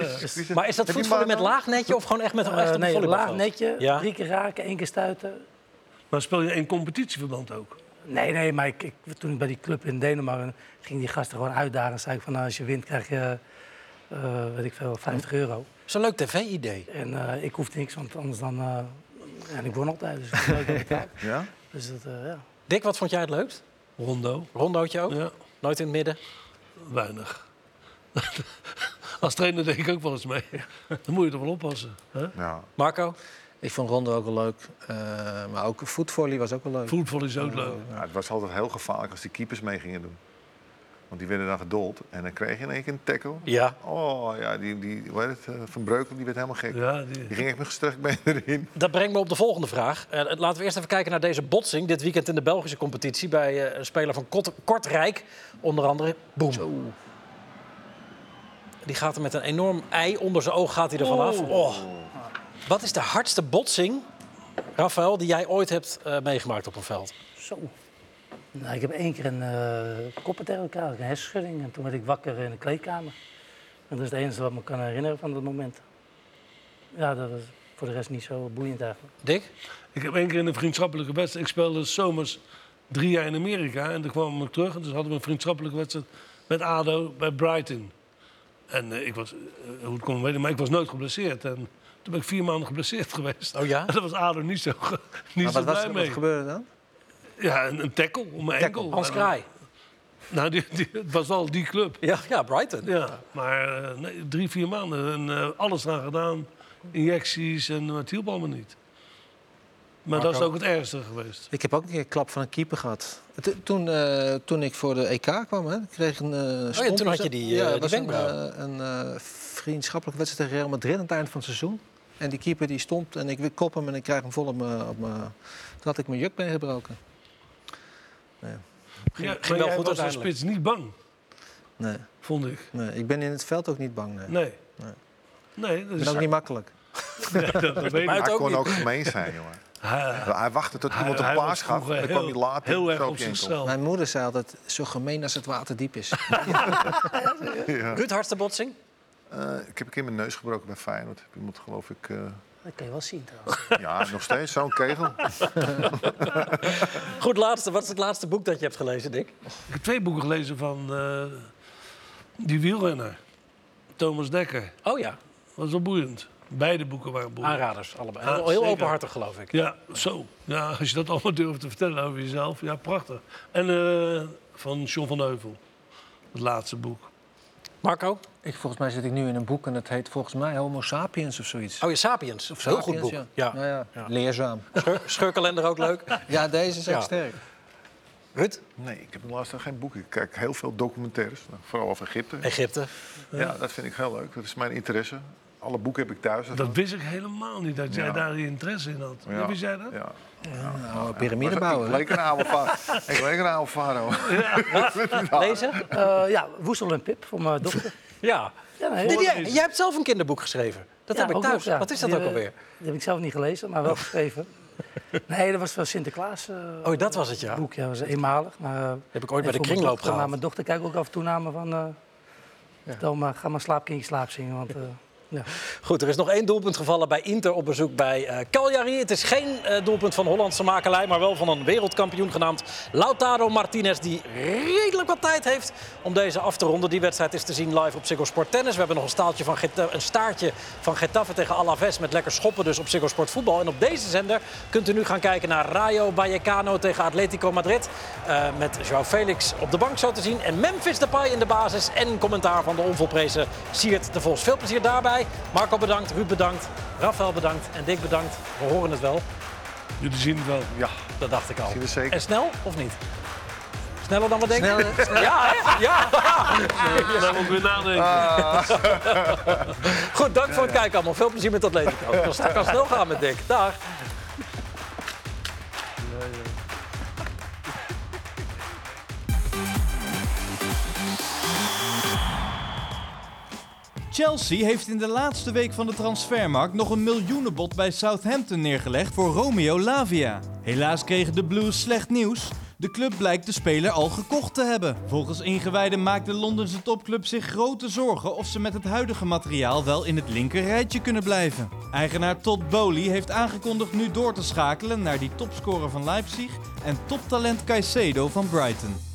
[SPEAKER 1] Maar is dat
[SPEAKER 3] Heb je
[SPEAKER 1] voetballen
[SPEAKER 3] maar
[SPEAKER 1] met
[SPEAKER 3] dan-
[SPEAKER 1] laag netje of gewoon echt met een
[SPEAKER 5] Eh,
[SPEAKER 1] Oh, echt een
[SPEAKER 5] nee,
[SPEAKER 1] volleybalveld?
[SPEAKER 5] laag netje,
[SPEAKER 1] Ja.
[SPEAKER 5] drie keer raken, één keer stuiten.
[SPEAKER 2] Maar speel je in competitieverband ook?
[SPEAKER 5] Nee, nee, maar ik, ik, toen ik bij die club in Denemarken... ging die gasten gewoon uitdagen en zei ik van... Nou, als je wint krijg je, eh, weet ik veel, 50 euro.
[SPEAKER 1] Dat is een leuk tv-idee.
[SPEAKER 5] En eh, ik hoefde niks, want anders dan... eh, en ik won altijd, dus het is leuk dat ik het heb.
[SPEAKER 3] Ja?
[SPEAKER 5] Dus dat, eh, ja.
[SPEAKER 1] Dick, wat vond jij het leukst?
[SPEAKER 2] Rondo?
[SPEAKER 1] Rondootje ook?
[SPEAKER 2] Ja,
[SPEAKER 1] Nooit in het midden?
[SPEAKER 2] weinig. Als trainer denk ik ook wel eens mee. Dan moet je toch wel oppassen. Hè?
[SPEAKER 3] Ja.
[SPEAKER 1] Marco?
[SPEAKER 4] Ik vond Rondo ook wel leuk. eh, maar ook voetvolley was ook wel leuk.
[SPEAKER 2] Voetbal is ook leuk.
[SPEAKER 3] Ja, het was altijd heel gevaarlijk als die keepers mee gingen doen. Want die werden dan gedold. En dan kreeg je in één keer een tackle.
[SPEAKER 1] Ja.
[SPEAKER 3] Oh ja, die, die hoe heet het, eh, Van Breukelen, die werd helemaal gek.
[SPEAKER 2] Ja, die-
[SPEAKER 3] Die ging echt met gestrekt been erin.
[SPEAKER 1] Dat brengt me op de volgende vraag. Eh, laten we eerst even kijken naar deze botsing dit weekend in de Belgische competitie bij eh, een speler van Kot- Kortrijk, onder andere Boom. Die gaat er met een enorm ei onder zijn oog gaat hij er vanaf. Oh. Wat is de hardste botsing, Rafael, die jij ooit hebt eh, meegemaakt op een veld?
[SPEAKER 5] Zo. Nou, ik heb één keer een eh koppen tegen elkaar, een hersenschudding. En toen werd ik wakker in de kleedkamer. En dat is het enige wat me kan herinneren van dat moment. Ja, dat was voor de rest niet zo boeiend eigenlijk.
[SPEAKER 1] Dick?
[SPEAKER 2] Ik heb één keer in een vriendschappelijke wedstrijd... Ik speelde zomers drie jaar in Amerika. En toen kwam ik terug. En toen hadden we een vriendschappelijke wedstrijd met ADO bij Brighton. En eh, ik was... eh, hoe het kon weten, maar ik was nooit geblesseerd. En toen ben ik vier maanden geblesseerd geweest.
[SPEAKER 1] Oh ja?
[SPEAKER 2] En daar was ADO niet zo, ge- niet
[SPEAKER 4] Maar
[SPEAKER 2] zo
[SPEAKER 4] wat, was,
[SPEAKER 2] blij
[SPEAKER 4] er- wat
[SPEAKER 2] mee.
[SPEAKER 4] gebeurde dan?
[SPEAKER 2] ja, een, een tackle om mijn enkel.
[SPEAKER 1] Hans
[SPEAKER 2] En-
[SPEAKER 1] Kraai.
[SPEAKER 2] Nou, die, die- het was wel die club.
[SPEAKER 1] Ja, ja, Brighton.
[SPEAKER 2] Ja, maar eh, nee, drie, vier maanden. En eh, alles aan gedaan. Injecties en maar het hielp allemaal niet. Maar dat is ook het ergste geweest.
[SPEAKER 4] Ik heb ook een keer een klap van een keeper gehad. T- toen, eh, toen ik voor de EK kwam, hè, kreeg ik een eh stomp.
[SPEAKER 1] Oh toen had je die, eh, die
[SPEAKER 4] het was een,
[SPEAKER 1] wenkbrauw.
[SPEAKER 4] eh, een eh, vriendschappelijke wedstrijd tegen Real Madrid aan het eind van het seizoen. En die keeper die stompt en ik wil kop hem en ik krijg hem vol op mijn... op mijn- Toen had ik mijn jukbeen gebroken.
[SPEAKER 2] Ja,
[SPEAKER 1] wel
[SPEAKER 2] maar jij
[SPEAKER 1] goed
[SPEAKER 2] was als
[SPEAKER 1] uiteindelijk.
[SPEAKER 2] spits niet bang,
[SPEAKER 4] Nee,
[SPEAKER 2] vond ik.
[SPEAKER 4] nee, ik ben in het veld ook niet bang. Nee.
[SPEAKER 2] Nee.
[SPEAKER 4] Nee.
[SPEAKER 2] Nee, dat
[SPEAKER 4] Ik
[SPEAKER 2] is...
[SPEAKER 4] ben ook niet makkelijk.
[SPEAKER 2] dat, dat weet
[SPEAKER 1] Maar het
[SPEAKER 2] ik.
[SPEAKER 3] Hij
[SPEAKER 1] ook
[SPEAKER 3] kon
[SPEAKER 1] niet.
[SPEAKER 3] ook gemeen zijn, jongen.
[SPEAKER 2] Hij, eh,
[SPEAKER 3] Hij wachtte tot iemand
[SPEAKER 2] hij
[SPEAKER 3] een
[SPEAKER 2] was
[SPEAKER 3] paas gaf. En
[SPEAKER 2] vroeger
[SPEAKER 3] dan kwam hij
[SPEAKER 2] heel-
[SPEAKER 3] later
[SPEAKER 2] Heel
[SPEAKER 3] zo
[SPEAKER 2] erg op
[SPEAKER 3] je enkel.
[SPEAKER 2] zichzelf.
[SPEAKER 4] Mijn moeder zei altijd, zo gemeen als het water diep is.
[SPEAKER 1] Ruud, hardste botsing?
[SPEAKER 3] Eh, ik heb een keer mijn neus gebroken bij Feyenoord. Heb iemand, geloof ik... eh,
[SPEAKER 5] Dat kan je wel zien trouwens.
[SPEAKER 3] ja, nog steeds zo'n kegel.
[SPEAKER 1] Goed, laatste. Wat is het laatste boek dat je hebt gelezen, Dick?
[SPEAKER 2] Ik heb twee boeken gelezen van eh, die wielrenner. Thomas Dekker.
[SPEAKER 1] Oh ja,
[SPEAKER 2] Dat was wel boeiend. Beide boeken waren boeiend.
[SPEAKER 1] aanraders allebei.
[SPEAKER 2] Ah,
[SPEAKER 1] Heel, heel
[SPEAKER 2] zeker.
[SPEAKER 1] openhartig, geloof ik.
[SPEAKER 2] Ja, zo. Ja, als je dat allemaal durft te vertellen over jezelf, ja, prachtig. En eh, van John van Heuvel, het laatste boek.
[SPEAKER 1] Marco?
[SPEAKER 4] Ik, volgens mij zit ik nu in een boek en dat heet volgens mij Homo sapiens of zoiets.
[SPEAKER 1] Oh, je Sapiens.
[SPEAKER 4] Of
[SPEAKER 1] Heel goed
[SPEAKER 4] Sapiens,
[SPEAKER 1] boek.
[SPEAKER 4] Ja.
[SPEAKER 1] Ja.
[SPEAKER 4] Ja, ja. Leerzaam.
[SPEAKER 1] Scheur- Scheurkalender ook leuk.
[SPEAKER 4] Ja, deze is echt
[SPEAKER 1] Ja.
[SPEAKER 4] sterk.
[SPEAKER 1] Ruud?
[SPEAKER 3] Nee, ik heb de laatste tijd geen boeken. Ik kijk heel veel documentaires, nou, vooral over Egypte.
[SPEAKER 1] Egypte.
[SPEAKER 3] Ja, dat vind ik heel leuk. Dat is mijn interesse. Alle boeken heb ik thuis.
[SPEAKER 2] Dat wist ik helemaal niet, dat jij
[SPEAKER 3] Ja.
[SPEAKER 2] daar die interesse in had.
[SPEAKER 3] Ja.
[SPEAKER 2] Heb je jij dat?
[SPEAKER 3] Ja.
[SPEAKER 4] Nou, piramide
[SPEAKER 3] Ik
[SPEAKER 4] bouwen.
[SPEAKER 3] leek een oude faro. Ik leek een oude faro.
[SPEAKER 1] Lezen?
[SPEAKER 5] Eh, ja, Woestel en Pip voor mijn dochter.
[SPEAKER 1] Ja.
[SPEAKER 5] Ja, nee,
[SPEAKER 1] Dit-
[SPEAKER 5] hoor.
[SPEAKER 1] jij, jij hebt zelf een kinderboek geschreven. Dat
[SPEAKER 5] Ja,
[SPEAKER 1] heb ik
[SPEAKER 5] ook
[SPEAKER 1] thuis.
[SPEAKER 5] nog, ja.
[SPEAKER 1] Wat is dat
[SPEAKER 5] Die,
[SPEAKER 1] ook
[SPEAKER 5] eh,
[SPEAKER 1] alweer?
[SPEAKER 5] Die heb ik zelf niet gelezen, maar wel geschreven. Nee, dat was wel Sinterklaas. eh,
[SPEAKER 1] Oh, dat was het, ja.
[SPEAKER 5] boek, ja, dat was eenmalig. Maar, eh,
[SPEAKER 1] Heb ik ooit bij de
[SPEAKER 5] en voor mijn
[SPEAKER 1] kringloop
[SPEAKER 5] dochter,
[SPEAKER 1] gehaald.
[SPEAKER 5] Maar mijn dochter kijkt ook af en toe naar me van... eh vertel maar, ga maar slaap, kindje, slaap zingen. Want, eh, ja.
[SPEAKER 1] Goed, er is nog één doelpunt gevallen bij Inter op bezoek bij eh Cagliari. Het is geen eh, doelpunt van Hollandse makelij, maar wel van een wereldkampioen genaamd Lautaro Martinez. Die redelijk wat tijd heeft om deze af te ronden. Die wedstrijd is te zien live op Ziggo Sport Tennis. We hebben nog een, staaltje van Geta- een staartje van Getafe tegen Alaves met lekker schoppen dus op Ziggo Sport Voetbal. En op deze zender kunt u nu gaan kijken naar Rayo Vallecano tegen Atletico Madrid. eh, met Joao Felix op de bank zo te zien. En Memphis Depay in de basis. En commentaar van de onvolprezen Siert de Vos. Veel plezier daarbij. Marco bedankt, Ruud bedankt, Rafael bedankt en Dick bedankt. We horen het wel,
[SPEAKER 2] Jullie zien het wel.
[SPEAKER 3] Ja,
[SPEAKER 1] dat dacht ik al.
[SPEAKER 3] Zien we zeker.
[SPEAKER 1] En snel of niet? Sneller dan we denken?
[SPEAKER 4] Sneller,
[SPEAKER 1] Ja, hè? ja.
[SPEAKER 2] Dan gaan we ook weer nadenken.
[SPEAKER 4] Ah.
[SPEAKER 1] Goed, dank voor het kijken allemaal. Veel plezier met Atletico. Dat kan- kan snel gaan met Dick. Dag.
[SPEAKER 11] Chelsea heeft in de laatste week van de transfermarkt nog een miljoenenbod bij Southampton neergelegd voor Romeo Lavia. Helaas kregen de Blues slecht nieuws. De club blijkt de speler al gekocht te hebben. Volgens ingewijden maakt de Londense topclub zich grote zorgen of ze met het huidige materiaal wel in het linker rijtje kunnen blijven. Eigenaar Todd Bowley heeft aangekondigd nu door te schakelen naar die topscorer van Leipzig en toptalent Caicedo van Brighton.